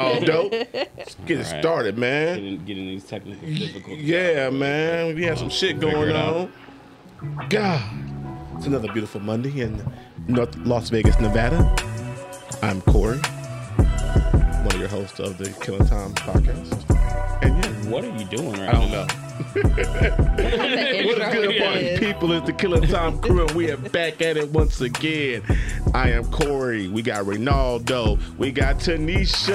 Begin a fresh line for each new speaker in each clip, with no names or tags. Oh, dope. Let's get it
All right.
started, man.
Getting, getting these technical difficulties.
Yeah, man. We had some shit
figure
going
it out.
on. God. It's another beautiful Monday in North Las Vegas, Nevada. I'm Corey, one of your hosts of the Killing Time podcast. And yeah,
What are you doing right
I don't
now?
know. What is good, party people? It's the Killing Time crew, and we are back at it once again. I am Corey. We got Reynaldo. We got Tanisha.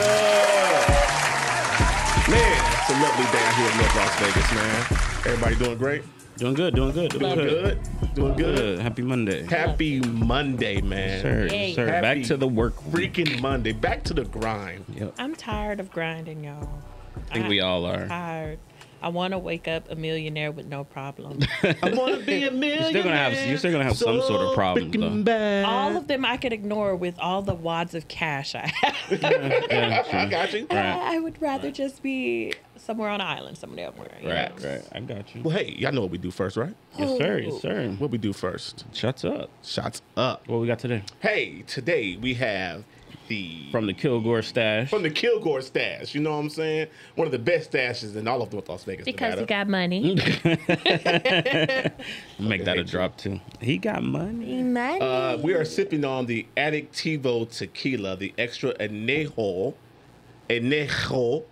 Man, it's a lovely day out here in North Las Vegas, man. Everybody doing great?
Doing good, doing good, doing,
Doing
good.
good? Doing good?
Good. Happy Monday.
Happy Monday, man.
Sir,
Yay.
sir.
Happy
Back to the work. week.
Freaking Monday. Back to the grind.
Yep.
I'm tired of grinding, y'all.
I think we all are.
Tired. I want to wake up a millionaire with no problem.
I want to be a millionaire.
You're still gonna have you're still gonna have some sort of problem though.
bad.
all of them I could ignore with all the wads of cash I have.
I got you.
I would rather just be somewhere on an island, somewhere somewhere. you
Right,
know?
right. I got you.
Well, hey, y'all know what we do first, right?
Yes, sir. Yes, sir.
What we do first?
Shuts up.
Shots up.
What we got today?
Hey, today we have the
From the Kilgore stash.
from the Kilgore stash. You know what I'm saying? One of the best stashes in all of North Las Vegas.
Because
Nevada.
you got money.
Make that a drop too. He got money.
money.
Uh, we are sipping on the Addictivo tequila, the extra añejo, añejo,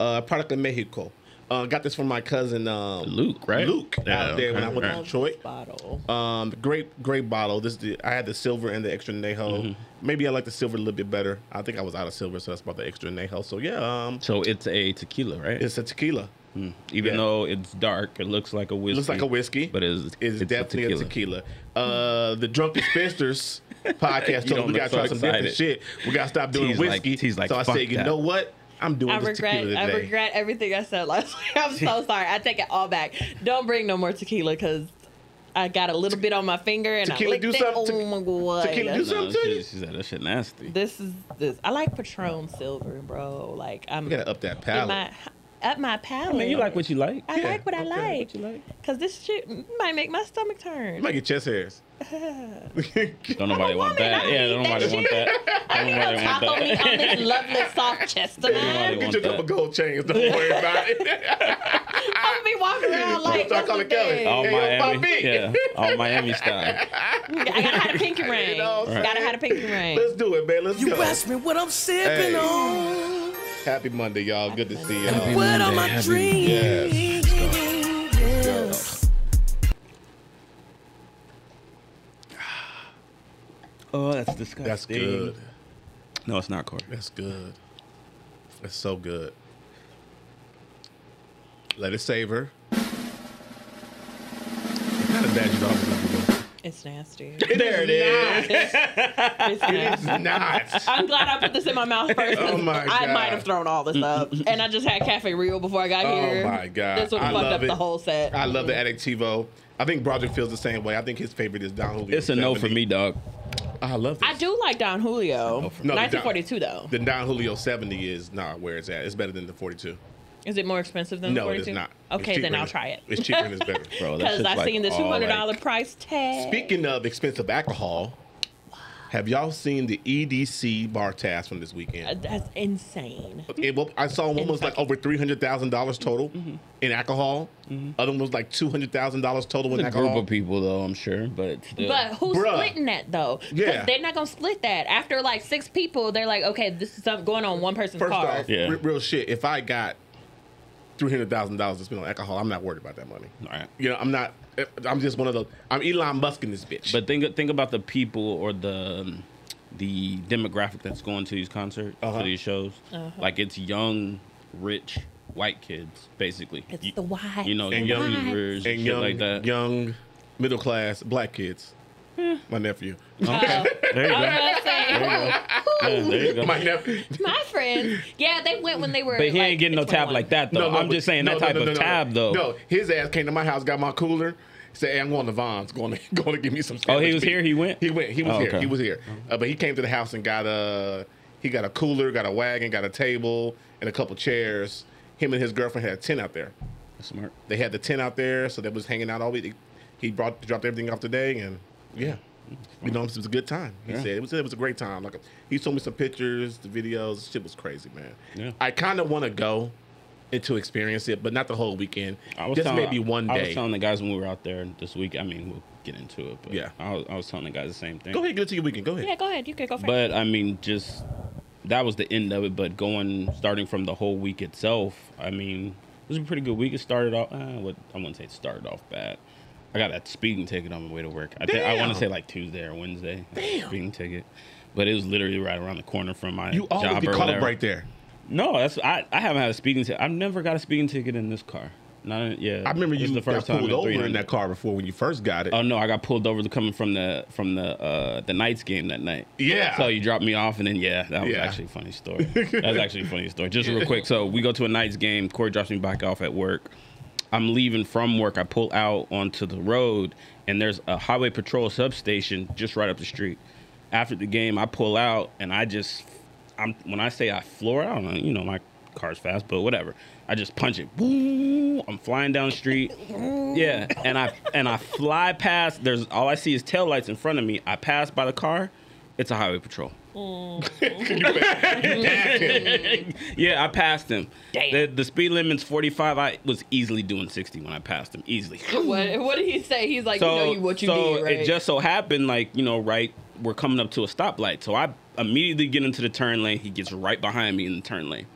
uh, product of Mexico. Uh, got this from my cousin um,
Luke, right?
Luke
Yeah,
out there when I
okay,
went to
right.
Detroit.
Bottle.
Oh,
Um, great, great bottle. This is the, I had the silver and the extra Neho.
Mm-hmm.
Maybe I like the silver a little bit better. I think I was out of silver, so that's about the extra Neho. So yeah, um,
So it's a tequila, right?
it's a tequila.
Even
yeah.
though it's dark, it looks like a whiskey.
It looks like a whiskey,
But it is- it's,
It's, definitely a tequila. Uh, the Drunken Spinsters podcast
You
told us
don't
we
look
gotta
so
try some different
excited.
shit. We gotta stop doing
T's like-
whiskey.
T's like,
so I
"Fuck
said, you
that."
know what? I'm doing
I
this
regret
tequila
I
today.
regret everything I said last week. I'm so sorry. I take it all back. Don't bring no more tequila because I got a little bit on my finger and
Tequila
I licked
do
it.
something to-
Oh my god.
tequila do
No,
something to
she,
you?
she said that shit nasty.
This is this. I like Patron Silver, bro. Like I'm
We gotta up that
in
palate.
my up my palate.
I mean, you like what you like.
I
Yeah,
like what I
okay,
like.
what you like.
Cause this shit might make my stomach turn.
you might get chest hairs.
Don't nobody want
woman,
that.
I
Yeah,
need
don't nobody
that
want that. Don't
Don't
nobody want
Top on me
that.
on this lovely soft chest of
Nobody
mine.
Get
want
your
that.
couple gold chains. Don't worry about it.
I'm gonna be walking around like
Start
this
calling
is
Kelly.
big.
All
Hey, yo,
Miami,
Bobby.
yeah, all Miami style.
I gotta have a pinky ring.
Oh. know what I'm
Gotta
saying?
have a pinky ring.
Let's do it, man. Let's
You
go.
asked me what I'm sipping
Hey.
on.
Happy Monday, y'all. Good to see y'all.
What are my dreams?
Yes.
Oh, that's disgusting.
That's good.
No, it's not Corey.
That's good. That's so good. Let it savor. Kind of bad you don't have
It's nasty.
to do. There it is.
It's, it's nasty.
Not.
I'm glad I put this in my mouth first. 'cause
Oh my
I
God.
might have thrown all this up, and I just had Cafe Rio before I got
Oh
here.
my God.
This would
I
have fucked
love
up
it.
the whole set.
I love the Addictivo. I think Broderick feels the same way. I think his favorite is Don Julio.
It's a no for
70.
me, dog.
I love this.
I do like Don Julio.
No, for- no,
the Don-
1942 though.
The Don Julio 70 is not where it's at. It's better than the 42.
Is it more expensive than the
No, it
42?
is not. It's
Okay,
cheaper
then
and
I'll
it's-
try it.
It's cheaper and it's better.
Bro, that
Because
shit's
I
like
seen the
all, like-
$200 price tag.
Speaking of expensive alcohol, have y'all seen the EDC bar tabs from this
Uh,
weekend?
That's insane.
It, well, I saw one was like over three hundred thousand dollars total in alcohol. Other one was like two hundred thousand dollars total in
It's a group
alcohol.
of people though, I'm sure, but still.
But who's
Bruh.
splitting that though? 'Cause
Yeah.
they're not gonna split that. After like six people, they're like, okay, this is something going on one person's
First
card.
off,
Yeah.
re- real shit. If I got three hundred thousand dollars to spend on alcohol, I'm not worried about that money.
All right.
You know, I'm not. I'm just one of those. I'm Elon Musk in this bitch.
But think think about the people or the um, the demographic that's going to these concerts,
Uh-huh.
to these shows. Like it's young, rich, white kids, basically.
It's
You-
the why.
You know,
And
young
young-
viewers and
and
shit
young,
like that.
young, middle class black kids. My nephew.
Okay. there you go.
I was saying,
Yeah, Oh, there you go.
My nephew.
my friends, yeah, they went when they were.
But he
like,
ain't getting no tab
21.
like that though. I'm
but-
just saying
no,
that
no,
type
no, no,
of
no.
tab though.
No, his ass came to my house, got my cooler, said, "Hey, I'm going to Vons, going to going to give me some."
Oh, he
sandwich
was
meat."
here? He went?
He went. He was
Oh,
here.
okay.
He was here. Uh, but he came to the house and got a he got a cooler, got a wagon, got a table, and a couple chairs. Him and his girlfriend had a tent out there.
Smart.
They had the tent out there, so they was hanging out all week. He brought dropped everything off today, and yeah, You know, it was a good time. He said it was it was a great time. Like he showed me some pictures, the videos. Shit was crazy, man.
Yeah.
I kind of want to go and to experience it, but not the whole weekend.
I was
Just
telling,
maybe one
I
day.
was telling the guys when we were out there this week. I mean, we'll get into it, but
Yeah.
I was, I was telling the guys the same thing.
go ahead, get it to your weekend. Go ahead.
Yeah, go ahead. You can go first.
But I mean, just that was the end of it. But going starting from the whole week itself, I mean, it was a pretty good week. It started off. Uh, what I wouldn't say it started off bad. I got that speeding ticket on my way to work. I think I want to
Damn.
say like Tuesday or Wednesday. Damn. Speeding ticket. But it was literally right around the corner from my
You always
job
get
or
caught up
whatever.
right there.
No, that's I, I haven't had a speeding ticket. I've never got a speeding ticket in this car. Not yeah.
I remember
this
you
is
got pulled
in
over in
300.
that car before when you first got it.
Oh no, I got pulled over to coming from the from the uh the Knights game that night.
Yeah.
So you dropped me off and then yeah, that was
Yeah.
actually a funny story. that was actually a funny story. Just real quick. So we go to a Knights game, Corey drops me back off at work. I'm leaving from work. I pull out onto the road and there's a highway patrol substation just right up the street. After the game, I pull out and I just I'm when I say I floor, I don't know, you know, my car's fast, but whatever. I just punch it. Woo! I'm flying down the street. Yeah, and I and I fly past. There's all I see is taillights in front of me. I pass by the car. It's a highway patrol. yeah, I passed them.
Damn.
The, the speed limit's 45. I was easily doing 60 when I passed them. Easily.
what, what did he say? He's like, you know you, what you
so
did, right?
it just so happened, like you know, right, we're coming up to a stoplight. So I immediately get into the turn lane. He gets right behind me in the turn lane.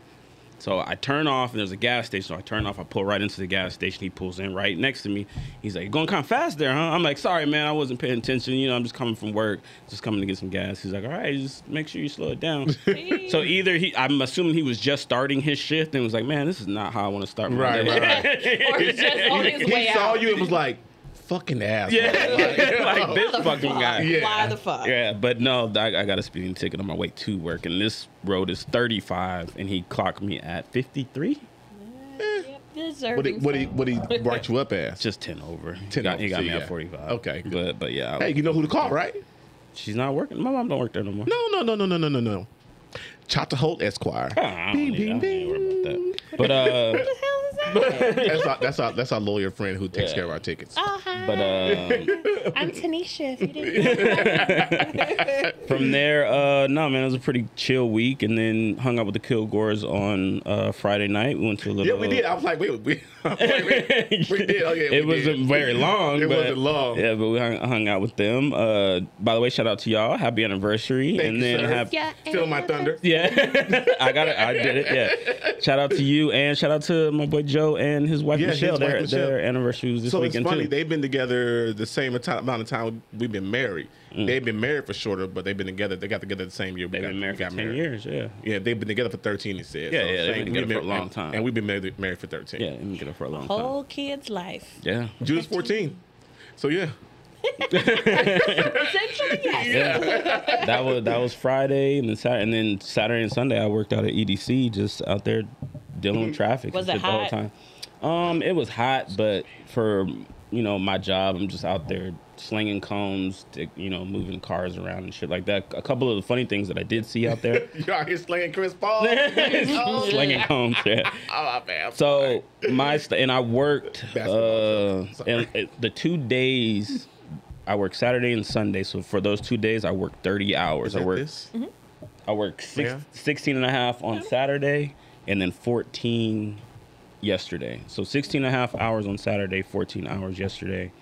So I turn off, and there's a gas station. So I turn off. I pull right into the gas station. He pulls in right next to me. He's like, "You're "Going kind of fast there, huh?" I'm like, "Sorry, man, I wasn't paying attention. You know, I'm just coming from work, just coming to get some gas." He's like, "All right, just make sure you slow it down." so either he, I'm assuming he was just starting his shift and was like, "Man, this is not how I want to start." my
Right,
day."
right, right.
or he's just on his way
he saw
out.
you and was like, "Fucking ass."
Yeah, like this
The
fucking
fuck?
guy.
Yeah.
Why the fuck?
Yeah, but no, I, I got a speeding ticket on my way to work, and this road is 35, and he clocked me at 53.
Yep, deserving.
What he what he what he brought you up
It's
as?
just 10 over.
10
he got,
over,
He got
so
me
yeah.
at 45.
Okay, good.
but but yeah, I-
Hey, you know who to call, right?
she's not working. My mom don't work there no more.
No, no, no, no, no, no, no, no. Chata Holt Esquire.
Ah, I don't, need, I don't need to worry about that. But uh,
What the hell is that?
That's our that's our that's our lawyer friend who takes
Yeah.
care of our tickets.
Oh, hi.
but uh,
I'm Tanisha. If you didn't know.
from there, uh, no man, it was a pretty chill week, and then hung out with the Kilgores on uh, Friday night. We went to a little.
Yeah, we did. I was like, wait, we, wait, wait. we did. Oh yeah, we
it wasn't
did.
very long.
It
but,
wasn't long.
Yeah, but we hung, hung out with them. Uh, by the way, shout out to y'all. Happy anniversary.
Thank
and
you,
then
sir.
hap-
yeah.
Feel my thunder.
yeah. I got it. I did it. Yeah. Shout out to you and shout out to my boy Joe and his wife
Yeah, his
Michelle.
wife
their,
Michelle.
their anniversary was this
So it's
weekend
funny.
too.
They've been together the same atti- amount of time we've been married. They've been married for shorter, but they've been together. They got together the same year. we
Mm. They've
got-
been
we
married for
got
ten years. Yeah.
Yeah, they've been together for thirteen. He said.
Yeah, yeah, they've been
we've
together for a long
and-
time.
and we've been married, married for thirteen.
Yeah. Let me get it for a long
Oh.
time.
Whole kid's life.
Yeah.
Judah's fourteen. So yeah,
Essentially, yes.
Yeah. that was that was Friday and then Saturday and then Saturday and Sunday I worked out at EDC just out there dealing with traffic
Mm-hmm. Was
and
it
shit the whole
hot?
time. Um, it was hot, but for you know my job, I'm just out there slinging cones, to, you know, moving cars around and shit like that. A couple of the funny things that I did see out there,
you out here slaying Chris Paul. Oh,
slinging cones. Yeah.
oh, man.
So my st- and I worked uh,
Basketball, sorry.
and it- the two days. I worked Saturday and Sunday, so for those two days, I worked 30 hours.
Is that
I worked
this?
I work six,
Oh, Yeah.
16 and a half on Saturday and then 14 yesterday. So 16 and a half hours on Saturday, 14 hours yesterday.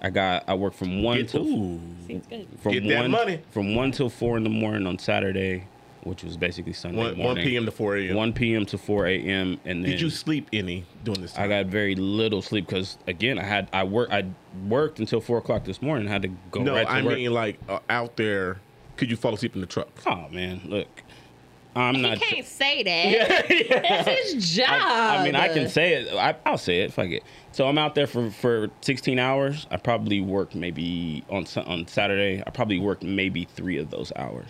I got I work from 1
Get-
till
ooh.
Seems good.
from
Get that
1
money.
from 1 till 4 in the morning on Saturday, which was basically Sunday
One, one
morning.
p.m. to four a.m.
1 p.m. to 4 a.m. and then
Did you sleep any during this
I
time?
got very little sleep because again I had I work I worked until four o'clock this morning. I had to go
no,
right to
I
work.
mean like uh, out there. Could you fall asleep in the truck?
oh man, look, I'm
He
not.
can't say that. It's his job.
I,
Oh,
I mean, I can say it. I, I'll say it. Fuck it. So I'm out there for, for 16 hours. I probably worked maybe on Sa- on Saturday. I probably worked maybe three of those hours.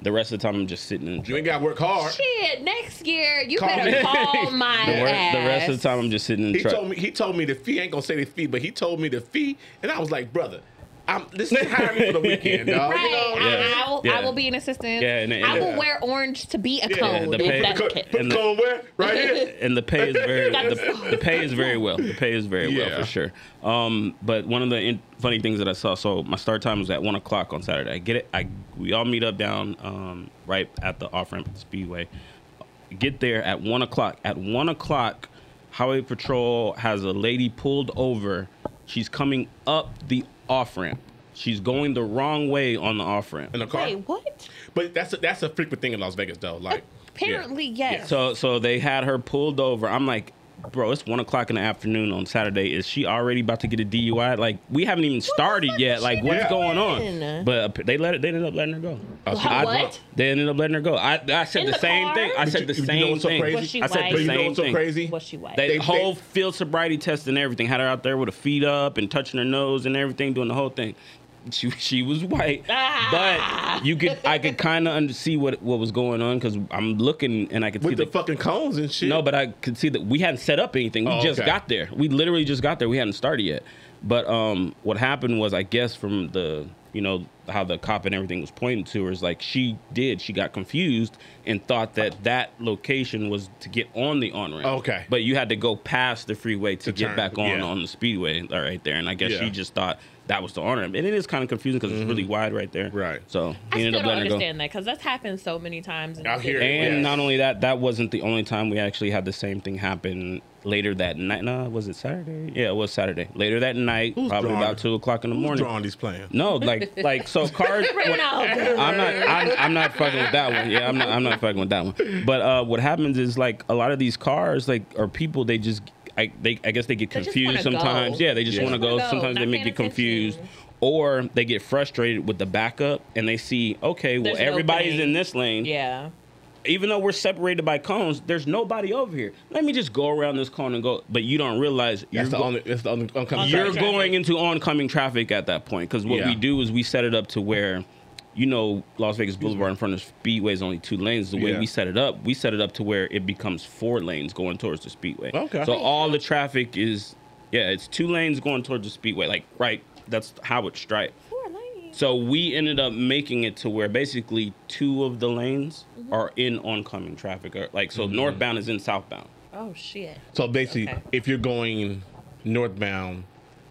The rest of the time, I'm just sitting in. The,
You ain't got to work hard.
Shit, next year you
Call
better
me.
call my
the,
ass.
wor- the rest of the time, I'm just sitting in the
He
truck.
told me he told me the fee. I ain't gonna say the fee, but he told me the fee, and I was like, brother, I'm, this is hire me for the weekend, dog.
Right.
You know?
Yeah.
I, I will, I
Yeah.
will be an assistant.
Yeah, and- and-
I will
Yeah.
wear orange to be a
Yeah,
cone.
the
if
pay-
that's
Put,
okay.
put the cone where? Right here.
and the pay is very the,
That's-
the pay is very well. The pay is very
Yeah.
well for sure. Um, but one of the in- funny things that I saw. So my start time was at one o'clock on Saturday. I get it. I we all meet up down um, right at the off ramp at the speedway. Get there at one o'clock. At one o'clock, highway patrol has a lady pulled over. She's coming up the off ramp. She's going the wrong way on the off ramp.
In the car.
Wait, what?
But that's a, that's a frequent thing in Las Vegas, though. Like,
Apparently, yes.
So so they had her pulled over. I'm like, bro, it's one o'clock in the afternoon on Saturday. Is she already about to get a DUI? Like we haven't even started
fuck
yet.
is
Like
she
what's
doing?
going on? But uh, they let it. They ended up letting her go. Uh,
yeah.
Wha-
I-
what?
They ended up letting her go. I, I said
In
the,
the
same
car?
thing. I
But
said
you-
the
you know
same
what's so
thing.
crazy?
Was she
I said
white?
the
But you know
same
what's so
thing.
crazy?
Was she white?
They,
They-
whole
they-
field sobriety test and everything. Had her out there with her feet up and touching her nose and everything, doing the whole thing. She she was white,
Ah.
but you could I could kind of see what what was going on because I'm looking and I could see
With the
the
fucking cones and shit.
no, but I could see that we hadn't set up anything. We
Oh,
just
okay.
got there. We literally just got there. We hadn't started yet. But um, what happened was, I guess, from the you know how the cop and everything was pointing to her is like she did. She got confused and thought that that location was to get on the on ramp.
Okay.
But you had to go past the freeway to,
To
get
turn,
back on
yeah.
on the speedway uh, right there. And I guess
Yeah. Mm-hmm.
she just thought that was the on ramp. And it is kind of confusing because it's really wide right there.
Right.
So
I
he
still
ended up
don't
letting her go.
understand that because that's happened so many times. in
Out
the
here.
city.
And
Yes.
not only that, that wasn't the only time we actually had the same thing happen later that night. Nah, was it Saturday? Yeah, it was Saturday. Later that night,
Who's
probably
drawing-
about two o'clock in the
Who's
morning.
drawing these plans?
No, like like so cars. what-
Ronaldo.
I'm not. I'm, I'm not fucking with that one. Yeah, I'm not. I'm not fucking with that one. But uh, what happens is like a lot of these cars, like or people, they just I they I guess they get
They just
confused
wanna go.
sometimes. Yeah, they just
They
want to
just wanna
go.
go,
Sometimes they
not
may
paying
get confused.
attention.
Or they get frustrated with the backup, and they see, okay, well,
There's no
everybody's
lane.
in this lane
Yeah.
even though we're separated by cones, there's nobody over here. Let me just go around this cone and go. But you don't realize you're,
That's the
go-
only. That's the only oncoming.
you're
traffic.
going into oncoming traffic at that point. Because what
Yeah.
we do is we set it up to where, you know, Las Vegas Boulevard in front of Speedway is only two lanes. The way
Yeah.
we set it up, we set it up to where it becomes four lanes going towards the Speedway.
Okay.
So all the traffic is, yeah, it's two lanes going towards the Speedway. Like right, that's how it's striped.
Poor lady.
So we ended up making it to where basically two of the lanes
Mm-hmm.
are in oncoming traffic. Or like so, northbound is in southbound.
Oh shit.
So basically,
Okay.
if you're going northbound,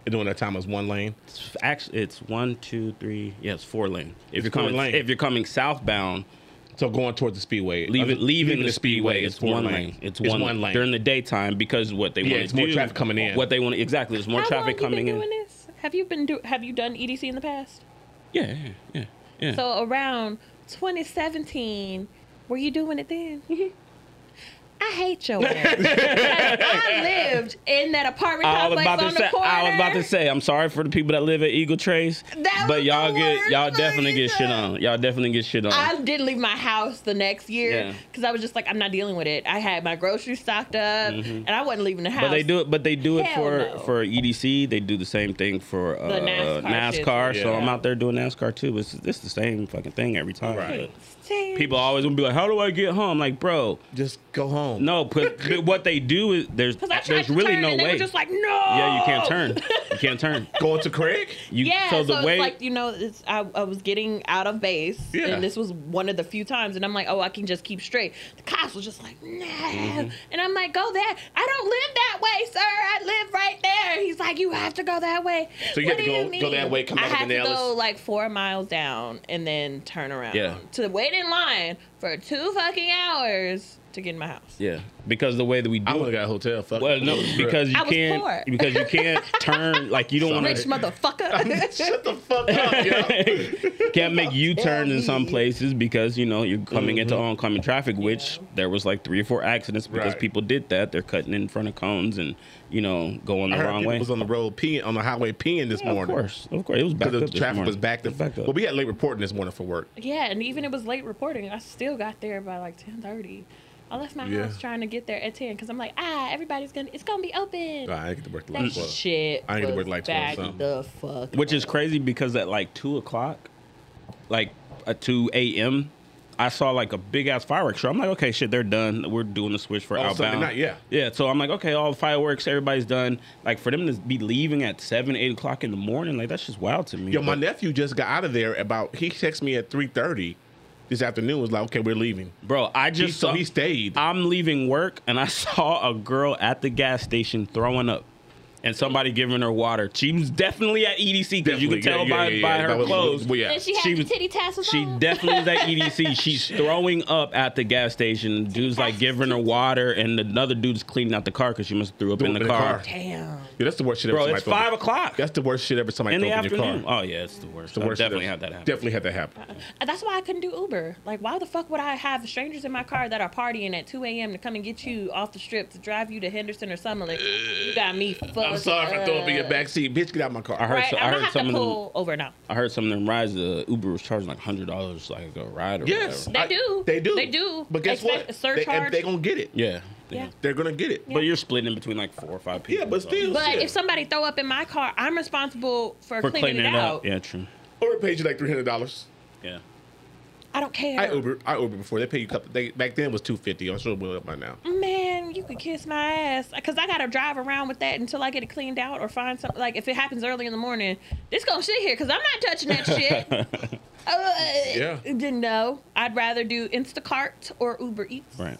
during that time is one lane.
It's actually, it's one, two, three. Yeah, it's four lane. If
It's
you're
four
coming,
lane.
if you're coming southbound,
So going towards the speedway,
leaving
uh,
leaving, the speedway, it's one lane. It's, one, lane during the daytime because what they
Yeah,
want
it's
to do.
more traffic coming in.
What they want exactly. There's more
How long
traffic
you
coming
been
in.
doing this? Have you been do? Have you done EDC in the past?
Yeah, yeah, yeah. yeah.
So around 2017, were you doing it then? I hate your ass. 'Cause I lived in that apartment
I was
complex
about
on
to
the
say.
corner.
I was about to say. I'm sorry for the people that live at Eagle Trace,
That
but
was
y'all
the
get
worst
y'all
thing
definitely
you
get shit
said.
on. Y'all definitely get shit on.
I did leave my house the next year
Yeah.
because I was just like, I'm not dealing with it. I had my groceries stocked up, and I wasn't leaving the house.
Mm-hmm. But they do it. But they do it
Hell
for
no.
for EDC. They do the same thing for uh,
The NASCAR
NASCAR.
shit.
So
Yeah.
I'm out there doing NASCAR too. It's it's the same fucking thing every time.
Right.
But People always gonna be like, "How do I get home?" Like, bro,
Just go home.
no. But but what they do is there's
Because I tried
there's
to
really
turn,
no
and they
way.
were just like, no.
yeah, you can't turn. You can't turn.
Going to Craig.
You,
yeah,
So the
it's
way
like you know, it's, I, I was getting out of base,
Yeah.
and this was one of the few times, and I'm like, oh, I can just keep straight. The cops was just like, nah,
Mm-hmm.
and I'm like, go there. I don't live that way, sir. I live right there. He's like, you have to go that way.
So you
What
had to
do
go-
you
go that
mean?"
way, come
I
back up
had
in
to
Dallas.
go like four miles down and then turn around.
Yeah.
To wait in line for two fucking hours to get in my house.
yeah, because the way that we do
I would have
it.
got a hotel. Fuck.
Well,
it.
no, because
I
you
was
can't
poor.
because you can't turn like you don't want
Rich
to
motherfucker.
shut the fuck up, yo.
can't make U turns in some
me.
places because you know you're coming into oncoming traffic, which there was like three or four accidents because
Mm-hmm. Right.
people did that. They're cutting in front of cones and you know going
I
the
heard
wrong
people
way.
was on the road peeing on the highway peeing this
Yeah, of
morning.
course, of course, it was backed
Because
up.
the
this
traffic was
morning.
backed up.
Backed
Well, we had late reporting this morning for work.
Yeah, and even it was late reporting. I still got there by like ten thirty. I left my
Yeah.
house trying to get there at ten because I'm like, ah, everybody's gonna, it's gonna be open.
Nah, I didn't get to work till
That
like twelve.
shit
I
I
ain't
was
gonna work like 12
like back
something.
the fuck.
which is
up.
uh, crazy because at like two o'clock, like at two a.m., I saw like a big ass fireworks show. I'm like, okay, shit, they're done. We're doing the switch for
Oh, Sunday
outbound.
night, yeah.
Yeah. So I'm like, okay, all the fireworks, everybody's done. Like for them to be leaving at seven, eight o'clock in the morning, like that's just wild to me.
Yo, my
But-
nephew just got out of there about. He texted me at three thirty this afternoon. Was like, okay, we're leaving.
Bro, I
He,
just
so
saw-
he stayed.
I'm leaving work and I saw a girl at the gas station throwing up and somebody giving her water. She was definitely at E EDC because you
Definitely,
could tell
yeah,
by,
yeah, yeah,
by
yeah.
her
That was-
clothes.
well, yeah.
And she had
She
the
was-
titty tassels
She
on.
definitely was at EDC. She's throwing up at the gas station. Dude's like giving her water, and another dude's cleaning out the car because she must have threw up
Threw
in
up
the car.
Damn.
Yeah, that's the worst shit ever.
Bro,
somebody
it's
throw-
five o'clock
That's the worst shit ever. Somebody
in the
throw up in your car.
afternoon. Oh yeah, it's the worst.
the
I've
worst shit
definitely
ever.
had that happen.
Definitely had that happen.
That's why I couldn't do Uber. Like, why the fuck would I have strangers in my car that are partying at 2 a.m. to come and get you off the strip to drive you to Henderson or Summerlin? you got me fucked.
I'm sorry if I throw up in your backseat, bitch. Get out my car.
I heard.
Right,
so-
I'm
I
gonna
heard
have to
some of them.
pull over now.
I heard some of them rides. The Uber was charging like hundred dollars, like a ride or
Yes,
whatever.
They
I-
do.
They do.
They do.
But guess
Expect
what?
a surcharge.
They, are gonna get it.
Yeah.
Yeah.
They're gonna get it.
But you're splitting between like four or five people.
Yeah, but
so-
still,
But
shit.
if somebody throw up in my car, I'm responsible for,
for
cleaning, it out.
Yeah, true.
Or it paid you like three hundred dollars.
Yeah.
I don't care.
I Uber, I Uber before they pay you. a Couple, they, back then it was two fifty. I'm sure it went up by now.
Man, you could kiss my ass because I gotta drive around with that until I get it cleaned out or find something. Like if it happens early in the morning, this gonna sit here because I'm not touching that shit. Uh,
Yeah.
Didn't know. I'd rather do Instacart or Uber Eats.
Right.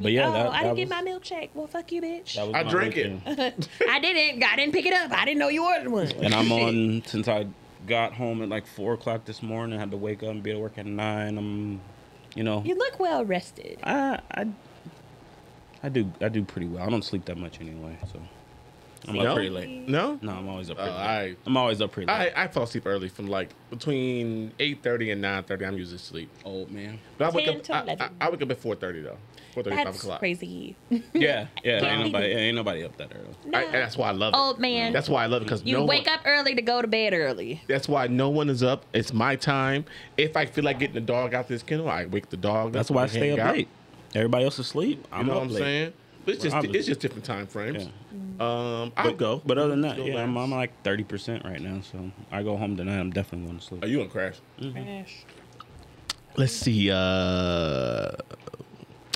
But yeah,
oh,
that,
I
that
didn't
was,
get my milkshake. Well, fuck you, bitch.
that was
I
my
drank it.
weekend.
I didn't. I didn't pick it up. I didn't know you ordered one.
And I'm on since I got home at like four o'clock this morning. I had to wake up and be at work at nine. I'm, you know,
You look well rested.
I, I, I do, I do pretty well. I don't sleep that much anyway, so I'm
No?
up pretty late.
No,
No, I'm always up pretty
Oh,
late.
I-
I'm always up pretty late.
I, I fall asleep early from like between eight thirty and nine thirty. I'm usually asleep.
Old man.
But I wake
10
up.
to
I,
11.
I, I wake up at four thirty though. Four thirty, five
That's
o'clock.
crazy.
Yeah, yeah.
Yeah.
Ain't nobody, ain't nobody up that early.
I, and that's why I love it.
Old man.
That's why I love it because
You
no
wake
one,
up early to go to bed early.
That's why no one is up. It's my time. If I feel like getting the dog out this kennel, I wake the dog.
That's why I
we
stay
hang
up
out.
late. Everybody else is asleep.
You
I'm
know
up
what I'm
late.
saying? But it's
Well,
just
I'm
it's
just-
just different time frames. Um, I'll
But,
go.
but other than that,
Still
yeah, I'm,
lasts.
I'm like thirty percent right now. So I go home tonight. I'm definitely going to sleep.
Are you gonna crash?
Mm-hmm.
Trash.
Let's see. Uh,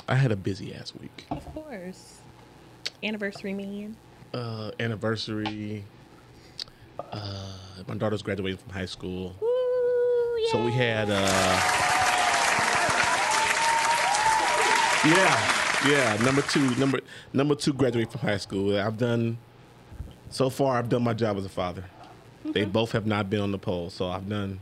I had a busy ass week.
Of course. Anniversary man.
Uh, anniversary. Uh, my daughter's graduating from high school,
Ooh, yeah.
so we had. Uh, yeah, yeah. Number two, number number two, graduate from high school. I've done. So far, I've done my job as a father. They both have not been on the poll, so I've done.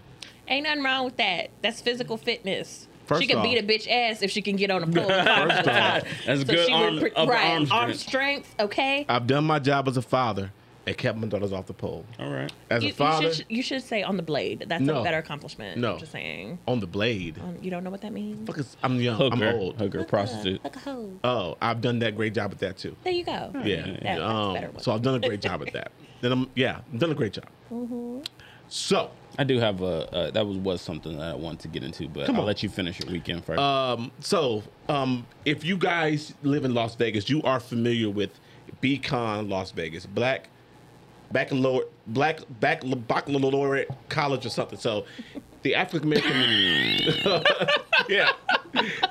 Ain't nothing wrong with that. That's physical fitness.
First
she can
off-
beat a bitch ass if she can get on a pole.
First off,
That's good arm-
pre-
upper
right,
arm strength.
strength. Okay.
I've done my job as a father and kept my daughters off the pole.
All right.
As a
You, you
father,
should you should say on the blade. That's
No.
a better accomplishment.
No.
I'm just saying.
on the blade.
Um, you don't know what that means.
Fuck is- I'm young.
Hooker,
I'm old.
hooker, prostitute.
Like a hoe.
Oh, I've done that great job at that too.
There you go.
Yeah.
That- that's a better
um,
one.
so I've done a great job at that. Then I'm yeah, I've done a great job. So
I do have a uh, that was was something that I wanted to get into, but
Come
I'll
on.
let you finish your weekend first.
um so um if you guys live in Las Vegas, you are familiar with BCon Las Vegas, Black Baccalaureate Black Bac- Baccalaureate College or something. So the African American Yeah.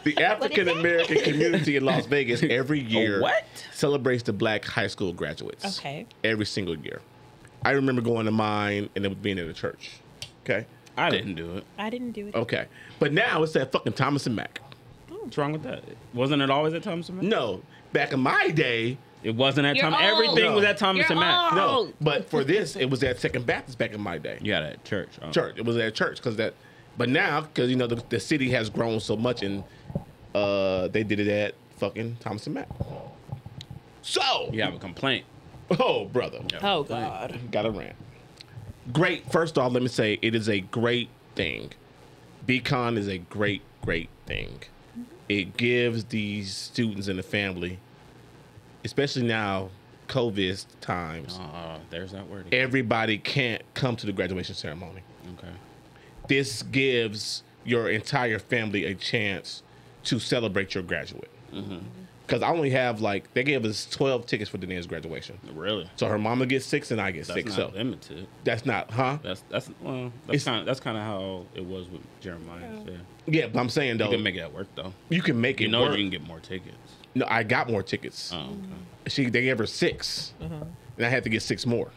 The African American community in Las Vegas every year
what?
celebrates the black high school graduates.
Okay.
Every single year. I remember going to mine and it being at a church. Okay.
I didn't do it.
I didn't do it.
Okay. But now it's at fucking Thomas and Mack.
What's wrong with that? Wasn't it always at Thomas and Mack?
No, back in my day,
It wasn't at
You're
Thomas.
old.
Everything was
No.
at Thomas
You're
and Mack.
old.
no.
Oh.
But for this, it was at Second Baptist back in my day.
Yeah, that church. Oh.
Church. It was at church because that. But now, because you know the, the city has grown so much, and uh, they did it at fucking Thomas and Mack. So
You have a complaint.
Oh, brother.
Oh God.
Got a rant. Great. First off, let me say it is a great thing. BCon is a great, great thing. It gives these students and the family, especially now, COVID times,
Oh, there's that word. Again.
everybody can't come to the graduation ceremony.
Okay.
This
Mm-hmm.
gives your entire family a chance to celebrate your graduate. because I only have like they gave us twelve tickets for Danae's graduation.
Really?
So her mama gets six and I get
That's
six.
not
So
limited.
that's not, huh?
That's that's well.
It's-
That's kind of that's kind of how it was with Jeremiah. Yeah.
Yeah, but I'm saying though,
You can make that work though.
it.
You know
work.
you can Oh. get more tickets.
No, I got more tickets.
Oh, okay.
Mm-hmm.
She they gave her 6 and I had to get six more.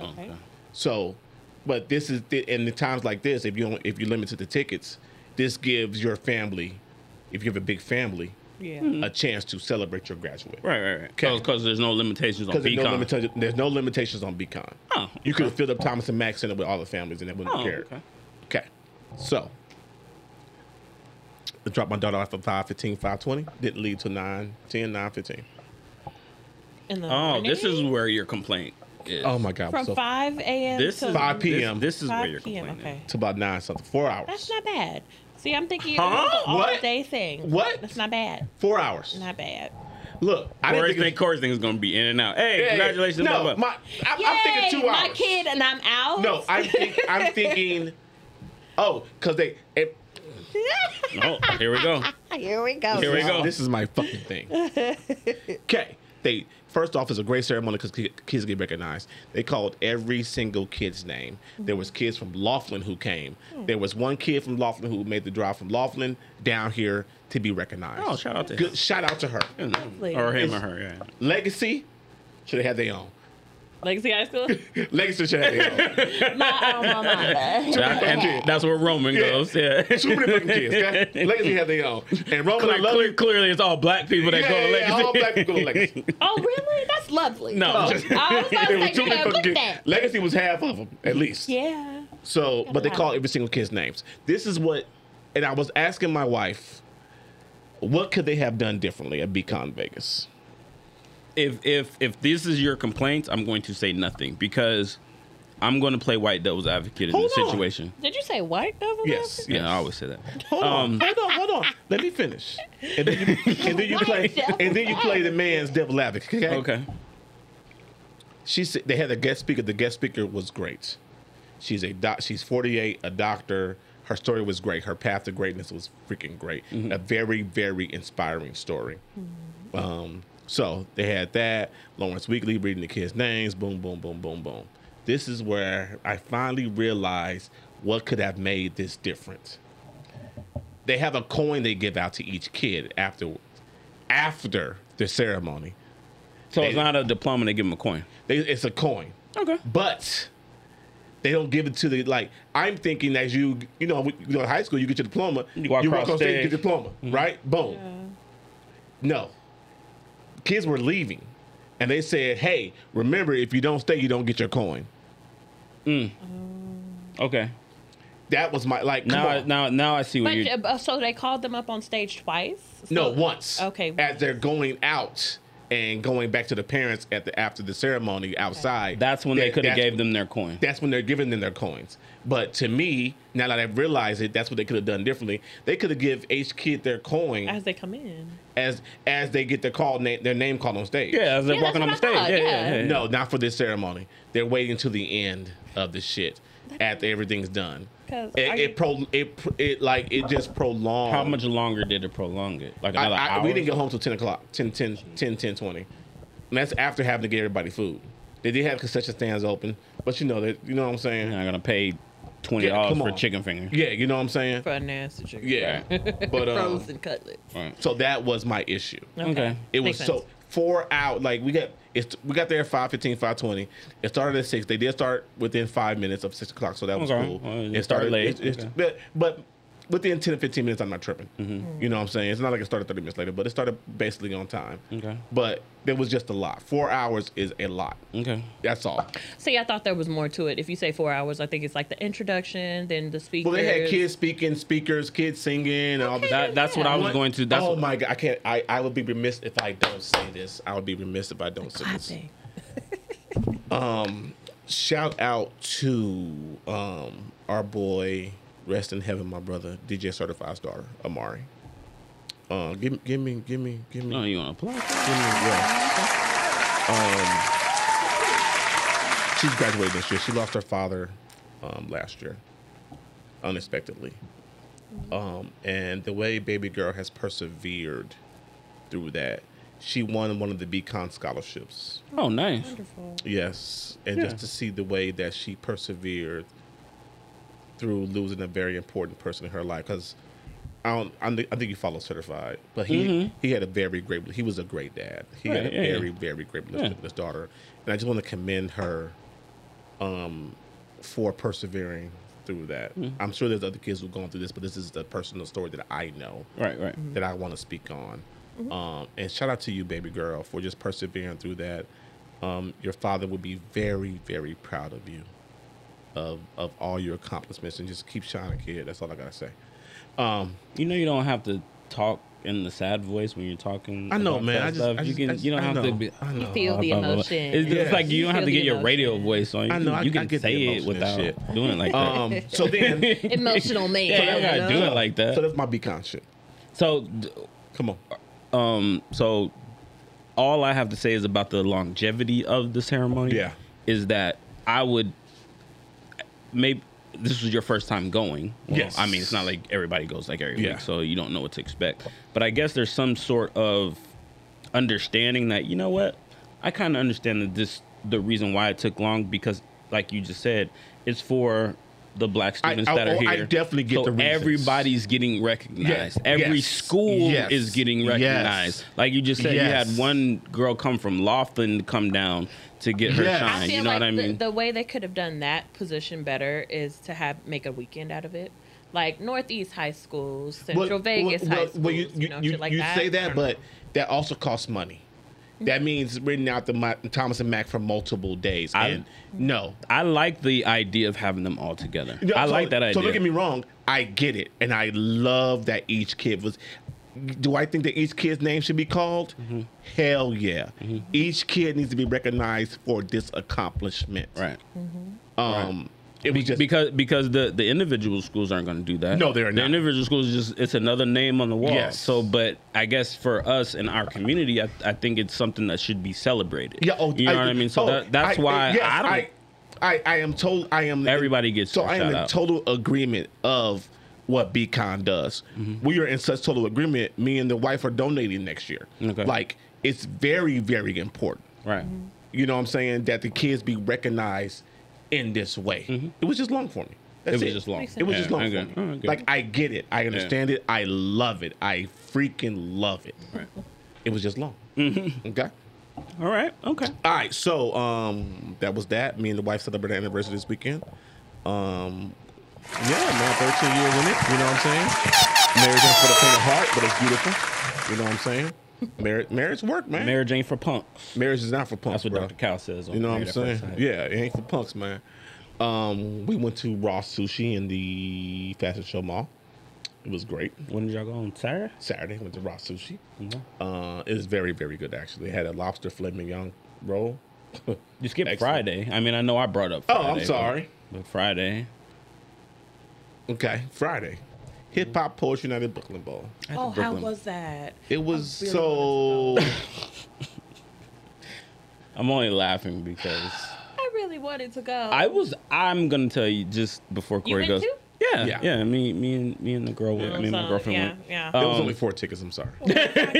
Oh,
Okay.
okay.
So, but this is the, in the times like this, if you don't, if you limit to the tickets, this gives your family, if you have a big family,
Yeah.
a chance to celebrate your graduate.
Right, right, right.
Okay.
Because there's no limitations on
Because there's, no
Beacon.
limita- there's no limitations on BCon.
Oh,
You could
okay.
have filled up Thomas and Mack Center with all the families and they wouldn't
Oh,
care.
okay.
Okay. So I dropped my daughter off at 515, 520. Didn't leave till 9, 10, 9,
In the
Oh, this is
morning?
where your complaint is.
Oh my God.
from
so
5 a.m.
This
to
is
5 p.m.
This, this is where
5
your
p.m.
complaint is.
Okay.
to about 9 something. Four hours.
That's not bad. See, I'm thinking
Huh?
it's an
What?
all day thing.
What?
That's not bad.
Four hours.
Not bad.
Look, I didn't think
Corey's
it
thing,
was-
Corey's thing is gonna be in and out. Hey,
Yeah, yeah.
congratulations!
No,
blah, blah.
my, I'm, I'm
Yay,
thinking two hours.
My kid and I'm out.
No, I'm, think, I'm thinking, oh, because they, if,
oh, here we go.
Ah, Here we go.
Here we
Wow,
go.
This is my fucking thing. Okay. They first off it's a great ceremony because kids get recognized. They called every single kid's name. There was kids from Laughlin who came. There was one kid from Laughlin who made the drive from Laughlin down here to be recognized.
Oh, shout out to
Good, shout out to her.
him. Or him or her. Yeah.
Legacy should have had their own.
Legacy High School.
Legacy should have had their own.
My alma mater.
That- and that's where Roman goes. Yeah.
Too many fucking kids. Okay? Legacy had their own. And Roman
Clear-
and Lovely.
clear- clearly, it's all black people that
yeah,
go
yeah,
to
yeah,
Legacy.
all black people go to Legacy.
Oh, really? That's lovely. Oh,
No,
I
I'm
was
just-
about
There
to
was
say,
too many
yeah,
fucking
cook
kids.
that.
Legacy was half of them, at least.
Yeah.
So, but they
Wow.
call every single kid's names. This is what, and I was asking my wife, what could they have done differently at BCon Vegas?
if if if this is your complaint, I'm going to say nothing because I'm going to play white devil's advocate in
Hold
this
on.
situation.
Did you say white devil?
Yes.
Yeah, I always say that.
Hold on, hold on, hold on. Let me finish, and then you, and then you play, and then you play the man's devil advocate. Okay.
Okay.
She said they had a guest speaker. The guest speaker was great. She's a doc, she's 48, a doctor. Her story was great. Her path to greatness was freaking great. A very very inspiring story. Um, so they had that Lawrence Weekly reading the kids' names. Boom boom boom boom boom. This is where I finally realized what could have made this different. They have a coin they give out to each kid after after the ceremony.
So it's
They-
not a diploma. They give him a coin.
They, it's a coin.
Okay.
But they don't give it to the like. I'm thinking as you you know we- you go to high school, you get your diploma.
You walk across
you get your
stage. Mm-hmm.
diploma, right? Boom.
Uh,
No, kids were leaving, and they said, "Hey, remember if you don't stay, you don't get your coin."
Okay.
That was my like.
Now,
come
I,
on.
now, now I see what
But
you.
uh, so they called them up on stage twice.
no,
So-
once.
Okay.
As they're going out and going back to the parents at the after the ceremony outside.
That's when they
that-
could have
that's-
gave them their coin.
that's when they're giving them their coins. But to me, now that I've realized it, that's what they could have done differently. They could have give each kid their coin
As they come in.
as as they get their call name their name called on stage.
Yeah, as they're
Yeah,
walking on the
that's
stage.
what I
Yeah,
thought,
yeah,
yeah.
yeah.
No, not for this ceremony. They're waiting till the end of the shit after everything's done.
'Cause
It,
are
it
you-
pro it pr- it like it just prolonged.
How much longer did it prolong it? Like
I,
another
I-
hour?
we didn't get home till ten o'clock, 10, 10, 10, 10, 20. And that's after having to get everybody food. They did have concession stands open, but you know that you know what I'm saying.
You're not gonna pay twenty
Yeah,
dollars
come
for
on.
chicken finger.
Yeah, you know what I'm saying.
For a nasty chicken.
Yeah, but um,
Frozen cutlets.
Right.
So that was my issue.
Okay.
It was
Makes
so
sense.
four out. Like we got it's we got there at 5.15, 5.20. It started at six. They did start within five minutes of six o'clock, so that was
Okay.
cool.
Well,
it
you
started
started late.
it- it's-
Okay.
but, but within ten to fifteen minutes, I'm not tripping.
Mm-hmm.
You know what I'm saying? It's not like it started thirty minutes later, but it started basically on time.
Okay.
But there was just a lot. Four hours is a lot.
Okay.
That's all.
See, I thought there was more to it. If you say four hours, I think it's like the introduction, then the speakers.
Well, they had kids speaking, speakers, kids singing, and all this.
That, that's what I was going to. That's
oh
what,
my god! I can't. I, I would be remiss if I don't say this. I would be remiss if I don't say this.
Clapping.
shout out to um, our boy, rest in heaven, my brother, DJ Certified Star, Amari. Uh, give, give me, give me, give me,
No, Oh, you want to plug?
give me. Yeah. Um, she's graduating this year. She lost her father um, last year, unexpectedly. Um, and the way baby girl has persevered through that she won one of the Beacon scholarships.
Oh, nice.
Wonderful.
Yes, and
Yeah.
just to see the way that she persevered through losing a very important person in her life, because I don't, I'm the, I think you follow Certified, but he he had a very great, he was a great dad. He had
Mm-hmm. Right,
a
yeah, yeah.
very very great relationship with his daughter, and I just want to commend her, um, for persevering through that.
Mm.
I'm sure there's other kids who've gone through this, but this is the personal story that I know
Right, right.
that I want to speak on.
Mm-hmm.
Um, and shout out to you, baby girl, for just persevering through that. Um, your father would be very, very proud of you, of of all your accomplishments, and just keep shining, kid. That's all I gotta say. Um,
You know you don't have to talk in the sad voice when you're talking.
I know,
about
man.
that
I just-
stuff.
I
you
just-
can.
I
you don't
just- I
have to
know.
be.
I know.
feel the
blah, blah, blah.
emotion.
It's just
Yeah.
like you don't have
feel
to
the
get your
emotion.
radio voice on. You,
I know, I-
you
I
can
get the
say it
emotion and
without
shit.
doing it like that.
Um, so then,
Emotional man.
yeah, you gotta do it like
so
that.
that's my be conscious.
So, d-
Come on.
um, so all I have to say is about the longevity of the ceremony.
Yeah.
is that I would maybe this was your first time going.
Yes.
I mean, it's not like everybody goes like every
Yeah.
week, so you don't know what to expect. But I guess there's some sort of understanding that you know what I kind of understand that this the reason why it took long because, like you just said, it's for the black
I-
students
I-
that are
oh,
here.
I definitely get
so
the reasons.
everybody's getting recognized.
Yes,
Every
yes,
school
yes,
is getting
yes.
recognized. Like you just said,
Yes.
you had one girl come from Laughlin to come down to get her
Yes. I
shine.
feel
You know
like
what I mean?
The, the way they could have done that position better is to have make a weekend out of it, like Northeast high schools, Central Vegas high schools,
well,
you,
you, you,
know,
you,
shit like
you
that.
say
I
that,
don't know. Mm-hmm.
but that also costs money. That means renting out the Mi- Thomas and Mack for multiple days.
I-
And no,
I like the idea of having them all together.
No,
I
so-
like that idea.
So don't get me wrong, I get it, and I love that each kid was. Do I think that each kid's name should be called?
Mm-hmm.
Hell yeah! Each kid needs to be recognized for this accomplishment.
Right.
Um, it was
Be-
just
because because the, the individual schools aren't going to do that.
No, they're
The
not.
individual schools is just it's another name on the wall.
Yes.
So, but I guess for us in our community, I, I think it's something that should be celebrated.
yeah. Oh,
you know what I mean. So
oh,
that, that's
I-
why
yes,
I don't.
I, I, I am told I am
Everybody gets
so
their
I am
shout
in
out.
total agreement of what BCon does.
Mm-hmm.
We are in such total agreement. Me and the wife are donating next year.
Okay.
Like it's very very important.
right.
you know what I'm saying, that the kids be recognized in this way. It was just long for me.
Mm-hmm. It
That's
was just long.
Makes
It was just
Yeah,
long
I
for
get-
me.
I get
like
it.
I get it. I understand it. I love it. I freaking love it. It was just long.
Mm-hmm.
Okay.
all right. Okay.
All right. So um, that was that. Me and the wife celebrated our anniversary this weekend. Um, yeah, man, 13 years in it. You know what I'm saying? Marriage ain't for the faint of heart, but it's beautiful. You know what I'm saying? Marriage, marriage work, man. Marriage,
Marriage ain't for punks.
is not for punks.
That's what
bro.
Dr. Cal says. On
You know what I'm
Married at First
saying?
Sight.
Yeah, it ain't for punks, man. Um, we went to Raw Sushi in the Fashion Show Mall. It was great.
When did y'all go on Saturday?
Saturday went to Raw Sushi.
Mhm.
Uh, it was very, very good actually. It had a lobster filet mignon roll.
You skipped
Excellent.
Friday. I mean, I know I brought up.
Oh,
Friday,
I'm sorry.
But, but Friday.
okay, Friday, Hip Hop Poetry Night at Brooklyn Bowl.
oh, how
Brooklyn.
was that?
It was
I really
so.
wanted to
I'm only laughing because
I really wanted to go.
I was. I'm gonna tell you just before Corey
went
goes.
too?
Yeah,
Yeah.
yeah, Me, me, and me and the girl. went.
Yeah,
me and my
so,
girlfriend
yeah,
went.
yeah.
There was
Um,
only four tickets. I'm sorry.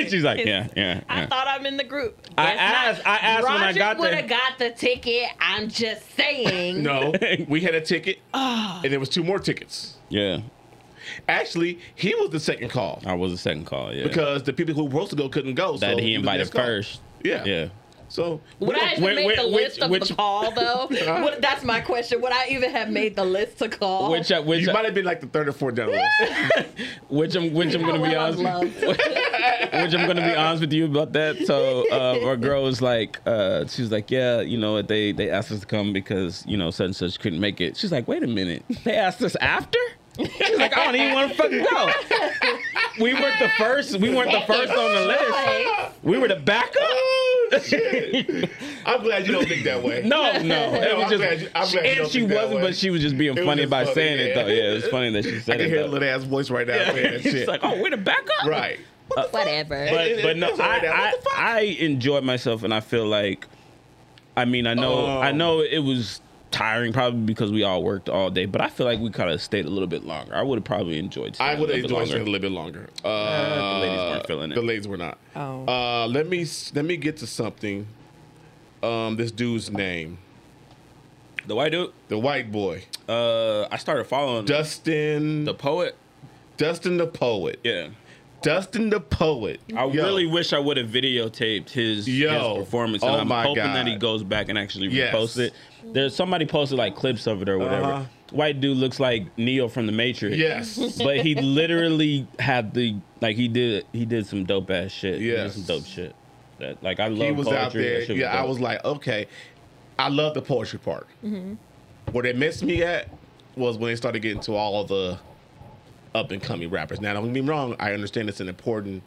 She's like, yeah, yeah,
I
yeah.
thought I'm in the group.
I
Guess
asked- I asked when I
Roger
got
would
there.
have got the ticket. I'm just saying.
no, we had a ticket, and there was two more tickets.
yeah,
Actually, he was the second call
I was the second call. Oh, Yeah,
because the people who were supposed to go couldn't go.
that
so
he
was the
invited
next call.
first.
Yeah.
yeah.
So
Would I even
Which-
make the
which-
list of
which-
the call though? Would, that's my question. Would I even have made the list to call?
Which, I- which,
you
I-
might have been like the third or fourth down the list.
which I'm, which I'm
How
gonna be
well I'm
honest.
loved.
which I'm gonna be honest with you about that. So uh, our girl was like, uh, she was like, yeah, you know, they they asked us to come because you know such and such couldn't make it. She's like, wait a minute, they asked us after. She's like, I don't even want to fucking go. We weren't the first. We weren't the first on the list. We were the
Oh,
backup.
I'm glad you don't think that way.
No, no. It
I'm
was just,
glad you- I'm glad you
and
don't
she
think that
wasn't,
way.
but she was just being
was
funny
just
by
funny,
saying it
yeah.
though. Yeah, it's funny that she
I
said
can
it.
hear a
though.
little ass voice right now. saying that
She's
shit.
like, oh, we're the backup.
right.
Whatever.
It-
Uh, but
it-
but no,
it's all right now.
I,
What the
I I enjoyed myself, and I feel like, I mean, I know I
Um,
know it was tiring, probably because we all worked all day. But I feel like we could have stayed a little bit longer. I would have probably enjoyed. staying
I
a
would have
little bit
enjoyed
longer.
it a little bit longer. Uh,
the ladies weren't feeling it.
The ladies were not.
Oh.
Uh, let me s- let me get to something. Um, this dude's name,
The white dude.
the white boy,
Uh, I started following
Dustin,
the poet.
Dustin the poet,
Yeah.
Dustin the poet.
I
Yo.
really wish I would have videotaped his,
Yo.
his performance, and
Oh
I'm
my
hoping
God.
that he goes back and actually
Yes.
reposts it. There's somebody posted like clips of it or whatever.
Uh-huh.
White dude looks like Neo from The Matrix.
Yes.
but he literally had the like he did he did some dope ass shit. Yeah,
Yes.
some dope shit. That like I love
he was
poetry.
out there.
That shit
Yeah, I
dope.
was like, okay, I love the poetry part.
Mm-hmm.
Where they missed me at was when they started getting to all the up and coming rappers. Now, don't get me wrong, I understand it's an important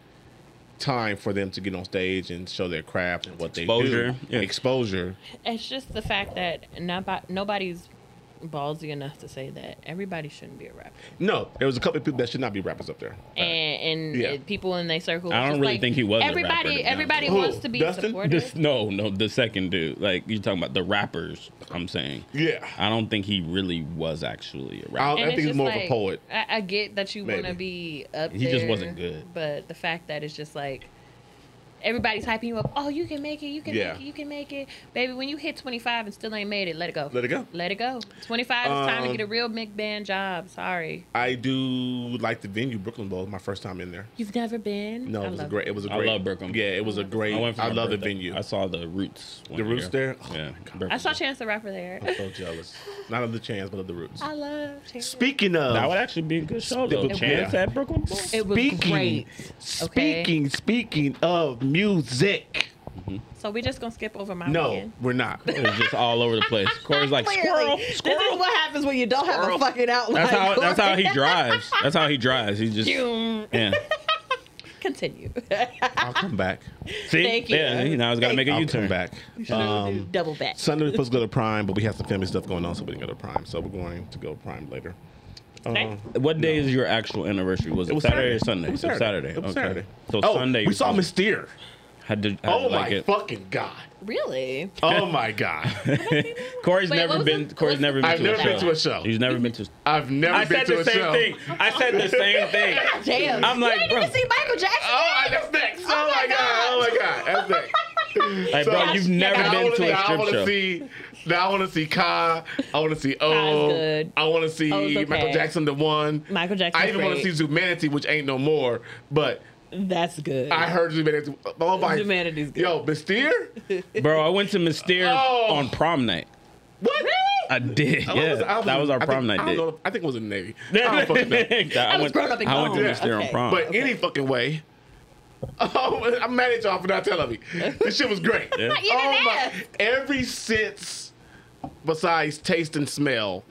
time for them to get on stage and show their craft and what
Exposure,
they do.
yeah.
Exposure.
It's just the fact that not, nobody's ballsy enough to say that everybody shouldn't be a rapper.
No, there was a couple of people that should not be rappers up there.
And, and
Yeah.
it- people in their circle.
I
it's
don't
just
really
like,
think he was a rapper,
Everybody,
to be honest.
everybody
Who?
wants to be
Dustin?
This-
supported.
no, no, the second dude. Like you're talking about the rappers. I'm saying.
Yeah.
I don't think he really was actually a
I'll-
rapper.
I think he's
just
more of a poet.
I, I get that you want to
Maybe.
be up
He just
there.
wasn't good.
But the fact that it's just like everybody's hyping you up. Oh, you can make it. You can
Yeah.
make it. You can make it, baby. When you hit 25 and still ain't made it, let it go.
Let it go.
Let it go. 25 is time to
Um,
get a real big band job. Sorry,
I do like the venue, Brooklyn Bowl. My first time in there.
you've never been.
No,
I
it was a
love
great. It was a
I
great.
love Brooklyn.
Yeah, it was a great. I,
went for my
love the
birthday.
venue.
I saw the Roots. one
The Roots
year.
there? Oh,
yeah.
I saw Chance the Rapper there.
I'm so jealous. Not of the chance, but of the roots.
I love Chance.
Speaking of,
That would actually be a good show though.
Spit-
Chance
Yeah.
at Brooklyn Bowl.
It was great.
Okay.
Speaking, speaking of music.
So we're just gonna skip over my
No,
weekend.
we're not.
It was just all over the place. Corey's like squirrel,
Clearly.
squirrel.
This is what happens when you don't have
Squirrel.
a fucking outline.
That's how. That's how he
Corey.
drives. That's how he drives. He just.
Zoom.
Yeah.
Continue.
I'll come back.
See.
Thank you.
Yeah. He now has got to
Thank
make a
I'll
U
come
turn.
back. Um,
Double back.
Sunday we're supposed to go to Prime, but we have some family stuff going on, so we didn't go to Prime. So we're going to go to Prime later.
Thank-
What day is your actual anniversary? Was it, Saturday, or Sunday?
It was Saturday.
Saturday.
It was
okay.
Saturday.
So
oh,
Sunday.
We saw Miss Steer.
How did, how
Oh
did you
my
like it?
fucking god.
Really?
Oh my god.
Corey's
Wait, what
never
was
been.
the-
Corey's
what
never
was
been.
I've
to
never
a
been
show.
to a show.
He's never been to.
I've never
I
been
said
to
the
a
same
show.
thing. I said the same thing.
Damn.
I'm like, bro.
you didn't even see Michael Jackson.
Oh, I, that's next. Oh, my god. Oh my god. That's next.
Like, bro, you've never
Now I
been
wanna-
to
now I
a
wanna
strip show.
see. Now I want to see Kai. I want to see O.
good.
I want to see
O's okay.
Michael Jackson the one.
Michael Jackson.
I even want to see Zumanity, which ain't no more. But
That's good.
I heard Zumanity. Oh my.
Humanity's good.
Yo, Mystere.
Bro, I went to Mystere
Oh.
on prom night.
What?
I did.
I
yeah,
was- I was-
that was our
I think-
prom
I
night
don't
date.
know- I think it was in the Navy. I
I
don't fucking know.
went-
grown up and
I went to
gone.
Mystere on
Okay.
prom.
But any fucking way. Oh, I'm mad at y'all for not telling me. This shit was great.
You
Oh
didn't
my-
ask.
Every sense besides taste and smell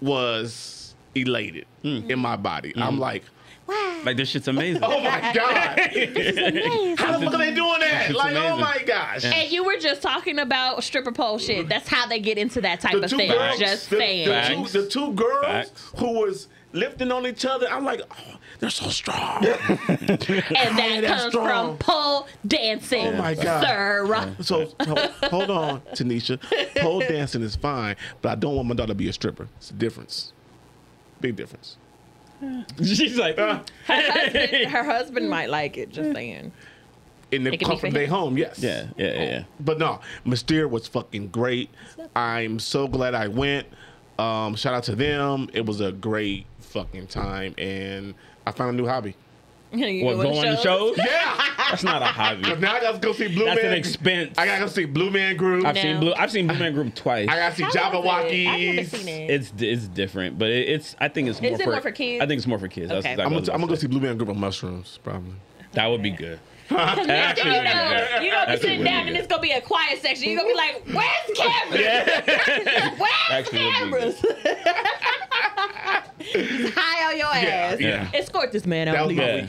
was elated
Hmm.
in my body. I'm like,
like this shit's amazing.
oh my God. How the fuck are they doing that?
It's
like, oh
amazing.
my gosh.
And you were just talking about stripper pole shit. That's how they get into that type
The
of
two
thing.
girls,
Just
the,
saying.
the two, the two girls
Facts.
who was lifting on each other. I'm like, oh, they're so strong.
and
Yeah,
that
that's
comes
strong.
from pole dancing.
Oh my God.
Sir.
So ho- hold on, Tanisha. Pole dancing is fine, but I don't want my daughter to be a stripper. It's a difference. Big difference.
She's like,
Her husband might like it. Just saying.
In the
It could be
comfort of
for
their
him.
home, yes.
yeah, yeah, yeah, yeah.
But no, Mystere was fucking great. I'm so glad I went. Um, shout out to them. It was a great fucking time, and I found a new hobby.
You
What
go to
going to shows?
Yeah,
That's not a hobby.
now I gotta go see Blue
That's
Man.
an expense.
I gotta go see Blue Man Groove.
I've
I
No.
seen blue. I've seen Blue Man Group twice.
gotta see
How was it? I haven't
Jabberwockies.
seen it.
it's di- it's different, but it, it's. I think it's more,
Is it more for kids?
I think it's more for kids. That's
Okay.
I'm
exactly
gonna,
what I
I'm gonna go
was
see Blue Man Group on mushrooms, probably.
gonna say. That would be good.
Next thing
Actually,
you know, you're gonna
Actually,
be sitting
really
down
good.
and it's gonna be a quiet section. You're gonna be like, "Where's cameras? Where's
Actually, that'd be
cameras? Just high on your ass.
yeah.
Escort this man
That
out.
was my
Yeah.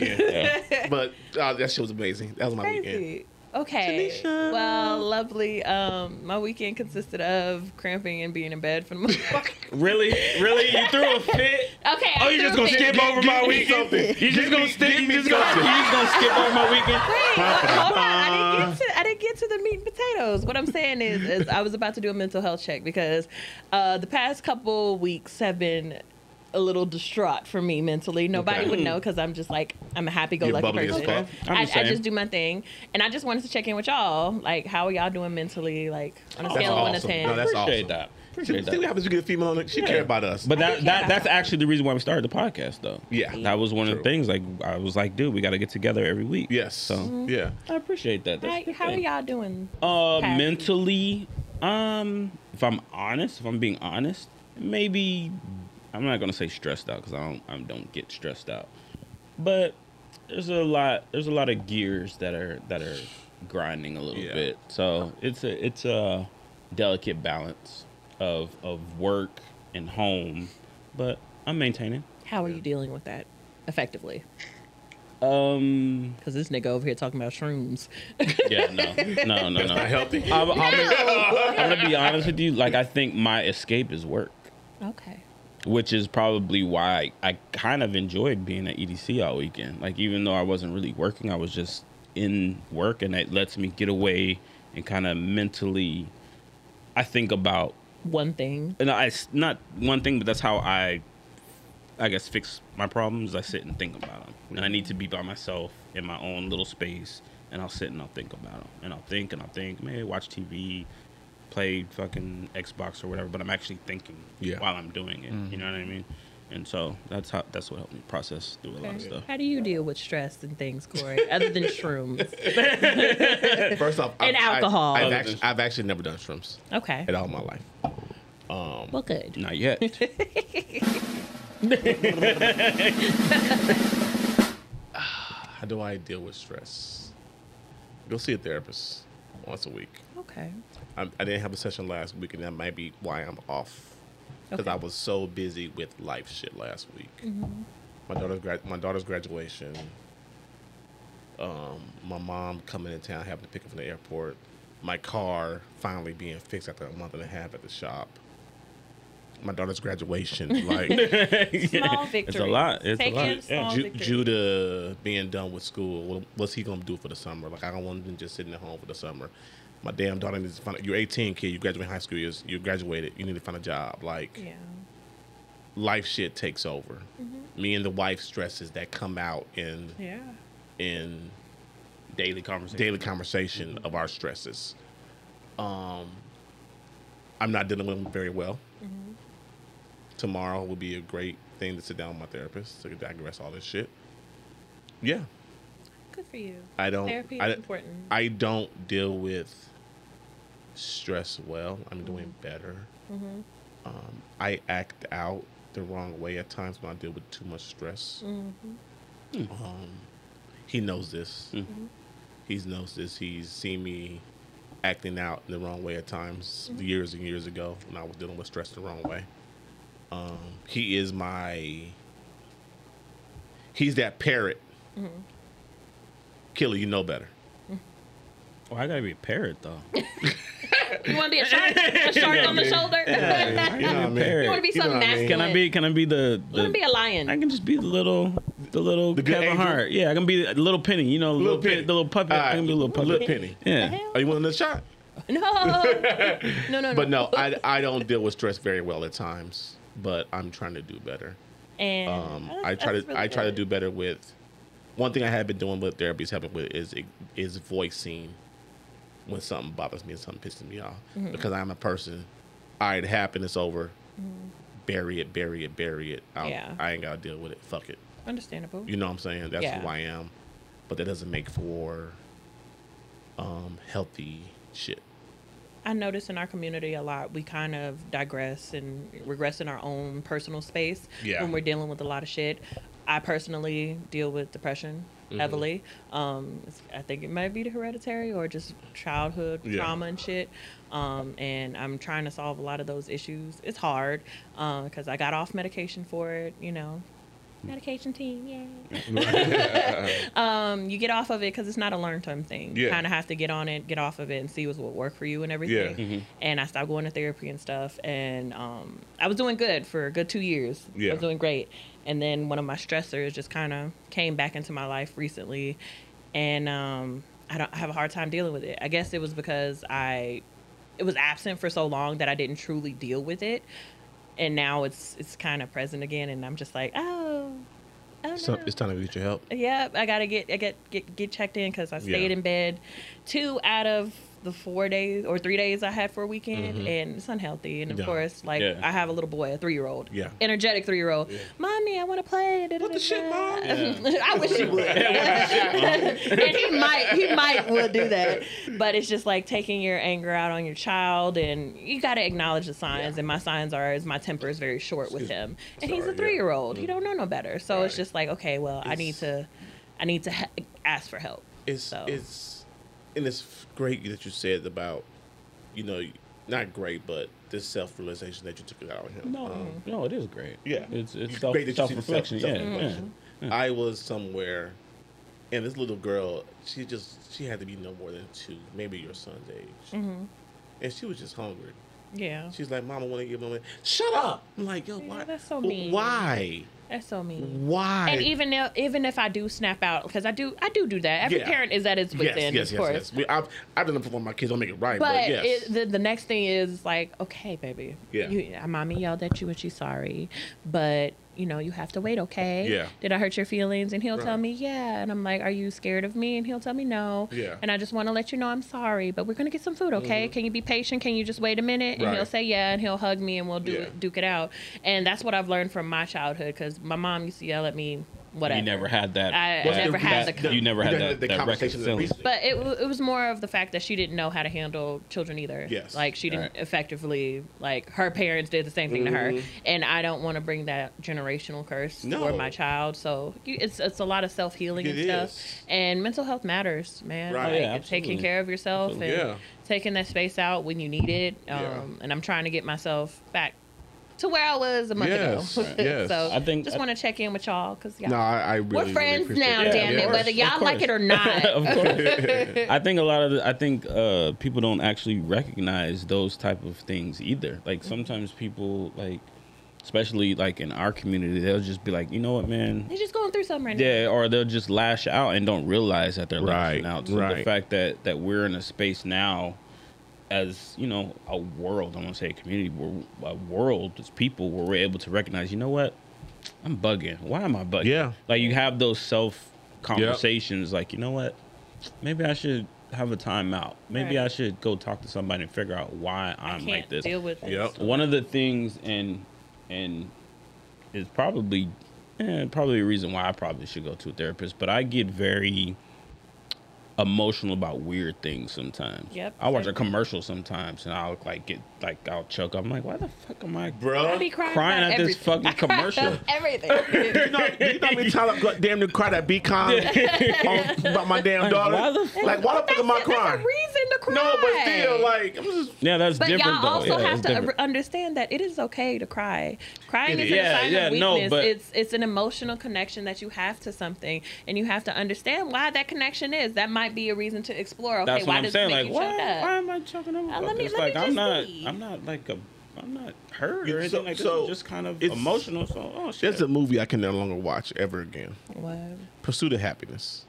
weekend. But uh, that shit was amazing. That was my weekend.
Crazy.
Okay.
Tanisha.
Well, lovely. Um, my weekend consisted of cramping and being in bed for the most part.
Really, really, you threw a fit.
Okay.
Oh,
I
you just
threw
gonna
a fit.
skip over my
Give me
weekend?
something.
You
Give
just
me-
gonna skip?
give
You
me
just gonna,
something.
you just gonna skip over my weekend?
Wait, hold on. I didn't get to. I didn't get
get to the meat and potatoes. What I'm saying is, is I was about to do a mental health check because uh, the past couple weeks have been a little distraught for me mentally. Nobody
Okay.
would know because I'm just like I'm a
You're
happy-go-lucky
bubbly as
person.
fuck.
I'm
I,
the
I
same.
just do my thing, and I just wanted to check in with y'all. Like, how are y'all doing mentally? Like on a
That's
scale of one to
awesome.
ten.
No, that's
appreciate
awesome.
that.
See,
Appreciate
see what
that.
happens when you get a female on it? She care about us.
But that,
care
that
about
that's
that.
actually the reason why we started the podcast, though.
Yeah.
that was one of the
True.
things. Like I was like, dude, we got to get together every week.
yes.
Mm-hmm.
So
Yeah.
I appreciate that. That's
How,
a good
how are
thing.
y'all doing?
Uh,
Happy.
mentally, um, if I'm honest, if I'm being honest, maybe I'm not gonna say stressed out because I don't, I don't get stressed out. But there's a lot, there's a lot of gears that are that are grinding a little
Yeah.
bit. So it's a it's a delicate balance of of work and home, but I'm maintaining.
How are you dealing with that effectively?
Um,
Because this nigga over here talking about shrooms.
yeah, no, no, no, no.
Not healthy.
I'm, I'm, I'm gonna be honest with you. Like, I think my escape is work.
Okay.
which is probably why I, I kind of enjoyed being at EDC all weekend. Like even though I wasn't really working, I was just in work, and it lets me get away and kind of mentally. I think about
One thing.
and I it's not one thing, but that's how I, I guess, fix my problems. I sit and think about them. And I need to be by myself in my own little space, and I'll sit and I'll think about them, and I'll think and I'll think. Maybe watch TV, play fucking Xbox or whatever. But I'm actually thinking
Yeah.
while I'm doing it. You know what I mean? And so that's how that's what helped me process through a lot of stuff.
How do you deal with stress and things, Corey, other than shrooms?
First off,
And alcohol.
I, have
Other
actually,
than-
I've actually never done shrooms
Okay.
at all in my life.
Well, good.
Not yet.
How do I deal with stress? Go see a therapist once a week.
Okay.
I, I didn't have a session last week, and that might be why I'm off because
Okay.
I was so busy with life shit last week. My daughter's grad, my daughter's graduation. Um, my mom coming in town, having to pick up from the airport. My car finally being fixed after a month and a half at the shop. My daughter's graduation, like.
Small victory.
It's a lot. It's
Take
a lot.
in small
Ju-
victories.
Judah being done with school, what, what's he gonna do for the summer? Like I don't want him just sitting at home for the summer. My damn daughter needs to find. You're 18, kid. You graduate high school. You're, you graduated. You need to find a job. Like
Yeah.
life shit takes over.
Mm-hmm.
Me and the wife stresses that come out in
Yeah.
in
Daily conversation.
daily conversation of our stresses. Um, I'm not dealing with them very well.
Mm-hmm.
Tomorrow will be a great thing to sit down with my therapist to digress all this shit. Yeah,
Good for you.
I don't.
Therapy is
I,
important.
I don't deal with stress well. I'm doing better.
Mm-hmm.
Um, I act out the wrong way at times when I deal with too much stress.
Mm-hmm.
Um, he knows this. He knows this. He's seen me acting out in the wrong way at times years and years ago when I was dealing with stress the wrong way. Um, he is my. He's that parrot. Killer, you know better.
Oh, I gotta be a parrot though.
You want to be a shark? A shark on the shoulder?
I gotta
know what I
be
mean.
a parrot.
you want to be
You
something
know what I mean.
masculine?
Can I be? Can I be the?
You want to be a lion?
I can just be the little, the little
good
Kevin
angel?
Hart. Yeah, I can be the little penny. You know, little,
Little
penny,
Penny.
the little puppet. I
Alright,
can be a little puppet.
Little Penny.
Yeah.
Are you want another shot?
no. no, no, no.
But no, I, I don't deal with stress very well at times. But I'm trying to do better.
and
Um,
Oh,
I
that's-
try to
that's really
I try to
good.
do better with. One thing I have been doing with therapy is helping with is is voicing when something bothers me and something pisses me off
Mm-hmm.
because I'm a person. All right, it happened. It's over.
Mm-hmm.
Bury it, bury it, bury it. I, don't-
Yeah.
I ain't gotta deal with it. Fuck it.
Understandable.
You know what I'm saying? That's
Yeah.
who I am. But that doesn't make for um, healthy shit.
I notice in our community a lot, we kind of digress and regress in our own personal space
Yeah.
when we're dealing with a lot of shit. I personally deal with depression
Mm-hmm.
heavily. Um, it's- I think it might be the hereditary or just childhood
Yeah.
trauma and shit. Um, and I'm trying to solve a lot of those issues. It's hard because I got off medication for it, you know.
medication team. Yeah.
Um, you get off of it because it's not a learn term thing. You
Yeah.
kind of have to get on it, get off of it, and see what's what work for you and everything.
Mhm.
And I stopped going to therapy and stuff. And um, I was doing good for a good two years. I
Yeah.
was doing great. And then one of my stressors just kind of came back into my life recently, and um, I don't I have a hard time dealing with it. I guess it was because I it was absent for so long that I didn't truly deal with it. And now it's it's kind of present again and I'm just like, "Oh. Oh
So
no.
it's time to get your help.
Yeah, I gotta get I get get, get checked in because I stayed in bed two out of the four days or three days I had for a weekend, and it's unhealthy. And of
Yeah.
course, like
Yeah.
I have a little boy, a three year old,
Yeah.
energetic three year old. Mommy, I want to play. What the shit, mom? I wish he would. and he might, he might would do that, but it's just like taking your anger out on your child, and you gotta acknowledge the signs. And my signs are is my temper is very short with him, and he's a
Sorry, yeah. Mm.
three year old. He don't know no better, so it's just like okay, well, I need to, I need to ha- ask for help.
It's
so.
it's and it's f- great that you said about, you know, not great, but this self realization that you took it out on him.
No,
Um,
no, it is great.
yeah.
it's
Mm-hmm.
it's
It's
self,
great that you see the self-
self-reflection. yeah, Mm. yeah.
self-reflection. I was somewhere, and this little girl, she just she had to be no more than two, maybe your son's age,
Mm-hmm.
and she was just hungry.
Yeah,
She's like, "Mom, I want to give mom." Shut up! I'm like, "Yo,
Yeah,
why?
that's so
well,
mean.
Why?
that's so
Mm.
mean.
Why?"
And even if, even if I do snap out, because I do I do do that. Every
Yeah.
parent is at its within, of
yes, yes, yes,
course.
yes. We, I've I've done it before. My kids don't make it right, but,
But
yes,
it, the, the next thing is like, okay, baby.
Yeah.
You, uh, mommy yelled at you and she's sorry, but you know you have to wait. Okay.
Yeah.
Did I hurt your feelings? And he'll tell
Right.
me yeah, and I'm like, are you scared of me? And he'll tell me no.
Yeah. Mm-hmm.
And I just want to let you know I'm sorry, but we're gonna get some food, okay? Can you be patient? Can you just wait a minute? And he'll
Right.
say yeah, and he'll hug me, and we'll do
Yeah.
it, duke it out. And that's what I've learned from my childhood because my mom used to yell at me. Whatever.
You never had that.
I- I
that-
never had
that-
the-
You never had
the-
that,
the
that
conversation that
reconciliation.
we-
But it, w- it was more of the fact that she didn't know how to handle children either.
Yes.
Like she didn't
Right.
effectively like her parents did the same thing to her, and I don't want to bring that generational curse
No.
for my child. So you, it's it's a lot of self healing and
It
stuff,
is.
and mental health matters, man.
Right.
Like,
Yeah,
and taking
absolutely.
care of yourself and
Absolutely. Yeah.
taking that space out when you need it. Um,
Yeah.
And I'm trying to get myself back. To where I was a month
Yes.
ago.
Right. Yes.
So I
I
think
think-
just want to check in with y'all because y'all
No, I, I really.
we're friends
really appreciate
now,
that.
damn
of
it.
course,
Whether
of
y'all like it or
course.
not,
of course. I think a lot of the, I think uh, people don't actually recognize those type of things either. Like
Mm-hmm.
sometimes people like, especially like in our community, they'll just be like, you know what, man,
They're just going through something right
yeah, or they'll just lash out and don't realize that they're lashing
Right,
out. So
right.
the fact that that we're in a space now, as you know, a world. I want to say a community, we're a world as people where we're able to recognize. You know what? I'm bugging. Why am I bugging?
Yeah.
Like you have those self conversations. Like you know what? Maybe I should have a timeout. Maybe
Right.
I should go talk to somebody and figure out why
now.
I'm
Can't
like this
deal with this.
Yep.
one of the things and and is probably eh, probably a reason why I probably should go to a therapist, but I get very emotional about weird things sometimes.
Yep,
I watch
same.
a commercial sometimes and I'll like get like I'll choke. up. I'm like, why the fuck am I
I
bro.
be crying,
crying
about
at this
everything.
fucking commercial?
everything.
You know, you know me time I got damn near cried at BCon on, about my damn daughter.
why the fuck-
like, why the fuck am I
There's a
crying?
reason to cry.
No, but still, like, I'm just
Yeah, that's
But
different
y'all
though.
also
yeah,
have
it's
to
different.
understand that it is okay to cry. Crying
It
is
is.
an
Yeah,
sign
yeah,
of
no,
weakness.
but-
it's it's an emotional connection that you have to something, and you have to understand why that connection is. That might be a reason to explore. Okay,
That's
why
what I'm
does
saying.
it make
Like,
you
why,
choke up?
why am I choking up?
Uh, let
about
me-
this?
let me
like, I'm
just
not.
see.
I'm not like a. I'm not hurt
Yeah,
or anything
so-
like this.
so
I'm just kind of
it's-
emotional. So, oh shit.
There's a movie I can no longer watch ever again.
What?
Pursuit of Happiness.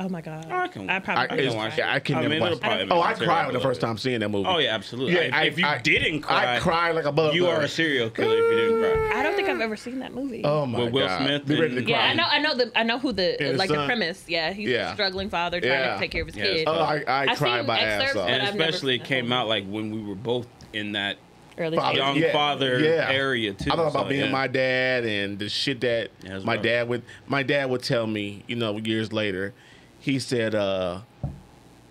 Oh my god!
I can-
I
I,
probably
can
it's-
cry.
watch it.
I can
I
never
mean, it'll
watch.
probably
it. Oh, I
be
cried when the
terrible.
first time seeing that movie.
Oh yeah, absolutely.
Yeah,
if,
I-
if you
I-
didn't cry,
I cried like a bug.
you are a serial killer if you didn't cry.
I don't think I've ever seen that movie.
Oh my
With Will
God.
Smith
Be ready to
and-
cry.
Yeah, I know. I know the. I know who the
And his
like the
son.
premise. Yeah, he's
Yeah.
a struggling father trying
Yeah.
to take care of his
Yeah,
kid.
it's
Oh, I, I,
I've
cried
seen
my ass
excerpts,
off.
but
And
I've never
especially
seen
it
that
came
movie.
out like when we were both in that
Early
Father-
days.
young
Oh, yeah,
father
yeah.
area too.
I thought
so,
about being
yeah.
my dad and the shit that
Yeah, it's
my
rough.
dad would my dad would tell me, you know, years later. He said, uh,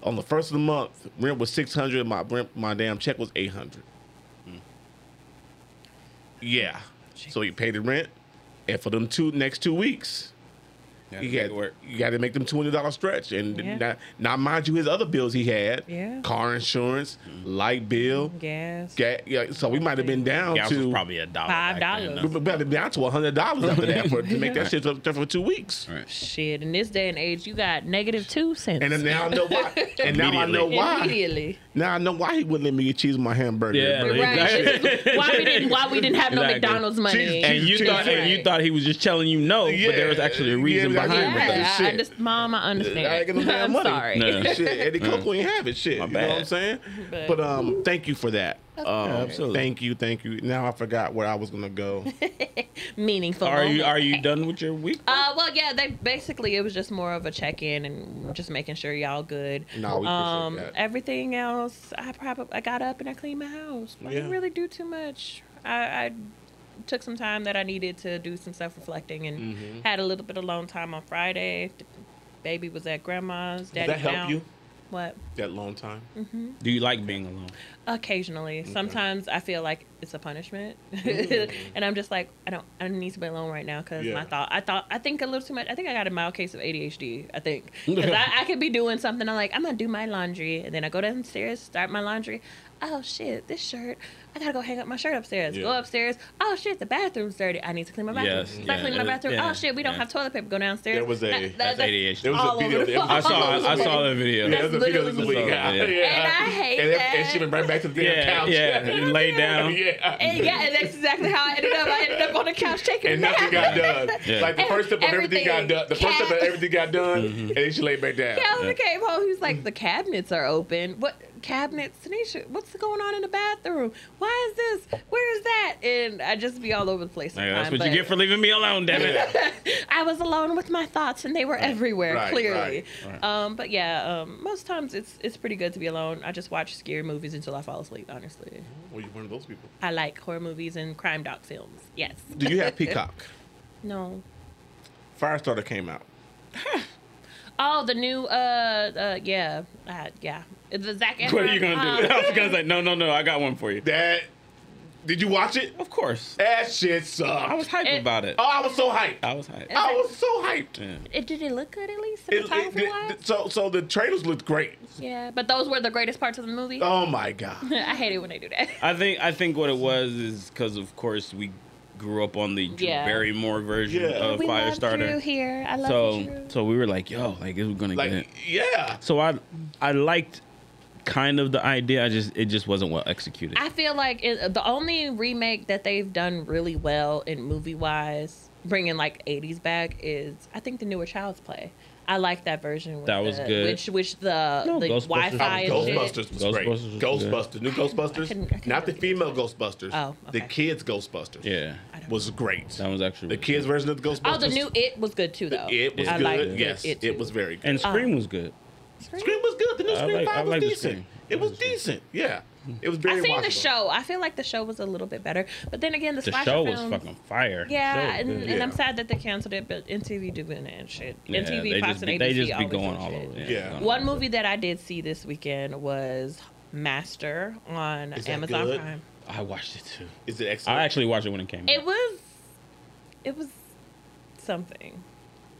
on the first of the month, rent was six hundred, my rent my damn check was eight hundred.
Hmm.
Yeah. So he paid the rent and for them two next two weeks.
Yeah,
You
make it
got,
work.
you got to make them two hundred dollar stretch, and
Yeah.
now, now mind you, his other bills he had,
Yeah. Mm-hmm.
car insurance, light bill,
Yes.
ga- yeah, so we might have been down
Gas was
to
probably a dollar.
Five
back then,
dollars.
we might have been down to hundred dollars after that for to make that shit up for two weeks.
though. Right.
Shit, in this day and age, you got negative two cents.
And then now I know why. And now I know
Immediately.
why.
Immediately.
Now I know why he wouldn't let me get cheese on my hamburger.
Yeah,
bro.
Right.
Exactly.
This is why we didn't why we didn't have no
Exactly.
McDonald's money.
Jesus,
And you
Jesus
thought
Christ.
and you thought he was just telling you no, but there was
Yeah,
actually a reason
yeah, behind
Yeah,
with that
Yeah, I,
shit.
I just, mom, I understand.
I ain't got no damn
I'm
money.
sorry.
No. Yeah.
shit, Eddie Coco ain't have it. Shit, you know what I'm
bad.
saying?
But-
But
uh,
um, thank you for that. Um,
absolutely.
Thank you, thank you. Now I forgot where I was gonna go.
Meaningful.
Are you
moment.
are you done with your week?
Uh, well, yeah. They basically it was just more of a check in and just making sure y'all good.
No, we appreciate
um,
that.
everything else, I probably I got up and I cleaned my house. I
Yeah.
didn't really do too much. I, I took some time that I needed to do some self reflecting and
Mm-hmm.
had a little bit of alone time on Friday. The baby was at grandma's. Daddy
that help
down.
you?
What? Mm-hmm.
that long time.
Do you like being alone?
Occasionally, sometimes I feel like it's a punishment, and I'm just like, I don't, I need to be alone right now because
Yeah.
my thought, I thought, I think a little too much. I think I got a mild case of ADHD. I think because I, I could be doing something. I'm like, I'm gonna do my laundry, and then I go downstairs, start my laundry. Oh shit, this shirt. I gotta go hang up my shirt upstairs. Go
Yeah.
upstairs. Oh shit, the bathroom's dirty. I need to clean my bathroom.
Yes,
Start
yeah,
cleaning my
uh,
bathroom.
yeah,
Oh shit, we don't
yeah.
have toilet paper. Go downstairs.
There was a-
That- that-
That's ADHD.
There was
All
a video.
over the
There was
I
a
saw
video.
I saw the video.
Yeah, there's a
That's
video this
literally
week.
what I
Yeah.
saw, yeah.
uh,
And I hate
and
that.
And she went right back to the damn
Yeah,
couch.
yeah. You lay down.
yeah.
And yeah, and that's exactly how I ended up. I ended up on the couch taking
And
a nap.
nothing got done.
Yeah.
Like the first step of everything got
Everything.
done. The first step of
Cat.
everything got done, and then she laid back down.
Calvin came home. He was like, "The cabinets are open. What cabinets, Tanisha? What's going on in the bathroom? Why is this? Where is that?" And I just be all over the place.
Yeah, that's
sometimes,
what you
but
get for leaving me alone, damn it.
I was alone with my thoughts, and they were everywhere.
right,
clearly,
right, right.
Um, but yeah, um, most times it's it's pretty good to be alone. I just watch scary movies until I fall asleep. Honestly,
Well, you one of those people.
I like horror movies and crime doc films. Yes.
Do you have Peacock?
No.
Firestarter came out.
Oh, the new uh, uh yeah, uh, yeah. The um, Zach.
What are you gonna do? I was gonna say, no, no, no, I got one for you.
That. Did you watch it?
Of course.
That shit
I was
sucked.
hype
It-
about it.
Oh, I was so hyped.
I was hype.
I was so hyped.
Yeah.
It, did it look good at least?
It- it-
Cinematography
it- so, so the trailers looked great.
yeah, but those were the greatest parts of the movie.
Oh my god.
I hate it when they do that.
I think I think what it was is because of course we grew up on the Drew
Yeah.
Barrymore version
Yeah.
of Firestarter.
here. I
So so we were like, yo, like this was gonna get.
Like,
it.
yeah.
So I I liked kind of the idea. I just it just wasn't well executed.
I feel like it, the only remake that they've done really well in movie wise, bringing like '80s back, is I think the newer Child's Play. I like that version. With
That was
the-
good.
Which, which the,
No,
the
Ghostbusters
Wi-Fi
was
and
good.
shit.
Ghostbusters was great.
Ghostbusters was
Ghostbusters, new Ghostbusters,
I couldn't- I couldn't
not the
really
female Ghostbusters.
Oh,
the
okay.
kids Ghostbusters.
yeah,
I don't
was great.
that was actually
the
really
kids
good.
version of the Ghostbusters.
Oh, the new It was good too, though.
It was
I
good.
liked the
yes, it,
too.
was very good.
and Scream was good.
Scream was good. The new
I
Scream
like- I
Five was
like the
decent.
Scream.
It was decent. Yeah, it was very.
I seen the
watchable.
show. I feel like the show was a little bit better, but then again, the,
The
slasher
show was
films,
fucking fire. The
Yeah,
show was
and,
good.
and I'm
Yeah.
sad that they canceled it, but MTV doing it and shit.
Yeah,
MTV,
they
Fox,
just
and
be,
ABC
they just be
always
going
do
all
shit.
over.
Yeah.
going all
One
over.
movie that I did see this weekend was Master on
Is that
Amazon
good?
Prime.
I watched it too.
Is it excellent?
I actually watched it when it came. out.
It was, it was something.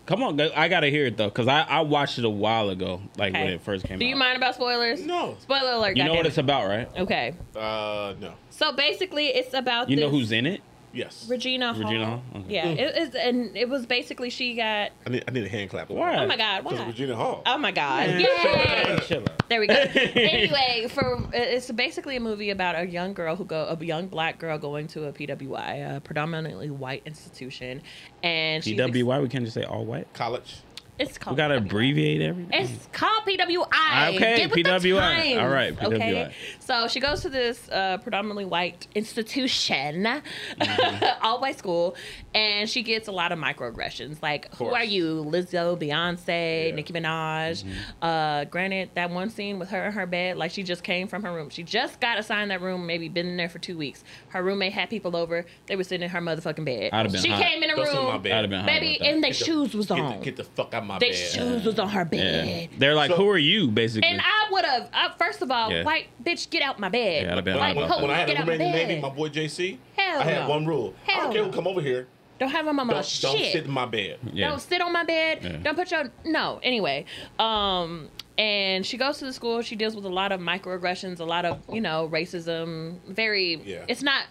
Come on, guys, I gotta hear it though, cause I, I watched it a while ago, like when
Okay.
it first came
Do
out.
you mind about spoilers?
no.
Spoiler alert.
You know what
goddammit.
it's about, right?
Okay,
Uh, no.
so basically, it's about
You know
this-
who's in it?
Yes.
Regina Hall.
Regina Hall? Okay.
Yeah, it is, and it was basically she got.
I need. I need a hand clap.
Why?
Oh my God!
Because
Why?
Regina Hall.
Oh my God! Yay!
Chill out.
There we go. anyway, for it's basically a movie about a young girl who go a young black girl going to a PWI, a predominantly white institution, and she's ex-
PWY, we can't just say all white.
College.
it's
We
called
gotta
PWI.
abbreviate everything.
It's called PWI.
Okay,
Get with the
PWI.
times,
All right, PWI.
Okay, so she goes to this uh, predominantly white institution,
Mm-hmm.
all white school, and she gets a lot of microaggressions. Like, who
course.
are you, Lizzo, Beyonce,
Yeah.
Nicki Minaj?
Mm-hmm.
Uh, granted, that one scene with her in her bed, like she just came from her room. She just got assigned that room, maybe been in there for two weeks. Her roommate had people over. They were sitting in her motherfucking bed.
I'd have been
she
hot.
came in the
Don't sit in my
room,
bed.
I'd have been hot
baby,
about that.
and their
the-
shoes was
Get
on.
the, get the fuck out my
Their
bed.
shoes was on her
yeah.
bed.
They're like,
So-
who are you, basically?
And I would have, I, first of all,
Yeah.
white bitch, get out my bed.
Yeah, I'd have been
When, I-
hot
White
about that.
hoe,
when, when I had
get
a
out my
roommate named
bed.
Navy, my boy JC,
Hell
I had
no.
one rule. I
Hell
don't care who
no.
come over here.
don't have on my mama
Don't,
shit.
don't sit in my bed.
Yeah.
Don't sit on my bed.
Yeah.
Don't put your no. Anyway, um, and she goes to the school. She deals with a lot of microaggressions, a lot of you know racism. Very.
Yeah.
It's not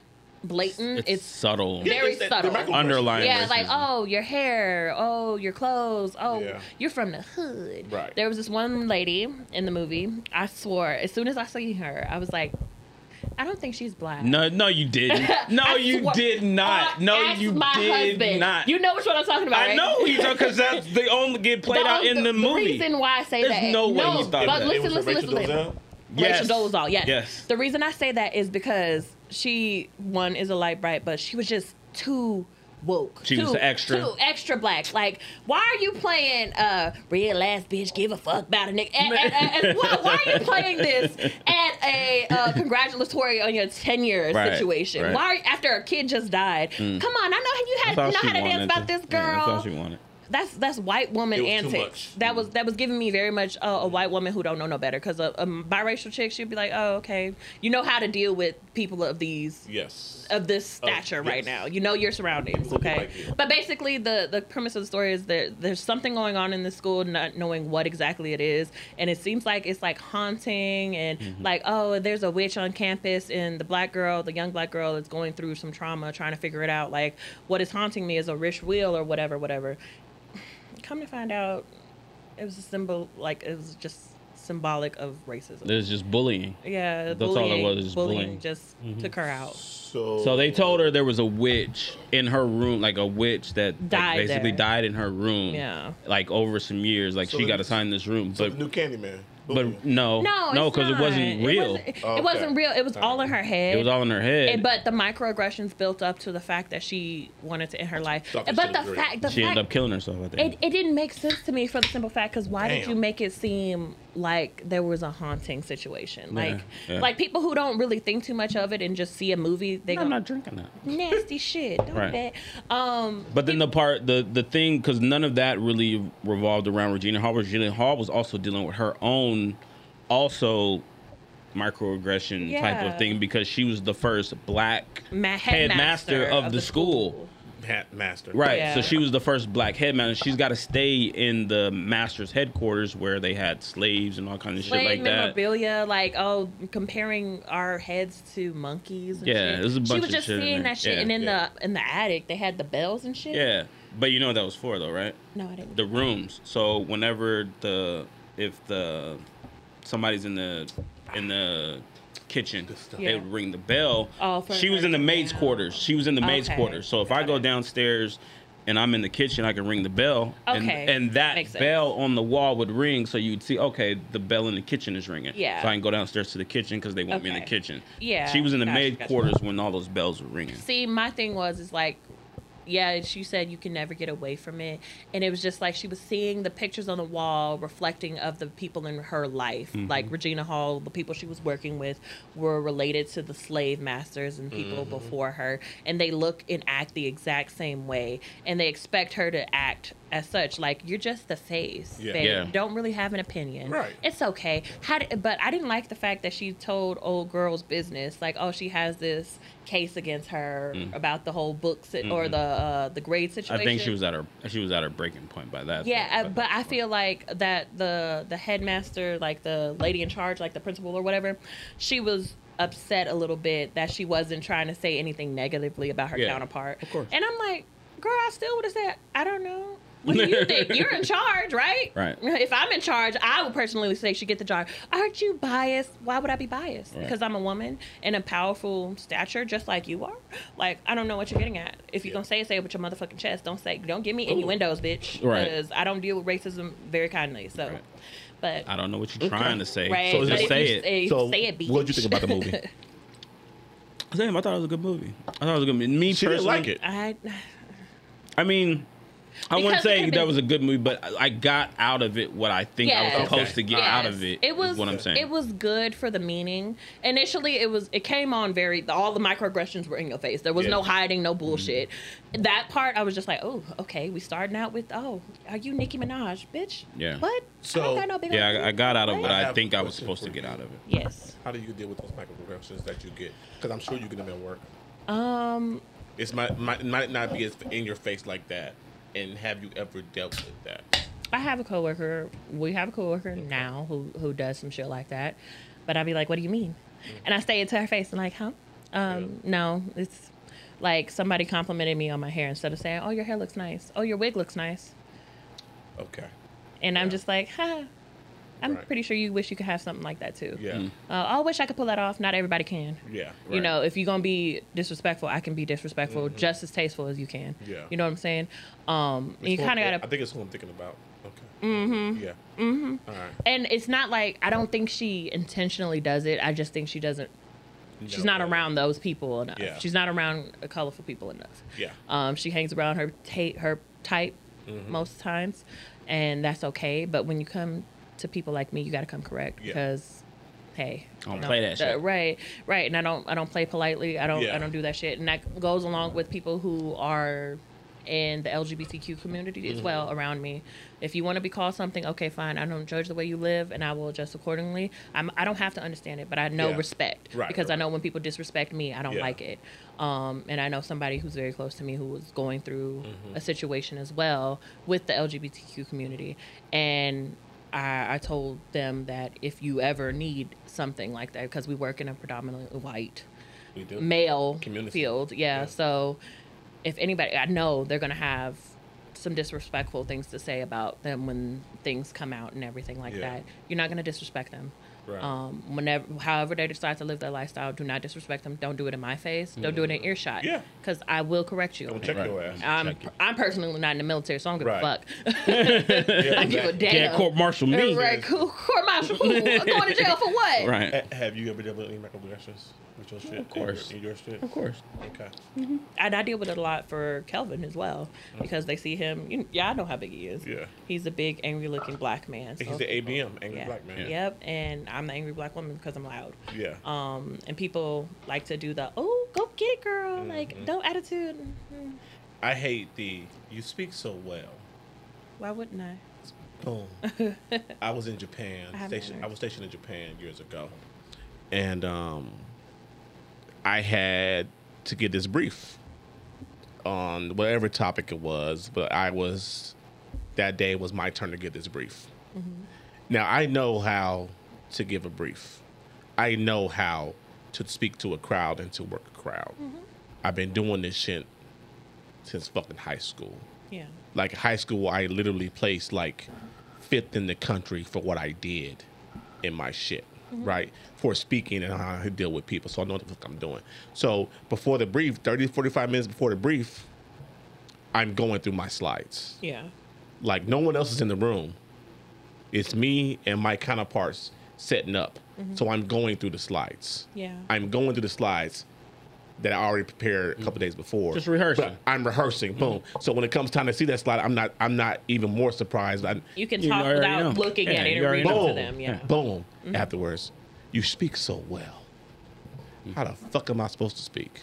blatant.
it's,
It's,
subtle.
Yeah. Very
It's that-
subtle.
the microaggressions.
Underlying.
yeah,
racism.
like oh your hair, oh your clothes, oh
Yeah.
you're from the hood.
Right.
There was this one lady in the movie. I swore as soon as I seen her, I was like, I don't think she's black.
No, no, you didn't. No,
I
you
swear-
did not.
Uh,
no,
ask
you
my
did
husband.
not.
You know which one I'm talking about,
I
right?
know he's because that's the only get played out in the, movie.
reason why I say
There's
that.
no way he's thought
but
that.
listen,
It was
listen,
Rachel
listen, listen.
Dolezal?
Yes.
Rachel Dolezal, yes.
Yes.
The reason I say that is because she one is a light bright, but she was just too woke.
She
too,
was extra.
Too extra black. Like, why are you playing uh real ass bitch give a fuck about a nigga? And, and, and, and why, why are you playing this at a uh, congratulatory on your tenure
Right,
situation?
right.
Why are, after a kid just died? Come on, I know you had
That's all
know
she
how to dance
wanted
about this
to-
girl
Yeah, that's all she wanted.
that's that's white woman
It was too
antics.
much. Mm-hmm.
That was that was giving me very much uh, a white woman who don't know no better. Because a, a biracial chick, she'd be like, "Oh, okay, you know how to deal with people of these
Yes.
of this stature
yes.
right now. You know your surroundings,
People who
okay?"
like you.
But basically, the the premise of the story is there there's something going on in the school, not knowing what exactly it is, and it seems like it's like haunting and
Mm-hmm.
like oh, there's a witch on campus, and the black girl, the young black girl, is going through some trauma, trying to figure it out. Like what is haunting me is a rich wheel or whatever, whatever. Come to find out, it was a symbol. Like it was just symbolic of racism.
There's just bullying.
yeah,
That's all it
bullying,
was, is
bullying,
bullying. Mm-hmm.
just took her out.
So,
So they told her there was a witch in her room, like a witch that like,
Died
basically
there.
died in her room.
Yeah.
Like over some years, like
So
she
the-
got assigned this room,
so
but
the new Candyman.
but no,
No,
no,
because
it wasn't
It
real.
wasn't, it
Oh, Okay.
wasn't real. It was all in her head.
It was all in her head.
And- but the microaggressions built up to the fact that she wanted to end her life.
Sucker
but
should've
the
agreed.
fact, the
she
fact,
ended up killing herself. I think.
it, it didn't make sense to me for the simple fact because why did
Damn.
you make it seem like there was a haunting situation? Like,
yeah.
like people who don't really think too much of it and just see a movie, they
I'm
go
not drinking that.
nasty shit. Don't
Right.
bet. Um,
But then the part, the the thing, because none of that really revolved around Regina Hall. Regina Hall was also dealing with her own, also microaggression type
Yeah.
of thing because she was the first black
ma-
headmaster of, the, school.
Hat Master.
Right.
Yeah.
So she was the first black headmaster. She's got to stay in the master's headquarters where they had slaves and all kinds of shit
Playing
like that.
memorabilia, like oh, comparing our heads to monkeys. And
Yeah,
shit.
there's a
She
bunch
was
of
just
shit in
seeing
there.
that shit,
Yeah,
and in
yeah.
the in the attic they had the bells and shit.
Yeah. But you know what that was for though, right?
No, I didn't.
the rooms. So whenever the if the somebody's in the in the kitchen,
stuff.
they would ring the bell.
Oh, for
she was
her
in the
to
maid's
go.
quarters. She was in the maid's
Okay.
quarters. So if I go downstairs and I'm in the kitchen, I can ring the bell.
Okay.
And, and that
Makes sense.
bell on the wall would ring, so you'd see, okay, the bell in the kitchen is ringing.
Yeah.
So I can go downstairs to the kitchen because they want me in the
Okay.
kitchen.
Yeah.
She was in the
Gotcha,
maid
gotcha.
quarters when all those bells were ringing.
See, my thing was is like, yeah, she said you can never get away from it, and it was just like she was seeing the pictures on the wall reflecting of the people in her life,
Mm-hmm.
like Regina Hall, the people she was working with were related to the slave masters and people
Mm-hmm.
before her, and they look and act the exact same way, and they expect her to act as such. Like you're just the face,
Yeah.
babe.
Yeah.
Don't really have an opinion.
Right.
It's okay. How did, but I didn't like the fact that she told old girl's business. Like, oh, she has this case against her about the whole book si- or the uh, the grade situation.
Mm. I think she was at her she was at her breaking point by that.
Yeah, uh,
by
but
that
I
point.
feel like that the the headmaster, like the lady in charge, like the principal or whatever, she was upset a little bit that she wasn't trying to say anything negatively about her
Yeah,
counterpart.
of course.
And I'm like, girl, I still would have said, I don't know. What do you think? You're in charge, right?
Right.
If I'm in charge, I would personally say she get the job. Aren't you biased? Why would I be biased?
Right.
Because I'm a woman and a powerful stature, just like you are. Like I don't know what you're getting at. If you're
Yeah.
gonna say it, say it with your motherfucking chest. Don't say, don't give me any windows, bitch.
Right.
Because I don't deal with racism very kindly. So,
Right.
but
I don't know what you're trying to say.
right.
So
but
just
if
say
you
it.
Say,
So,
say it, bitch.
what'd you think about the movie?
Damn, I thought it was a good movie. I thought it was a good movie. Me
She
personally,
didn't like it.
I
I mean, I
Because
wouldn't
it
say
could've
that
been-
was a good movie, but I I got out of it what I think I was
Yes.
supposed
Okay.
to get
Yes.
out of it.
It was
is what I'm saying.
It was good for the meaning. Initially, it was it came on very. All the microaggressions were in your face. There was no
Yeah.
hiding, no bullshit.
Mm-hmm.
That part, I was just like, oh, okay. We starting out with, oh, are you Nicki Minaj, bitch?
Yeah.
What?
So-
I don't got no big
yeah,
old
I, I
booty.
got out of what
What?
I
have
think
a
I was
question
supposed to
for
get
you.
out of it.
Yes.
How do you deal with those microaggressions that you get? Because I'm sure you get them at work.
Um.
It's might might might not be as in your face like that. And have you ever dealt with that?
I have a coworker. We have a coworker now who who does some shit like that. But I'd be like, "What do you mean?" And I say it to her face and like, "Huh? Um, No, it's like somebody complimented me on my hair instead of saying, "Oh, your hair looks nice. Oh, your wig looks nice."
Okay.
And I'm just like, "Ha." I'm
Right.
pretty sure you wish you could have something like that too.
Mm.
Yeah.
Uh, I wish I could pull that off. Not everybody can.
Yeah.
You
Right.
know, if you're gonna be disrespectful, I can be disrespectful just as tasteful as you can.
Mm-hmm. Yeah.
You know what I'm saying? Um, and you
It's who-
kind of gotta
I think it's who I'm thinking about. Okay. Mm-hmm. Yeah. Mm-hmm. All right.
and it's not like I don't think she intentionally does it. I just think she doesn't. She's not
No, but-
around those people enough.
Yeah.
She's not around uh, colorful people enough.
Yeah.
Um, she hangs around her ta- her type
Mm-hmm.
most times, and that's okay. But when you come to people like me, you got to come correct
Yeah.
because, hey,
I don't
you know,
play that shit.
Right, right. And I don't I don't play politely. I don't
Yeah.
I don't do that shit. And that goes along with people who are in the LGBTQ community
Mm-hmm.
as well around me. If you want to be called something, okay, fine. I don't judge the way you live, and I will adjust accordingly. I'm I don't have to understand it, but I know
Yeah.
respect
Right,
because
right,
I know when people disrespect me, I don't
Yeah.
like it. Um, and I know somebody who's very close to me who was going through
Mm-hmm.
a situation as well with the LGBTQ community, and I, I told them that if you ever need somethly like that, because we work in a predominantly white
We do.
male
Community.
field, yeah,
Yeah.
So if anybody, I know they're gonna have some disrespectful things to say about them when things come out and everything like
Yeah.
that. You're not gonna disrespect them.
Right.
Um, whenever, however they decide to live their lifestyle, do not disrespect them. Don't do it in my face. Don't do it in earshot.
Mm. Yeah.
Because I will correct you.
Don't
on
check
it.
your ass.
I'm,
Check you.
I'm personally not in the military, so I don't give a
Right.
fuck. I give a damn.
Yeah, court martial me.
Right, cool. Court martial. who? I'm going to jail for what?
Right.
Ha- Have you ever dealt with any microaggressions with your shit? and
course.
your- and your shit.
Of course.
Okay.
and I deal with it a lot for Kelvin as well because they see him. You, yeah, I know how big he is.
Mm. Yeah.
he's a big, angry-looking black man. So,
He's the ABM, angry
yeah.
black man.
Yep, and I'm the angry black woman because I'm loud.
Yeah.
Um, and people like to do the oh, go get it, girl.
Mm-hmm.
Like no attitude. Mm,
I hate the you speak so well.
Why wouldn't I?
Boom. I was in Japan.
I have
Station, I
manners.
was stationed in Japan years ago, and um, I had to get this brief on whatever topic it was. But I was that day was my turn to get this brief. Now I know how to give a brief. I know how to speak to a crowd and to work a crowd. I've been doing this shit since fucking high school
Yeah.
like high school i literally placed like fifth in the country for what i did in my shit right for speaking and how i deal with people so i know what the fuck i'm doing so before the brief 30 45 minutes before the brief i'm going through my slides
Yeah.
like no one else is in the room it's me and my counterparts setting up so i'm going through the slides
Yeah.
i'm going through the slides that I already prepared a couple days before.
Just rehearsing.
But I'm rehearsing.
Mm-hmm.
Boom. So when it comes time to see that slide, I'm not. I'm not even more surprised. I,
You can
You
talk
already
without
know.
looking
Yeah,
at it
you
and
already
reading
know.
to
boom.
them. Yeah.
Boom.
Mm-hmm.
Afterwards, you speak so well.
Mm-hmm.
How the fuck am I supposed to speak?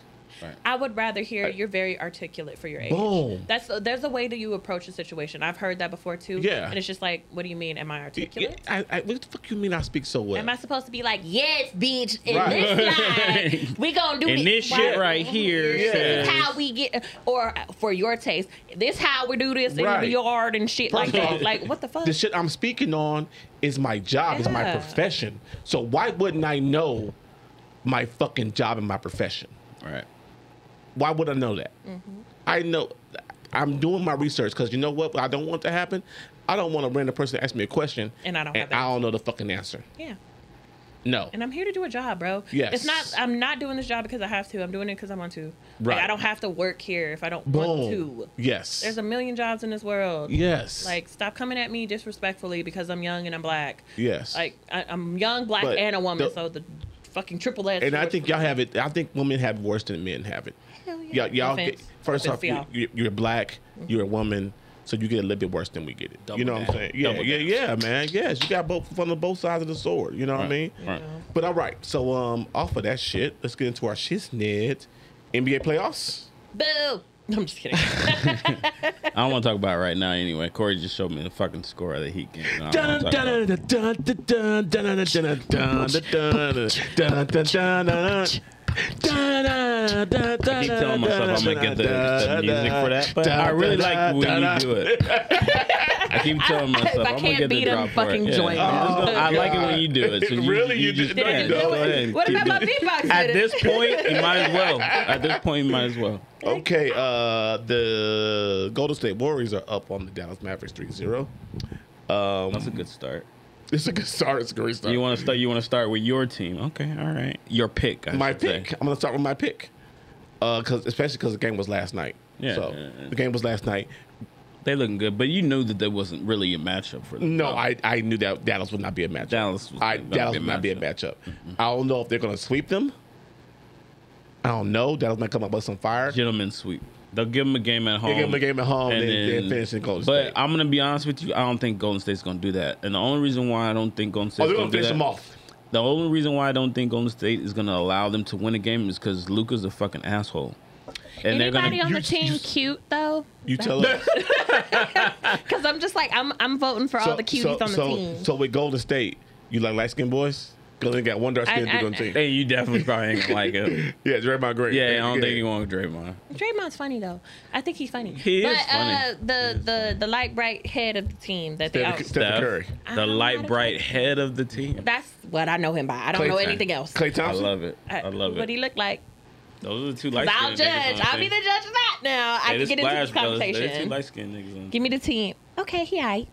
I would rather hear you're very articulate for your age.
Boom.
That's there's a way that you approach a situation. I've heard that before too.
Yeah.
And it's just like, what do you mean? Am I articulate?
I, I, what the fuck you mean I speak so well?
Am I supposed to be like, yes, bitch, in
Right.
this line, we gonna do
And this
Why-
shit right here
This is
says-
how we get, or for your taste, this how we do this
Right.
in the yard and shit like
First
that.
off,
like, what the fuck?
the shit I'm speaking on is my job, is my
Yeah.
profession. So why wouldn't I know my fucking job and my profession?
Right.
Why would I know that?
Mm-hmm.
I know I'm doing my research because you know what? I don't want to happen. I don't want a random person to ask me a question
And I don't have the
I don't know the fucking answer.
yeah.
No.
And I'm here to do a job, bro.
Yes.
It's not. I'm not doing this job because I have to. I'm doing it because I want to. Like,
Right.
I don't have to work here if I don't want to.
Boom. Yes.
There's a million jobs in this world.
yes.
Like, stop coming at me disrespectfully because I'm young and I'm black.
yes.
Like, I, I'm young, black,
But
and a woman,
the-
so the fucking triple S.
and I
word-
think y'all have it. I think women have it worse than men have it.
Hell yeah.
Y'all, y'all
No
get,
offense.
first
Offense
off,
to
you,
y'all. Mm-hmm.
you- you're black, you're a woman, so you get a little bit worse than we get it. you
Double
know what
down.
I'm saying? Yeah,
Double
yeah,
down.
yeah, man. Yes, you got both from the both sides of the sword. You know what I
Right.
mean?
Right.
But all right, so um, off of that shit, let's get into our shiznit. NBA playoffs.
Boo! I'm just kidding.
I don't want to talk about it right now anyway. Corey just showed me the fucking score of the Heat game. and I don't wanna
Dun,
talk about
dun,
it.
dun, dun, dun, dun, dun, dun, dun, dun, dun, dun, dun, dun, dun, dun, dun.
I keep telling myself I'm gonna get the, the music for that, but I really like when you do it. I keep telling myself
If I
I'm gonna
can't
get the
beat 'em,
drop for
fucking
it.
join 'em.
I'm just gonna- I like it
God.
when you do it. So you,
Really? You just- no, you
yeah,
don't.
go ahead and
what
keep
about my
doing it.
beatbox?
At
minute?
this point, you might as well. At this point, you might as well.
Okay, uh, the Golden State Warriors are up on the Dallas Mavericks 3-0.
Oh, That's a good start.
It's a good start. It's a great start.
Mm. You want to start. You want to start with your team. Okay, all right. Your pick. I
my
should say.
pick. I'm gonna start with my pick, uh, cause especially because the game was last night.
Yeah,
So
yeah, yeah.
the game was last night.
They looking good, but you knew that there wasn't really a matchup for them.
No, I, I knew that Dallas would not be a matchup.
Dallas was
I,
not
Dallas
be Mm-hmm. a
would not be a matchup. I don't know if they're gonna sweep them. I don't know. Dallas might come up with some fire.
Gentlemen sweep. They'll give them a game at home.
They give them a game at home.
um, and
They, they
then-
finish in Golden
But
State. Oh,
I'm gonna be honest with you. I don't think Golden State's gonna do that. And the only reason why I don't think Golden
oh,
State's
they're
gonna,
gonna finish
do that,
them off.
The only reason why I don't think Golden State is gonna allow them to win a game is because Luca's a fucking asshole. And they're
Anybody on
you-
the team
you-
cute though?
You tell us.
Because I'm just like I'm I'm voting for all the cuties on the
so,
team.
so with Golden State, you like light skinned boys? Because they got one dark skinned
I-
dude on the team.
Hey, you definitely probably ain't gonna like it.
yeah, Draymond Green.
Yeah, I don't think you want Draymond.
Draymond's funny though. I think he's funny.
He
but
is funny.
uh the the the light bright head of the team that they
Steph,
all,
Stephen Curry.
the
I don't know how
light
to
bright head of the team.
that's what I know him by. Oh, I don't
Klay
know
Thompson.
anything else.
Clay
I
Thompson.
love it. I love
Uh,
it.
What he looked like.
Those are the two light
'Cause
skinned
I'll judge. I'll be the judge of that now. I can get into this
They're two
conversation.
light skinned niggas. On.
Give me the team. Okay, he aight.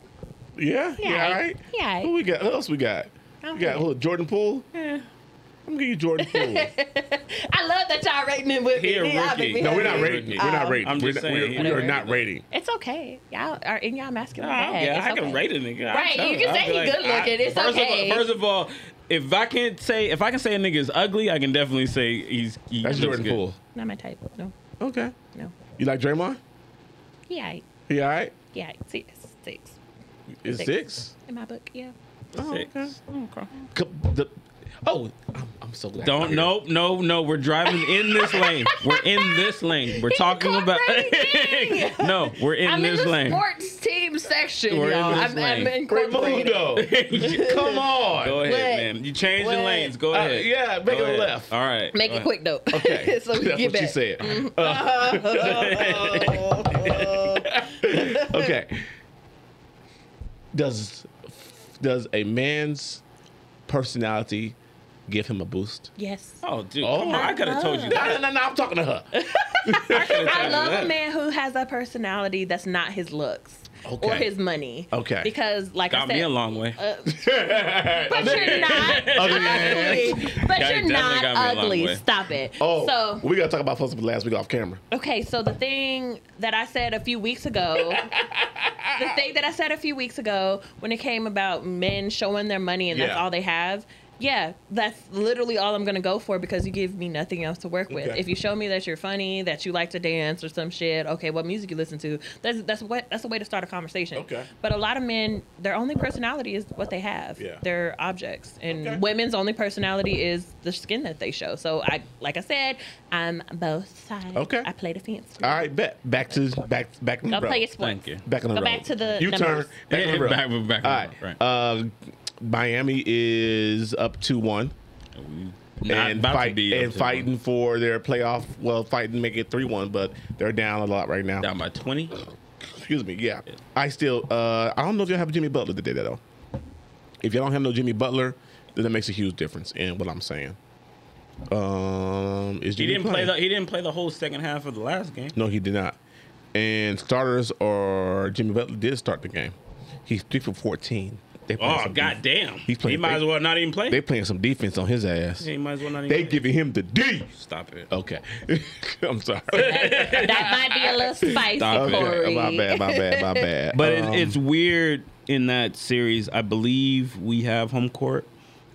Yeah, yeah,
Yeah,
all right.
yeah, Eh. all right.
Who we got? Who else we got?
I
We got who? Jordan Poole? I'm gonna give you Jordan Poole.
I love that y'all rating him with
He
me.
a
Yeah, I think
rookie.
we
No,
have
we're not
to.
rating. We're not
Um,
rating.
I'm
we're
just
not,
saying,
we're, we are
yeah.
not rating.
It's okay. Y'all are in y'all masculine.
Nah, I, don't
bag.
care.
It's
Oh, I can
okay.
rate a nigga. I'll
Right,
tell
you
her.
can
I'll
say
be
he good looking. It's
first Of
okay.
all, first of all, if I can't say if I can say a nigga is ugly, I can definitely say he's. He
That's
looks
Jordan
good.
Poole.
Not my type. No,
Okay.
no.
You like Draymond?
He aight.
He all right?
He aight. See, it's six
Is
Six.
six?
in my book. Yeah.
Oh,
Six.
okay.
Okay.
Co- the- oh, I'm, I'm so glad.
Don't
you're here.
no no no. We're driving in this lane. We're in this lane. We're talking about
incorporating.
no. We're in
I'm in
this
the
lane.
sports team section,
We're in
y'all.
this
I'm,
lane.
I'm
Great move
incorporated.
though. Come on.
Go ahead,
What?
man. You changed the
What?
lanes. Go
Uh,
ahead.
yeah, make
Go
it a
ahead.
left.
All right.
Make
Go
it
ahead.
quick though.
Okay.
so we
That's
get
what
back. Mm-hmm.
you said. Uh, okay. Does does a man's personality give him a boost?
Yes.
Oh, dude.
Oh,
come on. I could have told you.
No,
that.
no, no, no. I'm talking to her.
I love
that.
a man who has a personality that's not his looks or
Okay.
his money.
Okay.
Because like I
Got
said,
me a long way.
Uh, but you're not ugly.
Yeah,
But you're
definitely got me
not
a long way.
ugly. Stop it.
Oh,
So
we gotta talk about something last week off camera.
Okay, so the thing that I said a few weeks ago, the thing that I said a few weeks ago when it came about men showing their money and that's
Yeah.
all they have, yeah, that's literally all I'm gonna go for because you give me nothing else to work with.
Okay.
If you show me that you're funny, that you like to dance or some shit, okay, what music you listen to, that's that's what that's a way to start a conversation.
Okay.
But a lot of men, their only personality is what they have.
Yeah.
Their objects, and
Okay.
women's only personality is the skin that they show. So I, like I said, I'm both sides.
Okay.
I play the fence.
All right, bet back to back back on the
Go
road.
play your sports.
Thank you.
Ah, Back on the
Go
road.
back to the
U turn.
numbers.
Back on the road.
Back- back on the
All right.
road, right.
Uh, Miami is up two one
Not
and
about to
fight,
be up
and
to
fighting for their playoff. Well, fighting make it three one, but they're down a lot right now.
down by 20.
Excuse me. Yeah, I still. Uh, I don't know if y'all have Jimmy Butler today though. If y'all don't have no Jimmy Butler, then that makes a huge difference in what I'm saying. Um, is
He
Jimmy
didn't play
playing?
the he didn't play the whole second half of the last game.
No, he did not. And starters or Jimmy Butler did start the game. He's three for fourteen. They playing
Oh
some def-
goddamn.
He's playing.
He might
they,
as well not even play.
They playing some defense on his ass.
he might as well not even.
They
play.
giving him the D.
Stop it.
Okay, I'm sorry.
That might be a little spicy,
Stop it.
Corey.
Okay, Oh, my bad, my bad, my bad.
But
Um,
it, it's weird in that series. I believe we have home court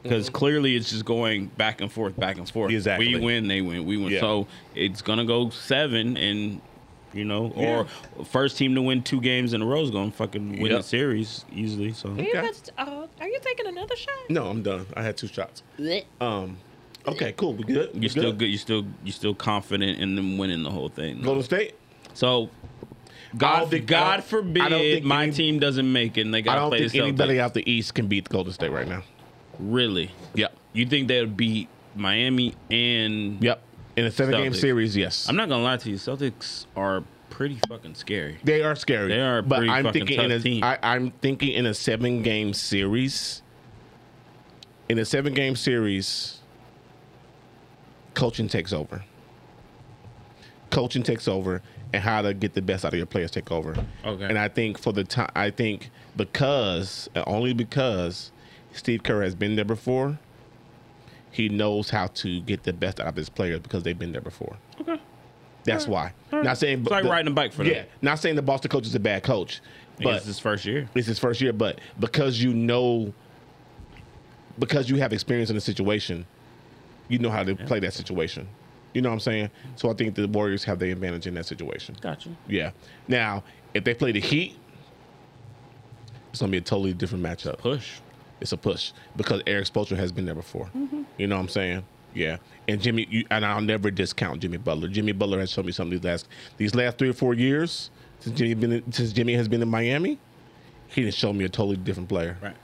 because clearly it's just going back and forth, back and forth.
Exactly.
We win, they win, we win.
Yeah.
So it's gonna go seven, and you know, or first team to win two games in a row is gonna fucking win
Yep.
the series easily. So
Are you,
Okay.
about to- oh, are you taking another shot?
no, I'm done. I had two shots.
Blech.
Um, okay, cool. We good. We
you're still good. You're still you're still confident in them winning the whole thing.
Golden State.
So.
I
God,
don't think- I
God
don't- I don't
forbid
think
my
any-
team doesn't make it and they
I
got to
don't
play the
think
Celtics.
anybody out the East can beat Golden State right now.
Really?
Yep.
You think they'll beat Miami and
Yep. In a seven-game
Celtics.
series, yes.
I'm not gonna lie to you. Celtics are pretty fucking scary.
They are scary.
They are a
but
pretty
I'm
fucking
thinking
tough
in a,
team.
I, I'm thinking in a seven game series. In a seven game series, coaching takes over. Coaching takes over, and how to get the best out of your players take over.
Okay.
And I think for the time, I think because and only because Steve Kerr has been there before. He knows how to get the best out of his players because they've been there before. Okay. That's why. Not saying
It's like riding a bike for them.
yeah, not saying the Boston coach is a bad coach,
But
but
it's his first year.
it's his first year, but because you know, because you have experience in the situation, you know how to play that situation. You know what I'm saying? So I think the Warriors have the advantage in that situation.
Gotcha.
Yeah. Now, if they play the Heat, it's gonna be a totally different matchup.
Push.
It's a push because Eric Spoelstra has been there before. You know what I'm saying? Yeah. And Jimmy, you, and I'll never discount Jimmy Butler. Jimmy Butler has shown me something these last these last three or four years since Jimmy been in- since Jimmy has been in Miami. He didn't show me a totally different player.
Right.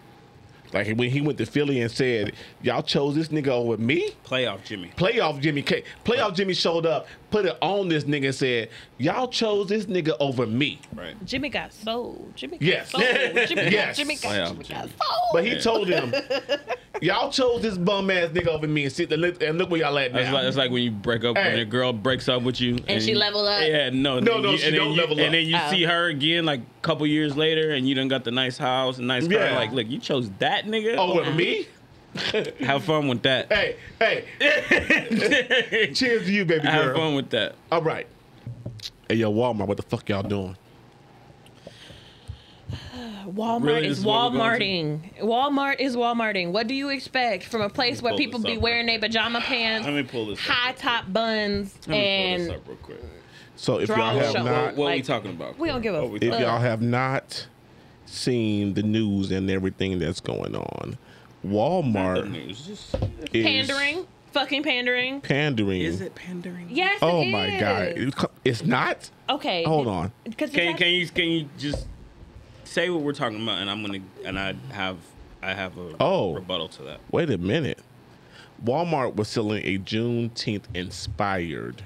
Like when he went to Philly and said, "Y'all chose this nigga over me."
Playoff Jimmy.
Playoff Jimmy K. Playoff Jimmy showed up, put it on this nigga, and said, "Y'all chose this nigga over me."
Right.
Jimmy got sold. Jimmy got
Yes.
sold. Jimmy
Yes.
got, Jimmy got,
Wow,
Jimmy got
Jimmy.
sold.
But he told them, "Y'all chose this bum ass nigga over me, and sit and look, and look where y'all at now."
That's like, that's like when you break up
Hey.
when your girl breaks up with you and,
she
you-
level up?
Yeah, no,
No,
then
no,
you,
she
and then
don't
you-
level up.
And then you
Oh.
see her again like a couple years later, and you done got the nice house, and nice
Yeah.
car. Like, look, you chose that nigga.
Oh, with
Mm-hmm.
me?
have fun with that.
Hey, hey. Cheers to you, baby
have
girl.
fun with that.
All right. Hey, yo, Walmart, what the fuck y'all doing?
Walmart
Really, this
is
is what we're going
Walmarting. Walmart is Walmarting. What do you expect from a place where
pull
people
this
be
up
wearing
real
their pajama pants,
Let me pull this. Up.
high top buns,
Let me pull this
and
up real quick.
So if
Draw
y'all have
show.
What are
not,
we
Like,
talking about?
we don't give a
What we
fuck.
if
talking-
y'all have not seen the news and everything that's going on,
The
Walmart
news. Just-
is
pandering, fucking pandering.
pandering.
Is it pandering?
Yes.
Oh
it
my god,
is.
It co- it's not.
Okay.
Hold on.
Because
Can can you can you just say what we're talking about, and I'm gonna and I have I have a
Oh.
rebuttal to that.
Wait a minute. Walmart was selling a Juneteenth inspired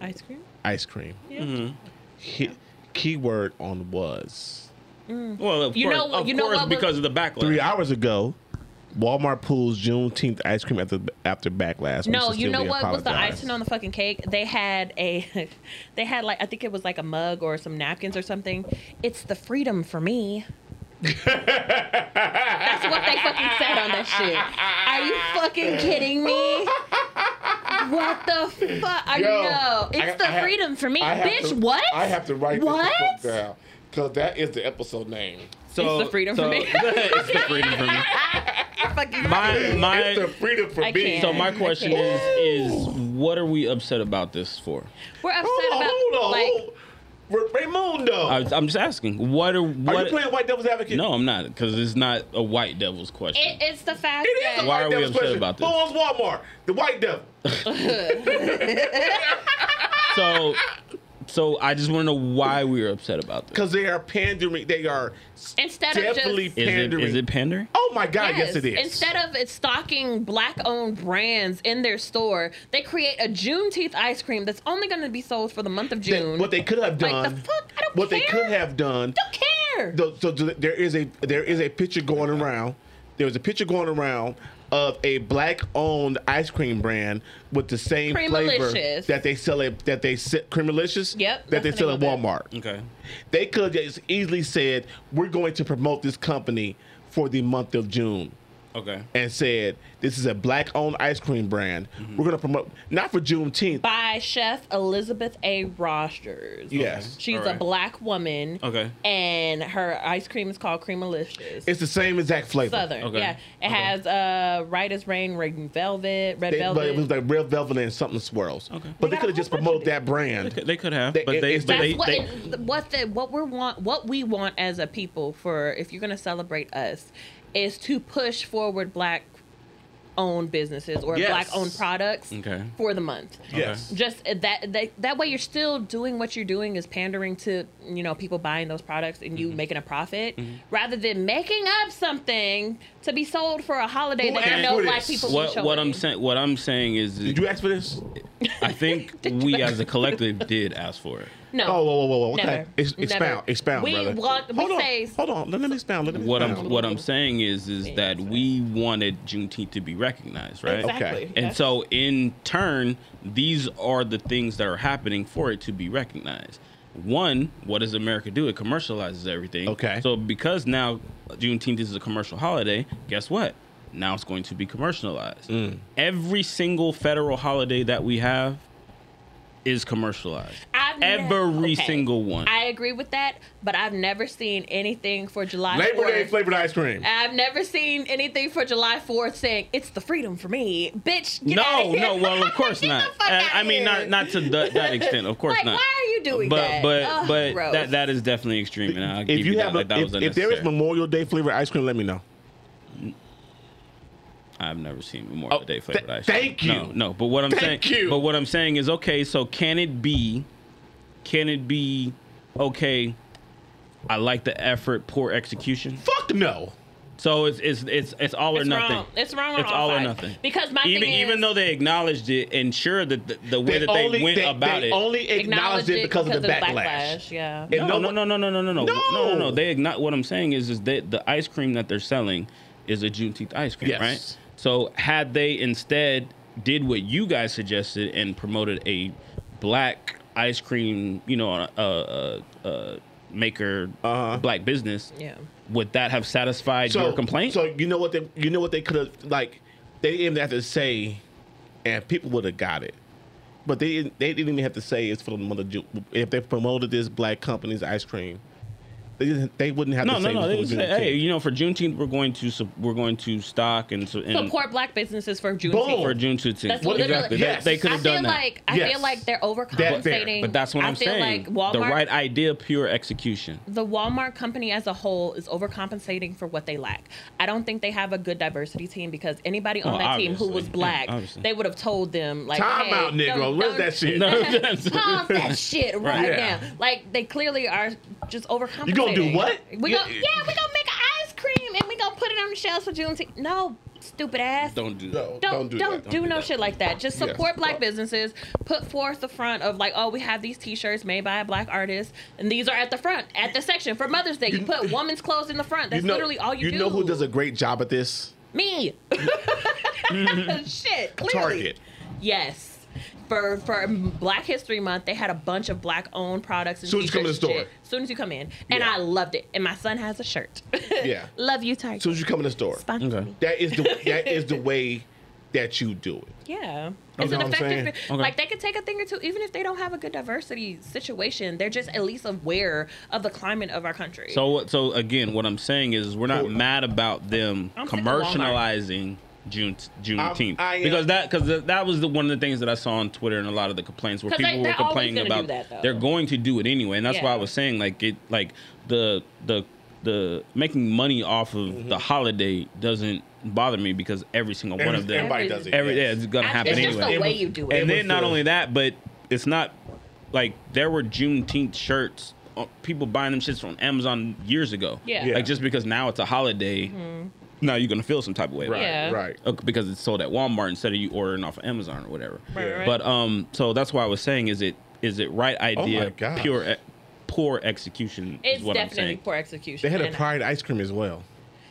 ice cream?
ice cream.
Yeah.
He- keyword on was.
Well, of
You
course,
know what-
of
you know
course
what was-
because of the backlash.
Three hours ago, Walmart pulls Juneteenth ice cream after after backlash. We
No, you know
sincerely
what was the
apologize.
icing on the fucking cake? They had a, they had like I think it was like a mug or some napkins or something. It's the freedom for me. That's what they fucking said on that shit. Are you fucking kidding me? What the fuck? I
Yo,
know. It's
I-
the
I have-
freedom for me,
I have
bitch.
to-
what?
I have to write
what?
this the fuck down because that is the episode name.
So,
It's the freedom for
so-
me.
it's the freedom for me.
Fucking-
My
It's the
my.
freedom for
I
me.
can't.
So my question is is what are we upset about this for?
We're upset
Hold on,
about
hold on.
like
Ra- Raymundo,
I, I'm just asking. What are
are
what?
you playing white devil's advocate?
no, I'm not because it's not a white devil's question.
it, it's the fact
It is
that
the
Why
white
are we
devil's
upset
question.
about this?
Who owns Walmart? The white devil.
so so I just want to know why we are upset about this.
Because they are pandering. They are
instead of
definitely
just
Is it
pandering.
is it pandering?
oh my God, yes, it is.
Instead of it stocking black-owned brands in their store, they create a Juneteenth ice cream that's only going to be sold for the month of
They-
June.
what they could have
Like,
done,
the fuck? I don't
what they
care.
could have done,
don't care.
so, so th- there is a there is a picture going around. There was a picture going around of a black-owned ice cream brand with the same flavor
Creamalicious.
that they sell at that they sell Creamalicious.
Yep,
that they
that's the
sell at
name of it.
Walmart.
Okay.
They could have just easily said, "We're going to promote this company for the month of June."
Okay.
And said, "This is a black-owned ice cream brand. We're going to promote not for Juneteenth.
By chef Elizabeth A. Rosters.
Yes, Oh.
She's
Alright.
a black woman.
Okay.
And her ice cream is called Creamalicious.
it's the same exact flavor.
Southern.
Okay.
Yeah. It
Okay.
has uh, Right as Rain, Red Velvet, Red
They-
Velvet.
but it was like red velvet and something swirls.
Okay.
But
They
they
got
could
a
have just
whole bunch
promoted
of
that brand.
They could have,
They-
but they,
it's
but
like-
they,
That's what
they-
it- what the what we want what we want as a people for if you're gonna celebrate us is to push forward black owned businesses or
Yes.
black owned products
Okay.
for the month.
Yes.
Just uh, that, that that way you're still doing what you're doing is pandering to you know people buying those products and you
Mm-hmm.
making a profit rather than making up something to be sold for a holiday
Who
that you
asked
know
for
black
this?
people will
what
show
what I'm
it.
saying what I'm saying is
Did you ask for this?
I think we as a collective did ask for it.
no
Oh, whoa, whoa, whoa, whoa. Okay.
Never.
Ex-
Never.
expound, expound,
We
brother.
want- we
hold on,
say-
hold on. Let, let me expound. Let me
What I'm
expound.
what I'm saying is is that we wanted Juneteenth to be recognized, right?
exactly.
Okay.
And so, in turn, these are the things that are happening for it to be recognized. One, what does America do? It commercializes everything.
Okay.
So because now Juneteenth is a commercial holiday, guess what? Now it's going to be commercialized. Every single federal holiday that we have is commercialized.
I've
Every
okay.
single one.
I agree with that, but I've never seen anything for July
Labor Day
4th.
flavored ice cream.
I've never seen anything for July 4th saying it's the freedom for me. Bitch, get outta
no,
here.
no. Well, of course
Get the
not.
fuck
I,
outta
I mean,
here.
not not to th- that extent. Of course
like,
not.
why are you doing
but
that?
but
Ugh,
but
gross.
that that is definitely extreme, and I'll give
If
you,
you
that.
have,
like, that
a,
was
if, if there is
unnecessary.
Memorial Day flavored ice cream, let me know.
I've never seen Memorial
Oh,
Day
th-
flavored ice cream.
thank you.
No, no. But what I'm
Thank
saying,
you.
but what I'm saying is, okay. So can it be? Can it be? Okay. I like the effort, poor execution.
Fuck no.
So it's it's it's it's all or
It's
nothing.
wrong. It's wrong on
It's all
all
or
sides.
nothing.
Because my
even
thing is-
even though they acknowledged it and sure that the, the way that they
only-
went
they-
about
they
it,
only acknowledged it because, of the backlash.
Yeah.
And
no,
no
no,
one-
no, no, no, no, no, no,
No!
no, no. They not. What I'm saying is, is that the ice cream that they're selling is a Juneteenth ice cream,
Yes.
right? So had they instead did what you guys suggested and promoted a black ice cream, you know, a, a, a maker,
Uh-huh.
black business,
Yeah.
would that have satisfied your complaint?
So you know what they you know what they could have like they didn't even have to say, and people would have got it. But they didn't, they didn't even have to say it's for the mother Ju- if they promoted this black company's ice cream. They didn't, they wouldn't have
no,
to
no,
say
no.
it's
They
for
would say,
Juneteenth.
hey, you know, for Juneteenth, we're going to sup- we're going to stock and, so- and
Support black businesses for Juneteenth.
Boom.
for Juneteenth.
That's
What-
literally.
Exactly.
Yes.
They, they could
I
have
feel
done that.
like I
Yes.
feel like they're
That fair.
overcompensating.
But that's what
I
am
feel
saying.
Like Walmart,
the right idea, pure execution.
the Walmart company as a whole is overcompensating for what they lack. I don't think they have a good diversity team because anybody on
Oh,
that team who was
obviously. Yeah,
black,
obviously.
they would have told them like,
Time
hey,
out, Negro.
don't-
Where's
don't-
that shit?
Pause that shit right,
Yeah.
now. Like they clearly are just overcompensating.
You gonna do what?
We
You-
gonna, yeah, we gonna make an ice cream and we gonna put it on the shelves for Juneteenth. No, stupid ass.
Don't do that.
No,
Don't
don't do that.
do no shit like that. Just
Yes.
support black businesses. Put forth the front of like, oh, we have these T-shirts made by a black artist, and these are at the front at the section for Mother's Day. You, put women's clothes in the front. That's literally all you,
You
do.
know who does a great job at this?
me. shit, clearly.
Target.
Yes. For for Black History Month, they had a bunch of black owned products. And
Soon as you come in the
t-shirts and
store.
shit. Soon as you come in, and
Yeah.
I loved it. And my son has a shirt.
Yeah.
Love you, Target.
As soon as you come in the store,
Sponsor
Okay.
me.
that is the that is the way that you do it.
Yeah. It's an
what I'm saying?
effective
Okay.
Like they could take a thing or two, even if they don't have a good diversity situation. They're just at least aware of the climate of our country.
So, what- so again, what I'm saying is, we're not
Cool.
mad about them
I'm sick of Walmart.
commercializing June Juneteenth
I, uh,
because that because that was the one of the things that I saw on Twitter and a lot of the complaints where
'Cause they-
people were
they're always
complaining
gonna do
about
that, though.
they're going to do it anyway, and that's why I
Yeah.
was saying like it like the the the making money off of the holiday doesn't bother me because every single one of them
Everybody does it.
every yeah,
yes.
it's gonna
I-
happen
it's
anyway
just the way you do it.
and
It
then
was
not
the-
only that, but it's not like there were Juneteenth shirts. uh, People buying them shits from Amazon years ago.
Yeah. Yeah.
Like just because now it's a holiday, now you're gonna feel some type of way. about
Right,
it.
Yeah.
right.
Uh, Because it's sold at Walmart instead of you ordering off of Amazon or whatever.
Right, right.
But um, so that's why I was saying, is it is it right
Oh my
idea?
gosh.
pure, e- poor execution
it's
is what I'm
definitely
saying.
poor execution.
They had a
and-
pride ice cream as well.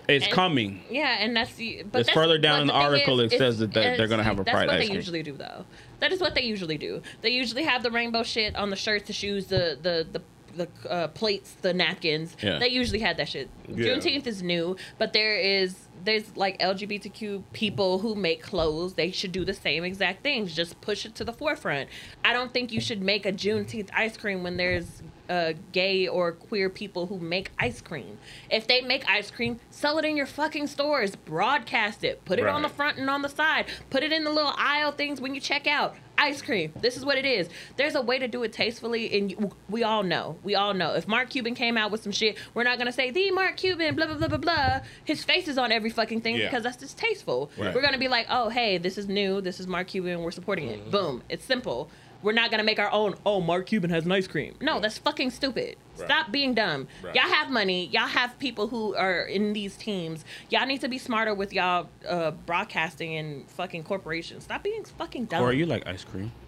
It's
and-
coming.
Yeah, and that's the. But
It's
that's-
further down
but
in the
thing
article, it
it's-
says that they're- they're gonna have a
that's
pride
what
ice
they
cream.
usually do, though. That is what they usually do. They usually have the rainbow shit on the shirts, the shoes, the the the. The uh, plates, the napkins.
Yeah.
They usually had that shit.
Yeah.
Juneteenth is new, but there is there's like LGBTQ people who make clothes. They should do the same exact things. Just push it to the forefront. I don't think you should make a Juneteenth ice cream when there's uh, gay or queer people who make ice cream. If they make ice cream, sell it in your fucking stores. Broadcast it. Put it on the
Right.
front and on the side. Put it in the little aisle things when you check out. Ice cream. This is what it is. There's a way to do it tastefully, and you, we all know. We all know. If Mark Cuban came out with some shit, we're not gonna say the Mark Cuban, blah blah blah blah blah. His face is on every fucking thing
Yeah.
because that's distasteful.
Right.
We're gonna be like, oh hey, this is new. This is Mark Cuban. We're supporting it.
Mm-hmm.
Boom. It's simple. We're not gonna make our own. Oh, Mark Cuban has an ice cream. No, that's fucking stupid. Stop being dumb.
Right.
Y'all have money. Y'all have people who are in these teams. Y'all need to be smarter with y'all uh, broadcasting and fucking corporations. Stop being fucking
Oh.
dumb.
Or you like ice cream?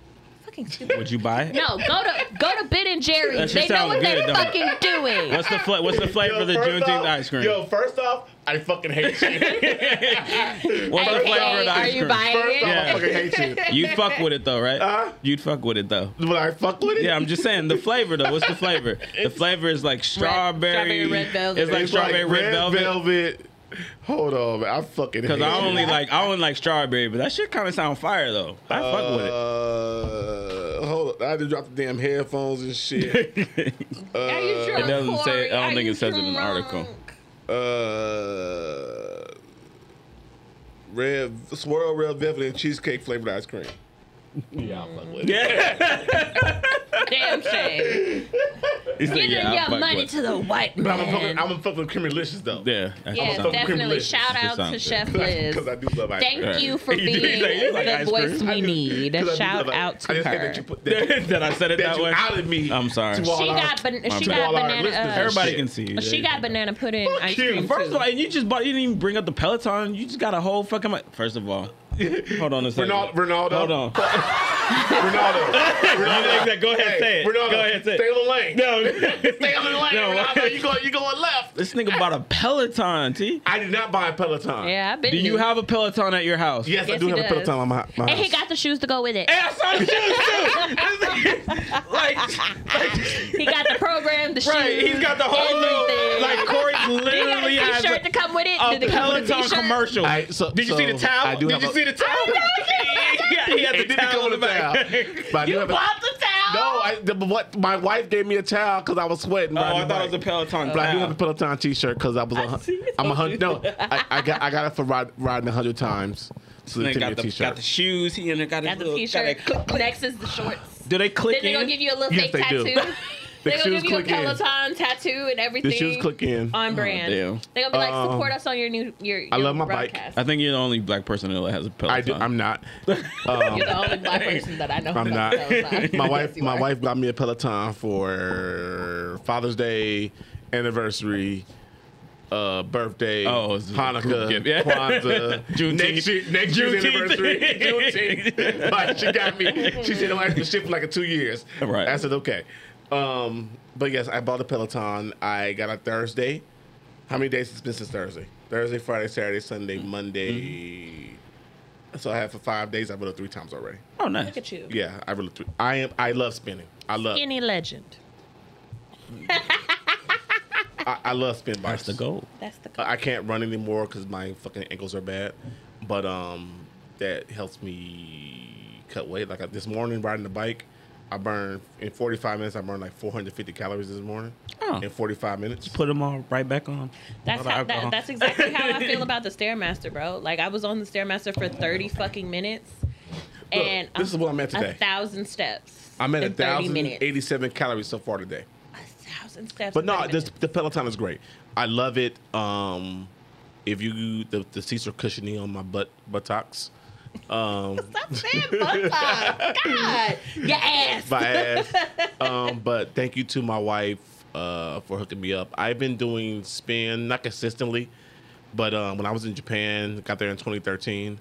fucking stupid?
Would you buy it?
no, go to go to Ben and Jerry's.
That shit
They know
sound
what
good,
they're
don't it?
fucking doing.
What's the fla- What's the flavor of the
first
Juneteenth
off-
ice cream?
Yo, first off, I fucking hate you.
What's the
Are you
flavor of
saying-
the
Are
ice
you
cream?
buying
First
it?
off, I
Yeah.
fucking hate you.
You'd fuck with it though, right?
Huh?
You'd fuck with it though.
But I fuck with it.
Yeah, I'm just saying the flavor though. What's the flavor? The flavor is like strawberry.
strawberry red velvet.
It's like
It's
strawberry
like
red, velvet.
Hold on, man. I fucking
Because
hate
I only
you.
like I only like strawberry, but that shit kind of sound fire though. I fuck with it.
Uh, hold on. I had to drop the damn headphones and shit.
Are you drunk?
uh, It doesn't say.
Corey?
I
Are
don't think
you
it says it in the
drunk?
article.
uh, red swirl red velvet and cheesecake flavored ice cream. Yeah, I fuck with it.
Yeah.
Damn shame.
He said,
Giving
yeah, I
your
fuck
money
with it.
to the white
But I'm a
man.
fucking, I'm a fucking criminalicious though.
Yeah. that's
yeah,
something.
definitely.
delicious.
Shout
It
out to
sounds
Chef Liz.
Because I do love ice cream.
Thank you for
You do-
being
you like- you like
the
ice cream.
voice we need.
Because I do
Shout
love ice-
out
I
to
just hate that you
her.
put that, you-
Did I said it
that
that
you
way?
outed me.
I'm sorry.
to all
She
our-
got, ban-
bad.
she
To
got
all our
banana.
listeners and
uh,
Everybody
shit.
can see.
She got banana pudding ice
you.
cream.
First
too.
of all, and you just bought. You didn't even bring up the Peloton. You just got a whole fucking. mi- First of all, hold on a second.
Ronaldo, Ronaldo,
Hold on.
Ronaldo.
Exactly. Go ahead, say it.
Ronaldo,
Go ahead, say it.
stay on the lane.
No.
Stay on the lane,
No.
Ronaldo. You go, you going left.
This nigga bought a Peloton, T.
I did not buy a Peloton.
yeah, I've been.
Do you
new.
have a Peloton at your house?
Yes, I
Yes,
do
he
have a
does.
Peloton on my, my
And he
house.
got the shoes to go with it.
Yeah, I saw the shoes too. This nigga- like, like,
He got the program, the
right?
shoes.
He's got the whole
everything.
thing. Like Corey
Did he
literally
got a
has
t-shirt to
a,
come with it?
a
Did it come with
Peloton
t-shirt? Oh,
commercial.
All right, so-
Did you see
so
the towel?
I do
Did
have
you
a-
see the towel? yeah, he had
It
the
didn't
towel
come
on the
with a towel.
back.
But I do have a,
Pop the towel.
no, I, the, but what, my wife gave me a towel because I was sweating.
Oh,
riding
I
the
thought it
bike.
was a Peloton.
But I do
towel.
have a Peloton T-shirt because I was. a hun- I'm a hundred. No, I, I got I got it for ride, riding a hundred times. So
And
they give me a
they got the, got
T-shirt.
the shoes. He and got,
Got the
little, got
t-shirt.
that click, click.
Next is the shorts.
Do they click
Then they're
in?
gonna give you a little
Yes,
fake
they do.
tattoo.
The
They're gonna
shoes
give you a
click in.
Peloton tattoo and everything.
The shoes click in.
on brand.
damn.
They're gonna be like, support
Um,
us on your new your.
I
your
love my bike.
broadcast.
I think you're the only black person that has a Peloton.
I do. I'm not.
You're the only black person that I know.
I'm
who
not.
does that.
My
Yes,
wife.
you
My
are.
wife got me a Peloton for Father's Day, anniversary. Uh, birthday,
Oh, it's a group
Hanukkah,
gift. Yeah.
Kwanzaa,
Juneteenth.
next year, next year's
Juneteenth.
anniversary, Juneteenth. Like, she got me. She said, "Don't ask for shit for like two years."
Right.
I said, "Okay." Um, but yes, I bought a Peloton. I got a Thursday. How many days has it been since Thursday? Thursday, Friday, Saturday, Sunday,
Mm-hmm.
Monday. So I have for five days. I have it three times already.
Oh, nice.
Look at you,
Yeah, I really. I am. I love spinning. I love.
skinny legend.
I, I love spin bikes.
That's the goal.
That's the.
I I can't run anymore because my fucking ankles are bad, but um, that helps me cut weight. Like I, this morning riding the bike, I burned in 45 minutes. I burned like 450 calories this morning
Oh.
in 45 minutes.
Put them all right back on.
That's
All the
how,
alcohol.
that, that's exactly how I feel about the stairmaster, bro. Like I was on the stairmaster for thirty fucking minutes,
Look,
and
this is what I'm at today.
A thousand steps.
I'm at
in 30 minutes.
1,087 calories so far today.
A thousand steps.
But
in
no,
30
this,
minutes.
the Peloton is great. I love it. Um, if you the, the seats are cushiony on my butt buttocks. Um,
Stop saying butt fuck. God, your ass.
my ass. Um, but thank you to my wife uh, for hooking me up. I've been doing spin not consistently, but um, when I was in Japan, got there in 2013.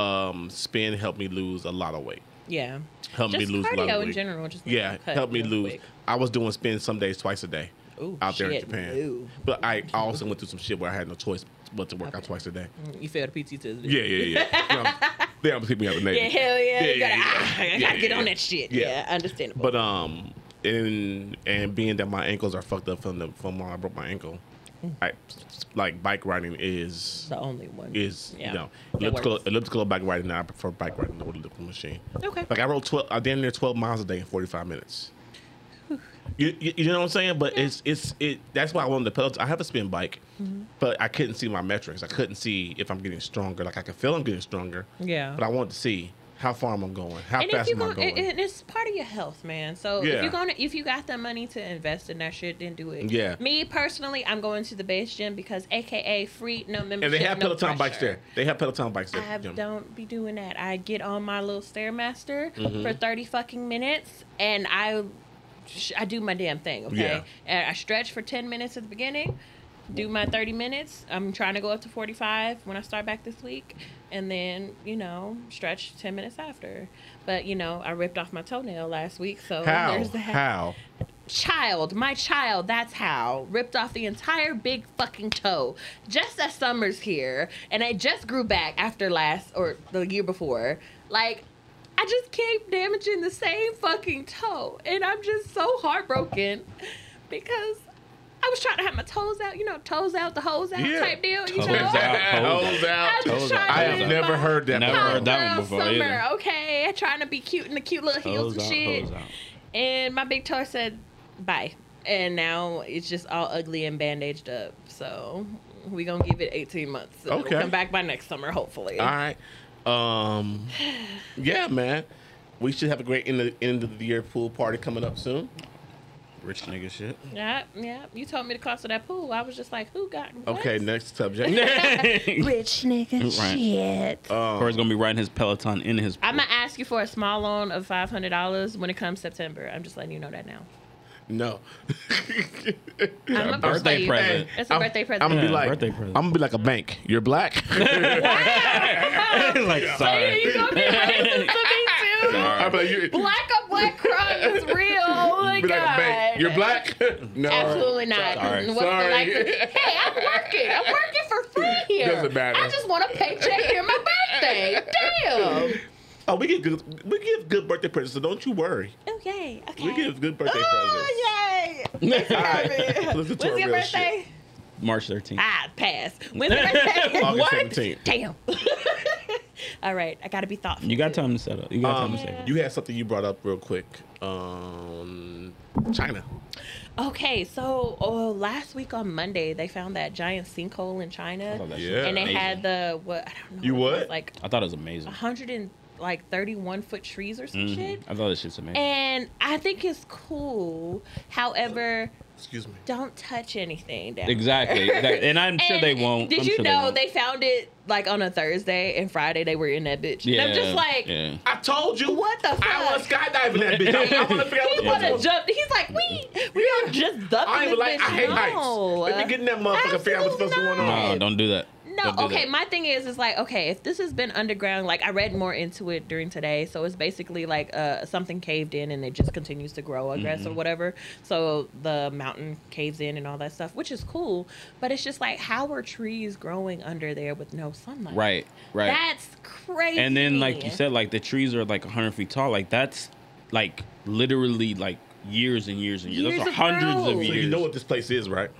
Um, spin helped me lose a lot of weight.
Yeah.
Helped
Just
me lose a lot
cardio
of
in
weight.
general. Just make
yeah,
you cut
helped me
real
lose.
quick.
I was doing spin some days twice a day
Ooh,
out there in
shit,
Japan.
no.
But I also went through some shit where I had no choice but to work out twice a day.
Mm, You failed the PTSD.
Yeah, yeah, yeah. you know, they almost hit me out the
Yeah,
neighbor.
hell yeah.
Yeah,
you gotta,
yeah,
ah,
yeah.
I
Yeah,
gotta get
yeah,
on
yeah.
that shit.
Yeah.
Yeah, understandable.
But um, and and being that my ankles are fucked up from the from when I broke my ankle,
Mm.
I like bike riding is
the only one.
is
Yeah.
you know
It
elliptical
works.
elliptical bike riding. Now I prefer bike riding to elliptical machine.
Okay.
Like I rode twelve, I damn near twelve miles a day in forty five minutes. You, you, you know what I'm saying, but it's it's it. That's why I wanted the Peloton. I have a spin bike,
Mm-hmm.
but I couldn't see my metrics. I couldn't see if I'm getting stronger. Like I can feel I'm getting stronger.
Yeah.
But I wanted to see how far am I going? How
and if
fast
you
am I
going,
going?
and and it's part of your health, man. So
Yeah.
if you're gonna, if you got the money to invest in that shit, then do it.
Yeah.
Me personally, I'm going to the base gym because AKA free, no membership,
And they have
no
Peloton bikes
pressure.
there. They have Peloton bikes there.
I
Jim.
don't be doing that. I get on my little stairmaster
Mm-hmm.
for thirty fucking minutes, and I, sh- I do my damn thing. Okay,
Yeah.
and I stretch for ten minutes at the beginning, do my thirty minutes. I'm trying to go up to forty five when I start back this week, and then you know stretch ten minutes after. But you know I ripped off my toenail last week, so
How?
there's that.
How?
child, my child, that's how, ripped off the entire big fucking toe just as summer's here. And I just grew back after last or the year before. Like, I just keep damaging the same fucking toe. And I'm just so heartbroken because I was trying to have my toes out, you know, toes out, the hose out
Yeah.
type deal. You
Toes
know?
out.
Hose out.
I'm
Toes
trying
out.
to
I have
be
never
my
heard that.
Never
before.
heard that one
girl
before
summer,
either.
okay? Trying to be cute in the cute little
Toes
heels and
out,
shit.
toes out.
And my big toe said bye. And now it's just all ugly and bandaged up. So we gonna give it 18 months. and it'll
Okay.
come back by next summer, hopefully.
All right. Um, yeah, man. We should have a great end of, end of the year pool party coming up soon.
Rich nigga shit.
Yeah, yeah. You told me the cost of that pool. I was just like, who got what?
Okay, next subject.
Rich nigga
Right.
shit.
Uh,
Corey's gonna be riding his Peloton in his.
I'm gonna ask you for a small loan of five hundred dollars when it comes September. I'm just letting you know that now.
No.
I'm a
birthday present.
It's a birthday present.
I'm gonna be
Yeah,
like,
birthday
I'm
present.
gonna be like a bank. You're black.
like sorry.
you gonna be racist to me too.
I'm like, you
Black on black crime is real. Oh my
be like a
god.
bank. You're black. no.
Absolutely not.
Sorry.
What's
Sorry.
The likelihood? hey, I'm working. I'm working for free here.
Doesn't matter.
I just want a paycheck here, my birthday. Damn.
Oh, we give good. We give good birthday presents. So don't you worry.
Okay. Okay.
We give good birthday presents.
Oh yay!
All right. Listen to our
When's your
real
birthday?
March 13th.
Ah, pass. When's your birthday?
shit. August 17th.
Damn. All right, I gotta be thoughtful.
You got time to set up. You got time
Um,
to set up.
you had something you brought up real quick. Um, China.
Okay, so oh, last week on Monday they found that giant sinkhole in China,
thought that
Yeah.
shit was
and they
amazing.
had the what I don't know.
You
it was
what?
Like
I thought it was amazing.
100 and like 31 foot trees or
Mm-hmm.
some shit.
Mhm. I thought this shit's amazing.
And I think it's cool. However,
Excuse me.
don't touch anything down
Exactly.
there.
That- and I'm sure they
And
won't.
Did
I'm
you
sure they
know
won't.
they, found it like on a Thursday and Friday they were in that bitch? And I'm just like,
yeah.
I told you.
what the fuck?
I was skydiving that bitch. I, I want to figure out what
he
the
would
fuck
have
was.
jumped. He's like, we we don't just dump
I ain't
this
even like.
bitch.
I hate
no.
heights. Let me get in that motherfucker. Figure out what's supposed to
Absolutely
going on.
No,
Right.
don't do that.
No,
Don't do
okay.
that.
My thing is, is like, okay, if this has been underground, like I read more into it during today, so it's basically like uh, something caved in and it just continues to grow, I guess,
Mm-hmm.
or whatever. So the mountain caves in and all that stuff, which is cool, but it's just like, how are trees growing under there with no sunlight?
Right, right.
That's crazy.
and then, like you said, like the trees are like 100 feet tall. Like that's like literally like years and years and years.
Years
Those are
of
hundreds
growth.
of
So
years.
you know what this place is, right?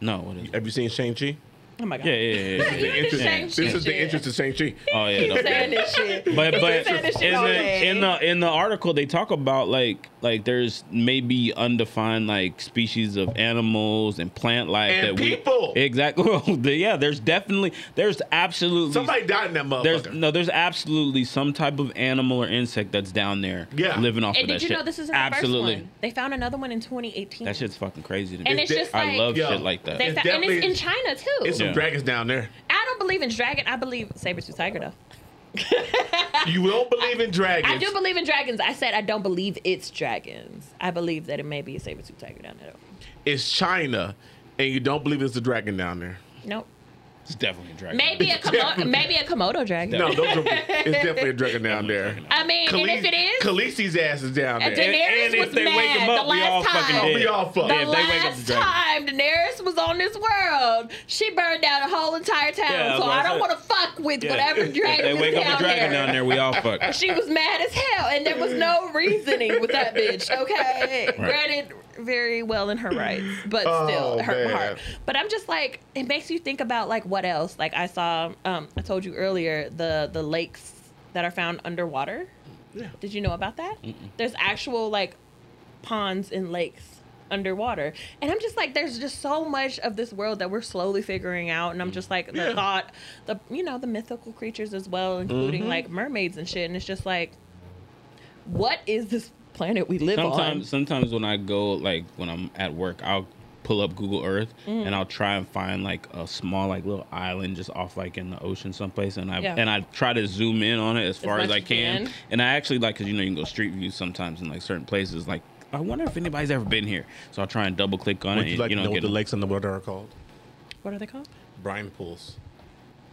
No, what is it?
Have you seen Shang Chi?
oh my god,
Yeah, yeah, yeah. yeah,
You
yeah.
the same
This is the entrance to Shang Chi.
Oh yeah. no.
saying this shit.
but but
said this
is
shit all day.
it, in the in the article they talk about like like there's maybe undefined like species of animals and plant life
And
that
people.
we exactly well, the- yeah there's definitely there's absolutely
Somebody died in that
there's
motherfucker.
no there's absolutely some type of animal or insect that's down there
Yeah.
living off
And
of
did
that
you
shit
know this isn't
absolutely
the first one? They found another one in 2018.
that shit's fucking crazy to me
and it's
It's
just
de-
like
I love
Yo.
shit like that
they
It's
found, and it's
definitely-
in China too.
It's some
Yeah.
dragons down there.
I don't believe in dragon. I believe saber tooth tiger though.
You don't believe in dragons.
I do believe in dragons. I said I don't believe it's dragons. I believe that it may be a saber tooth tiger down there. though.
it's China, and you don't believe it's the dragon down there.
Nope.
it's definitely a dragon
Maybe a Komodo, maybe a Komodo dragon.
No, those are, it's definitely a dragon down there.
I mean, and if it is,
Khaleesi's ass is down
And
there.
Daenerys
and if
was
they wake
mad
him
the
up we
last
all fucking
time.
dead
We all fucked.
the
Yeah, if they wake up
last
the dragon.
time Daenerys was on this world, she burned down a whole entire town.
Yeah, I was
so
about
I
to
don't
say.
want to fuck with
Yeah.
whatever dragon
they
is
wake
down
up the dragon
there.
down there we all fuck
She was mad as hell, and there was no reasoning with that bitch. Okay, granted, very well in her rights, but still,
Oh,
it hurt my
man.
heart. But I'm just like, it makes you think about like what else. Like I saw, um, I told you earlier the the lakes that are found underwater.
Yeah.
Did you know about that? There's actual like ponds and lakes underwater, and I'm just like, there's just so much of this world that we're slowly figuring out, and I'm just like, the
Yeah.
thought, the you know, the mythical creatures as well, including
Mm-hmm.
like mermaids and shit, and it's just like what is this planet we live
sometimes sometimes when I go like when I'm at work, I'll pull up Google Earth
Mm.
and I'll try and find like a small like little island just off like in the ocean someplace and I
Yeah.
and I try to zoom in on it as far
much
as I
as you
can.
can.
And I actually like cuz you know you can go street view sometimes in like certain places like I wonder if anybody's ever been here. So I'll try and double click on
Would
it
you
and,
like
you
to know
know
what
get
the
the
lakes underwater are called?
on? What are they called?
Brine pools.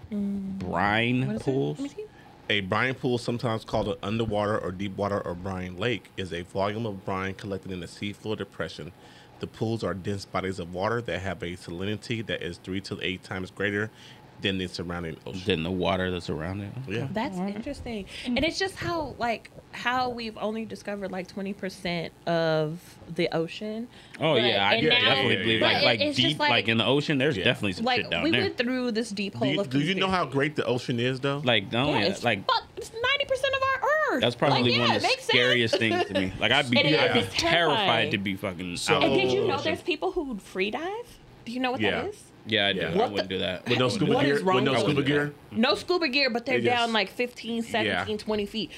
brine
What is it?
pools.
Let me see.
A brine pool, sometimes called an underwater or deep water or brine lake, is a volume of brine collected in the seafloor depression. The pools are dense bodies of water that have a salinity that is three to eight times greater than the surrounding ocean.
Then the water that's around it.
Oh, Yeah.
That's interesting. And it's just how like how we've only discovered like 20% of the ocean.
Oh
But-
yeah, I
and now-
definitely believe
but
like
it-
like
it's just
deep like, in the ocean. There's definitely some
like
shit down
we
there.
went through this deep
Do
hole
you,
of
do you know how
conspiracy.
great the ocean is, though?
like no,
yeah,
Oh, yeah,
it's
like
fuck, it's 90% of our earth.
that's probably
like,
one
yeah,
of the
it makes
scariest
sense.
things to me. Like I'd be,
It is,
I'd be
it's
terrified
terrifying.
to be fucking.
So-
out
And
in
did
the
you know
ocean.
there's people who free dive? Do you know what
Oh, Yeah.
that is?
Yeah, I, do.
Yeah.
I
What
wouldn't do that.
with no
I wouldn't do
scuba
What
that.
is
gear, with
wrong
no
with
scuba
you?
gear.
No scuba gear, but they're
It
down
is-
like 15, 17,
Yeah.
20 feet.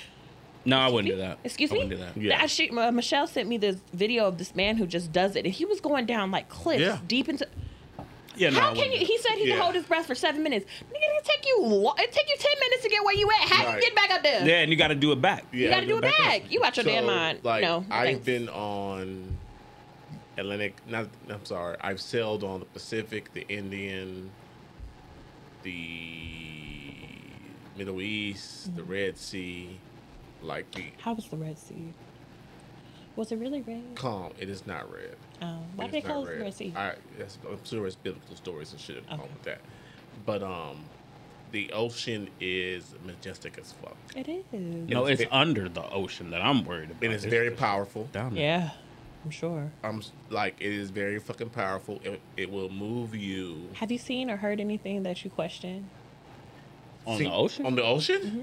No, I wouldn't do that.
Excuse
I
me?
wouldn't do that.
Yeah.
That shit- uh, Michelle sent me this video of this man who just does it. And he was going down like cliffs
Yeah.
deep into.
Yeah, no, I
How can
wouldn't
you?
do
He said he
Yeah.
could hold his breath for seven minutes. Nigga, it take you. lo- It take you ten minutes to get where you at. How
Right.
you get back up there?
that. Yeah, and you got to do it back.
Yeah.
you gotta do it back. You out your damn mind.
Like,
no,
I've
thanks.
been on Atlantic. Not, I'm sorry. I've sailed on the Pacific, the Indian, the Middle East,
Mm-hmm.
the Red Sea. Like the
How was the Red Sea? Was it really red?
calm. It is not red.
Um, why
It's
did they
not
call it the
red.
Red Sea?
I, that's, I'm sure it's biblical stories and shit okay.
Okay.
with that. But um, the ocean is majestic as fuck.
It is.
No,
It's
it's
ve-
under the ocean that I'm worried about.
And it's very powerful.
down there.
Yeah, I'm sure.
I'm s- like it is very fucking powerful. It, it will move you
Have you seen or heard anything that you question?
on
See,
the ocean.
On the ocean? Mm-hmm.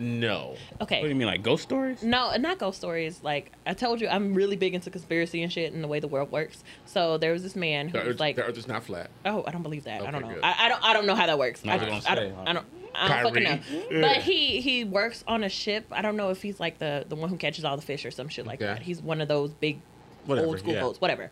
No.
Okay.
what do you mean, like ghost stories?
No, not ghost stories. Like I told you, I'm really big into conspiracy and shit and the way the world works. So there was this man who
The
was
earth,
like,
the earth is not flat.
"Oh, I don't believe that. I
Okay,
don't know.
good.
I, I don't. I don't know how that works. I,
Not
don't-
gonna
I don't.
say, huh?
I don't. I don't fucking know."
Kyrie.
But he he works on a ship. I don't know if he's like the the one who catches all the fish or some shit like
Okay.
that. He's one of those big
Whatever,
old school
yeah.
boats, whatever.